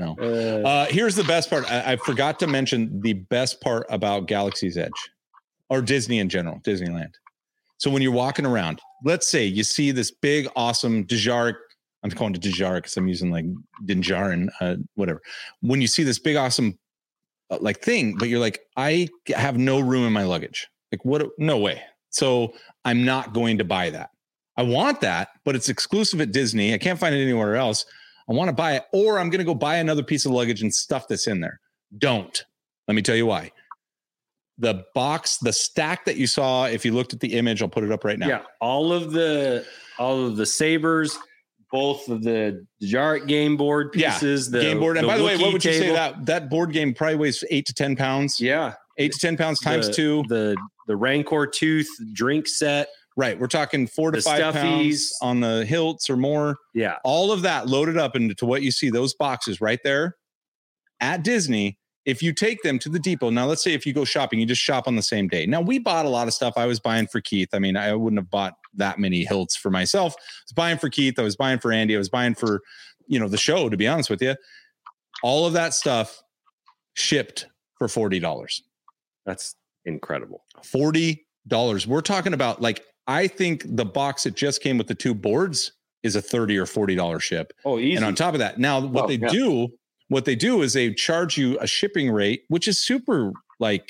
[SPEAKER 2] no.
[SPEAKER 1] Uh,
[SPEAKER 2] Uh, here's the best part. I, I forgot to mention the best part about Galaxy's Edge or Disney in general, Disneyland. So when you're walking around, let's say you see this big, awesome Dejaric. I'm calling it Dejaric because I'm using like Dinjarin, uh, whatever. When you see this big, awesome uh, like thing, but you're like, I have no room in my luggage. Like, what? No way. So I'm not going to buy that. I want that, but it's exclusive at Disney. I can't find it anywhere else. I want to buy it, or I'm going to go buy another piece of luggage and stuff this in there. Don't. Let me tell you why. The box, the stack that you saw, if you looked at the image, I'll put it up right now.
[SPEAKER 1] Yeah, all of the all of the sabers, both of the Jart game board
[SPEAKER 2] Yeah,
[SPEAKER 1] pieces, the
[SPEAKER 2] game board. And by the way,
[SPEAKER 1] Wookiee
[SPEAKER 2] what would you say
[SPEAKER 1] table.
[SPEAKER 2] that that board game probably weighs eight to ten pounds?
[SPEAKER 1] Yeah,
[SPEAKER 2] Eight to ten pounds times
[SPEAKER 1] the,
[SPEAKER 2] two.
[SPEAKER 1] the the Rancor tooth drink set.
[SPEAKER 2] right. We're talking four to
[SPEAKER 1] the
[SPEAKER 2] five
[SPEAKER 1] stuffies.
[SPEAKER 2] pounds on the hilts or more.
[SPEAKER 1] Yeah,
[SPEAKER 2] all of that loaded up into to what you see those boxes right there at Disney. If you take them to the depot, now let's say if you go shopping, you just shop on the same day. Now we bought a lot of stuff. I was buying for Keith. I mean, I wouldn't have bought that many hilts for myself. I was buying for Keith. I was buying for Andy. I was buying for, you know, the show. To be honest with you, all of that stuff shipped for forty dollars.
[SPEAKER 1] that's incredible.
[SPEAKER 2] Forty dollars. We're talking about like I think the box that just came with the two boards is a thirty or forty dollar ship.
[SPEAKER 1] Oh, easy.
[SPEAKER 2] And on top of that, now what
[SPEAKER 3] Oh,
[SPEAKER 2] they
[SPEAKER 3] yeah.
[SPEAKER 2] do, what they do is they charge you a shipping rate, which is super like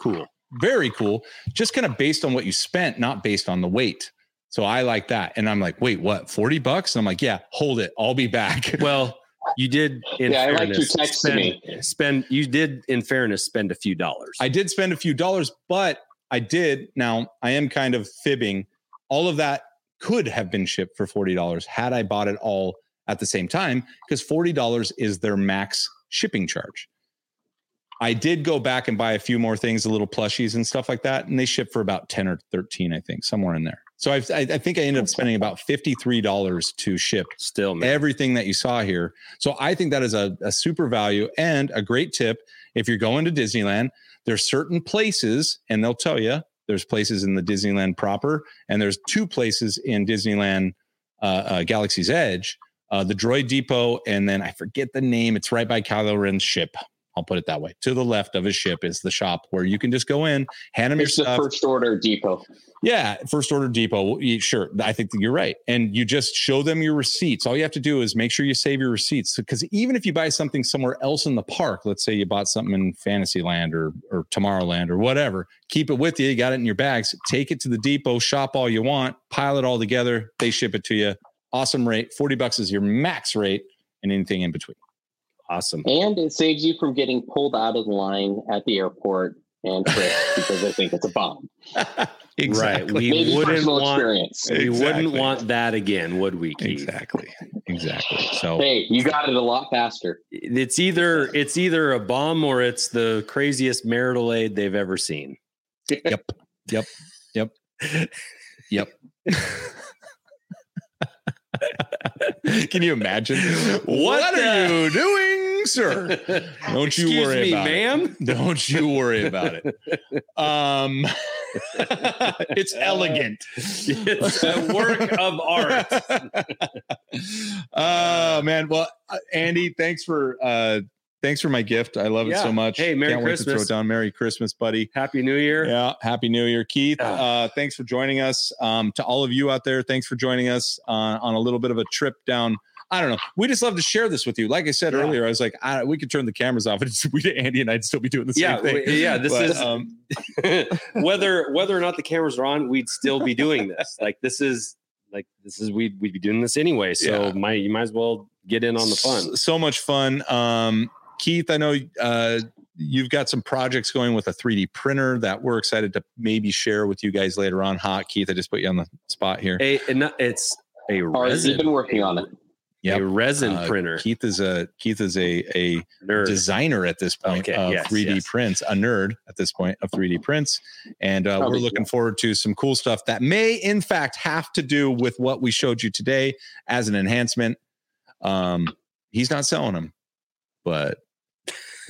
[SPEAKER 2] cool, very cool, just kind of based on what you spent, not based on the weight. So I like that. And I'm like, wait, what, 40 bucks? And I'm like, yeah, hold it. I'll be back.
[SPEAKER 1] well, you did. In
[SPEAKER 3] yeah i
[SPEAKER 1] fairness,
[SPEAKER 3] like your text to
[SPEAKER 1] spend,
[SPEAKER 3] me
[SPEAKER 1] Spend you did in fairness spend a few dollars.
[SPEAKER 2] I did spend a few dollars, but I did. Now I am kind of fibbing. All of that could have been shipped for $40 had I bought it all at the same time, because $40 is their max shipping charge. I did go back and buy a few more things, the little plushies and stuff like that, and they ship for about 10 or 13, I think, somewhere in there. So I've, I, I think I ended up spending about $53 to ship
[SPEAKER 3] Oh,
[SPEAKER 1] Still, man.
[SPEAKER 2] everything that you saw here. So I think that is a, a super value and a great tip. If you're going to Disneyland, there's certain places, and they'll tell you there's places in the Disneyland proper, and there's two places in Disneyland uh, uh, Galaxy's Edge, uh, the Droid Depot, and then I forget the name. It's right by Kylo Ren's ship. I'll put it that way. To the left of his ship is the shop where you can just go in, hand him your
[SPEAKER 3] it's the
[SPEAKER 2] stuff.
[SPEAKER 3] first order depot
[SPEAKER 2] Yeah, first order depot. Well, you- Sure, I think that you're right. And you just show them your receipts. All you have to do is make sure you save your receipts because even if you buy something somewhere else in the park, let's say you bought something in Fantasyland or or Tomorrowland or whatever, keep it with you. You got it in your bags. Take it to the depot, shop all you want, pile it all together. They ship it to you. Awesome rate. Forty bucks is your max rate, and anything in between.
[SPEAKER 1] awesome.
[SPEAKER 3] and it saves you from getting pulled out of line at the airport and tripped because they think it's a bomb
[SPEAKER 1] Right.
[SPEAKER 2] Exactly.
[SPEAKER 1] We
[SPEAKER 3] Maybe
[SPEAKER 1] wouldn't
[SPEAKER 3] personal
[SPEAKER 1] want
[SPEAKER 3] experience.
[SPEAKER 1] we
[SPEAKER 2] Exactly.
[SPEAKER 1] wouldn't want that again, would we? Keith?
[SPEAKER 2] Exactly. Exactly.
[SPEAKER 1] Oh.
[SPEAKER 2] So
[SPEAKER 3] Hey, you got it a lot faster.
[SPEAKER 1] It's either it's either a bomb or it's the craziest marital aid they've ever seen.
[SPEAKER 2] can you imagine? what are
[SPEAKER 1] the-
[SPEAKER 2] you doing, sir? Don't you
[SPEAKER 1] Excuse
[SPEAKER 2] worry
[SPEAKER 1] me,
[SPEAKER 2] about it.
[SPEAKER 1] ma'am.
[SPEAKER 2] Don't you worry about it. Um it's elegant.
[SPEAKER 1] It's a work of art.
[SPEAKER 2] Oh man. Well, uh, Andy, thanks for uh thanks for my gift. I love it
[SPEAKER 1] Yeah.
[SPEAKER 2] so much.
[SPEAKER 1] Hey, Merry
[SPEAKER 2] Can't wait to throw
[SPEAKER 1] Christmas.
[SPEAKER 2] it down. Merry Christmas, buddy.
[SPEAKER 1] Happy New Year.
[SPEAKER 2] Yeah. Happy New Year, Keith.
[SPEAKER 1] Yeah.
[SPEAKER 2] Uh, thanks for joining us. Um, to all of you out there, thanks for joining us uh, on a little bit of a trip down. I don't know. We just love to share this with you. Like I said
[SPEAKER 1] Yeah.
[SPEAKER 2] earlier, I was like, I, we could turn the cameras off, and we, Andy and I'd still be doing the same
[SPEAKER 1] Yeah,
[SPEAKER 2] thing.
[SPEAKER 1] we- yeah, this is-
[SPEAKER 2] um,
[SPEAKER 1] uh, whether whether or not the cameras are on, we'd still be doing this. Like this is like this is we'd we'd be doing this anyway. So
[SPEAKER 2] Yeah.
[SPEAKER 1] might you might as well get in on the fun.
[SPEAKER 2] S- So much fun. Um, Keith, I know uh, you've got some projects going with a 3D printer that we're excited to maybe share with you guys later on. Hot Keith, I just put you on the spot here.
[SPEAKER 1] A, and not- it's a
[SPEAKER 3] Already
[SPEAKER 1] resin,
[SPEAKER 3] been working on it.
[SPEAKER 2] Yep.
[SPEAKER 1] a resin
[SPEAKER 2] Uh,
[SPEAKER 1] printer.
[SPEAKER 2] Keith is a Keith is a a
[SPEAKER 1] Nerd.
[SPEAKER 2] designer at this point
[SPEAKER 1] Okay,
[SPEAKER 2] of
[SPEAKER 1] yes,
[SPEAKER 2] 3D
[SPEAKER 1] yes.
[SPEAKER 2] prints, a nerd at this point of 3D prints, and uh, we're
[SPEAKER 3] Probably,
[SPEAKER 2] looking forward to some cool stuff that may, in fact, have to do with what we showed you today as an enhancement. Um, he's not selling them, but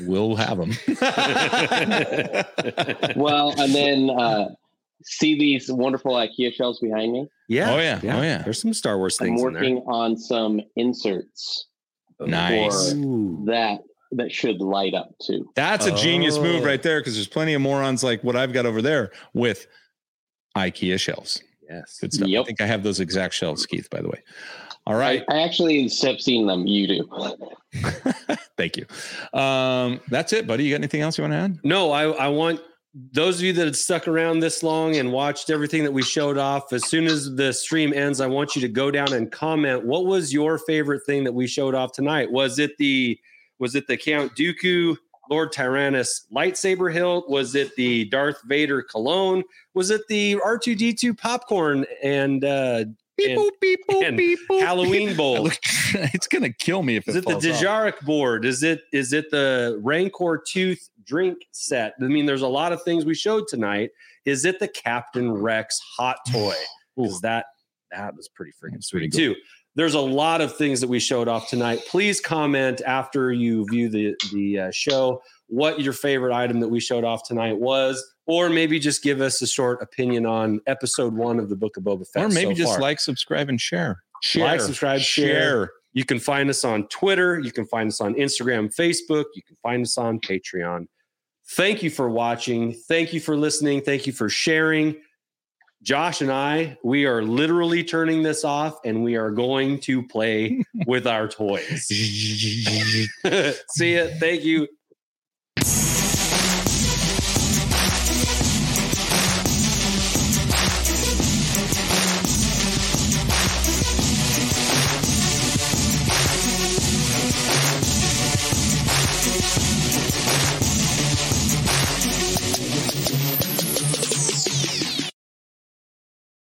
[SPEAKER 2] we'll have them.
[SPEAKER 3] Well, and then uh, see these wonderful IKEA shelves behind me.
[SPEAKER 1] yeah.
[SPEAKER 2] Oh, yeah. Oh, yeah.
[SPEAKER 1] There's some Star Wars
[SPEAKER 3] I'm
[SPEAKER 1] things in there.
[SPEAKER 3] working on some inserts
[SPEAKER 2] Nice.
[SPEAKER 1] Ooh.
[SPEAKER 3] that that should light up too.
[SPEAKER 2] That's a genius move
[SPEAKER 1] Oh.
[SPEAKER 2] right there because there's plenty of morons like what I've got over there with IKEA shelves.
[SPEAKER 1] Yes.
[SPEAKER 2] Good stuff. I
[SPEAKER 3] Yep.
[SPEAKER 2] think I have those exact shelves, Keith. By the way. All right.
[SPEAKER 3] I actually have seen them. You do.
[SPEAKER 2] Thank you. Um, that's it, buddy. You got anything else you want to add?
[SPEAKER 1] No, I, I want those of you that have stuck around this long and watched everything that we showed off. As soon as the stream ends, I want you to go down and comment. What was your favorite thing that we showed off tonight? Was it the was it the Count Dooku Lord Tyrannus lightsaber hilt? Was it the Darth Vader cologne? Was it the R two D two popcorn and uh, And-
[SPEAKER 2] beep,
[SPEAKER 1] and Halloween bowl?
[SPEAKER 2] Look, it's gonna kill me if
[SPEAKER 1] Is
[SPEAKER 2] it,
[SPEAKER 1] it the
[SPEAKER 2] falls off.
[SPEAKER 1] Dejaric board? Is it is it the Rancor tooth drink set? I mean, there's a lot of things we showed tonight. Is it the Captain Rex hot toy? Because that that was pretty freaking
[SPEAKER 2] That's pretty
[SPEAKER 1] sweet too. There's a lot of things that we showed off tonight. Please comment after you view the the uh, show what your favorite item that we showed off tonight was, or maybe just give us a short opinion on episode one of the Book of Boba Fett.
[SPEAKER 2] Or maybe
[SPEAKER 1] so
[SPEAKER 2] just
[SPEAKER 1] far.
[SPEAKER 2] like, subscribe, and share.
[SPEAKER 1] Like, subscribe, share. You can find us on Twitter. You can find us on Instagram, Facebook. You can find us on Patreon. Thank you for watching. Thank you for listening. Thank you for sharing. Josh and I, we are literally turning this off and we are going to play with our toys. See ya. Thank you.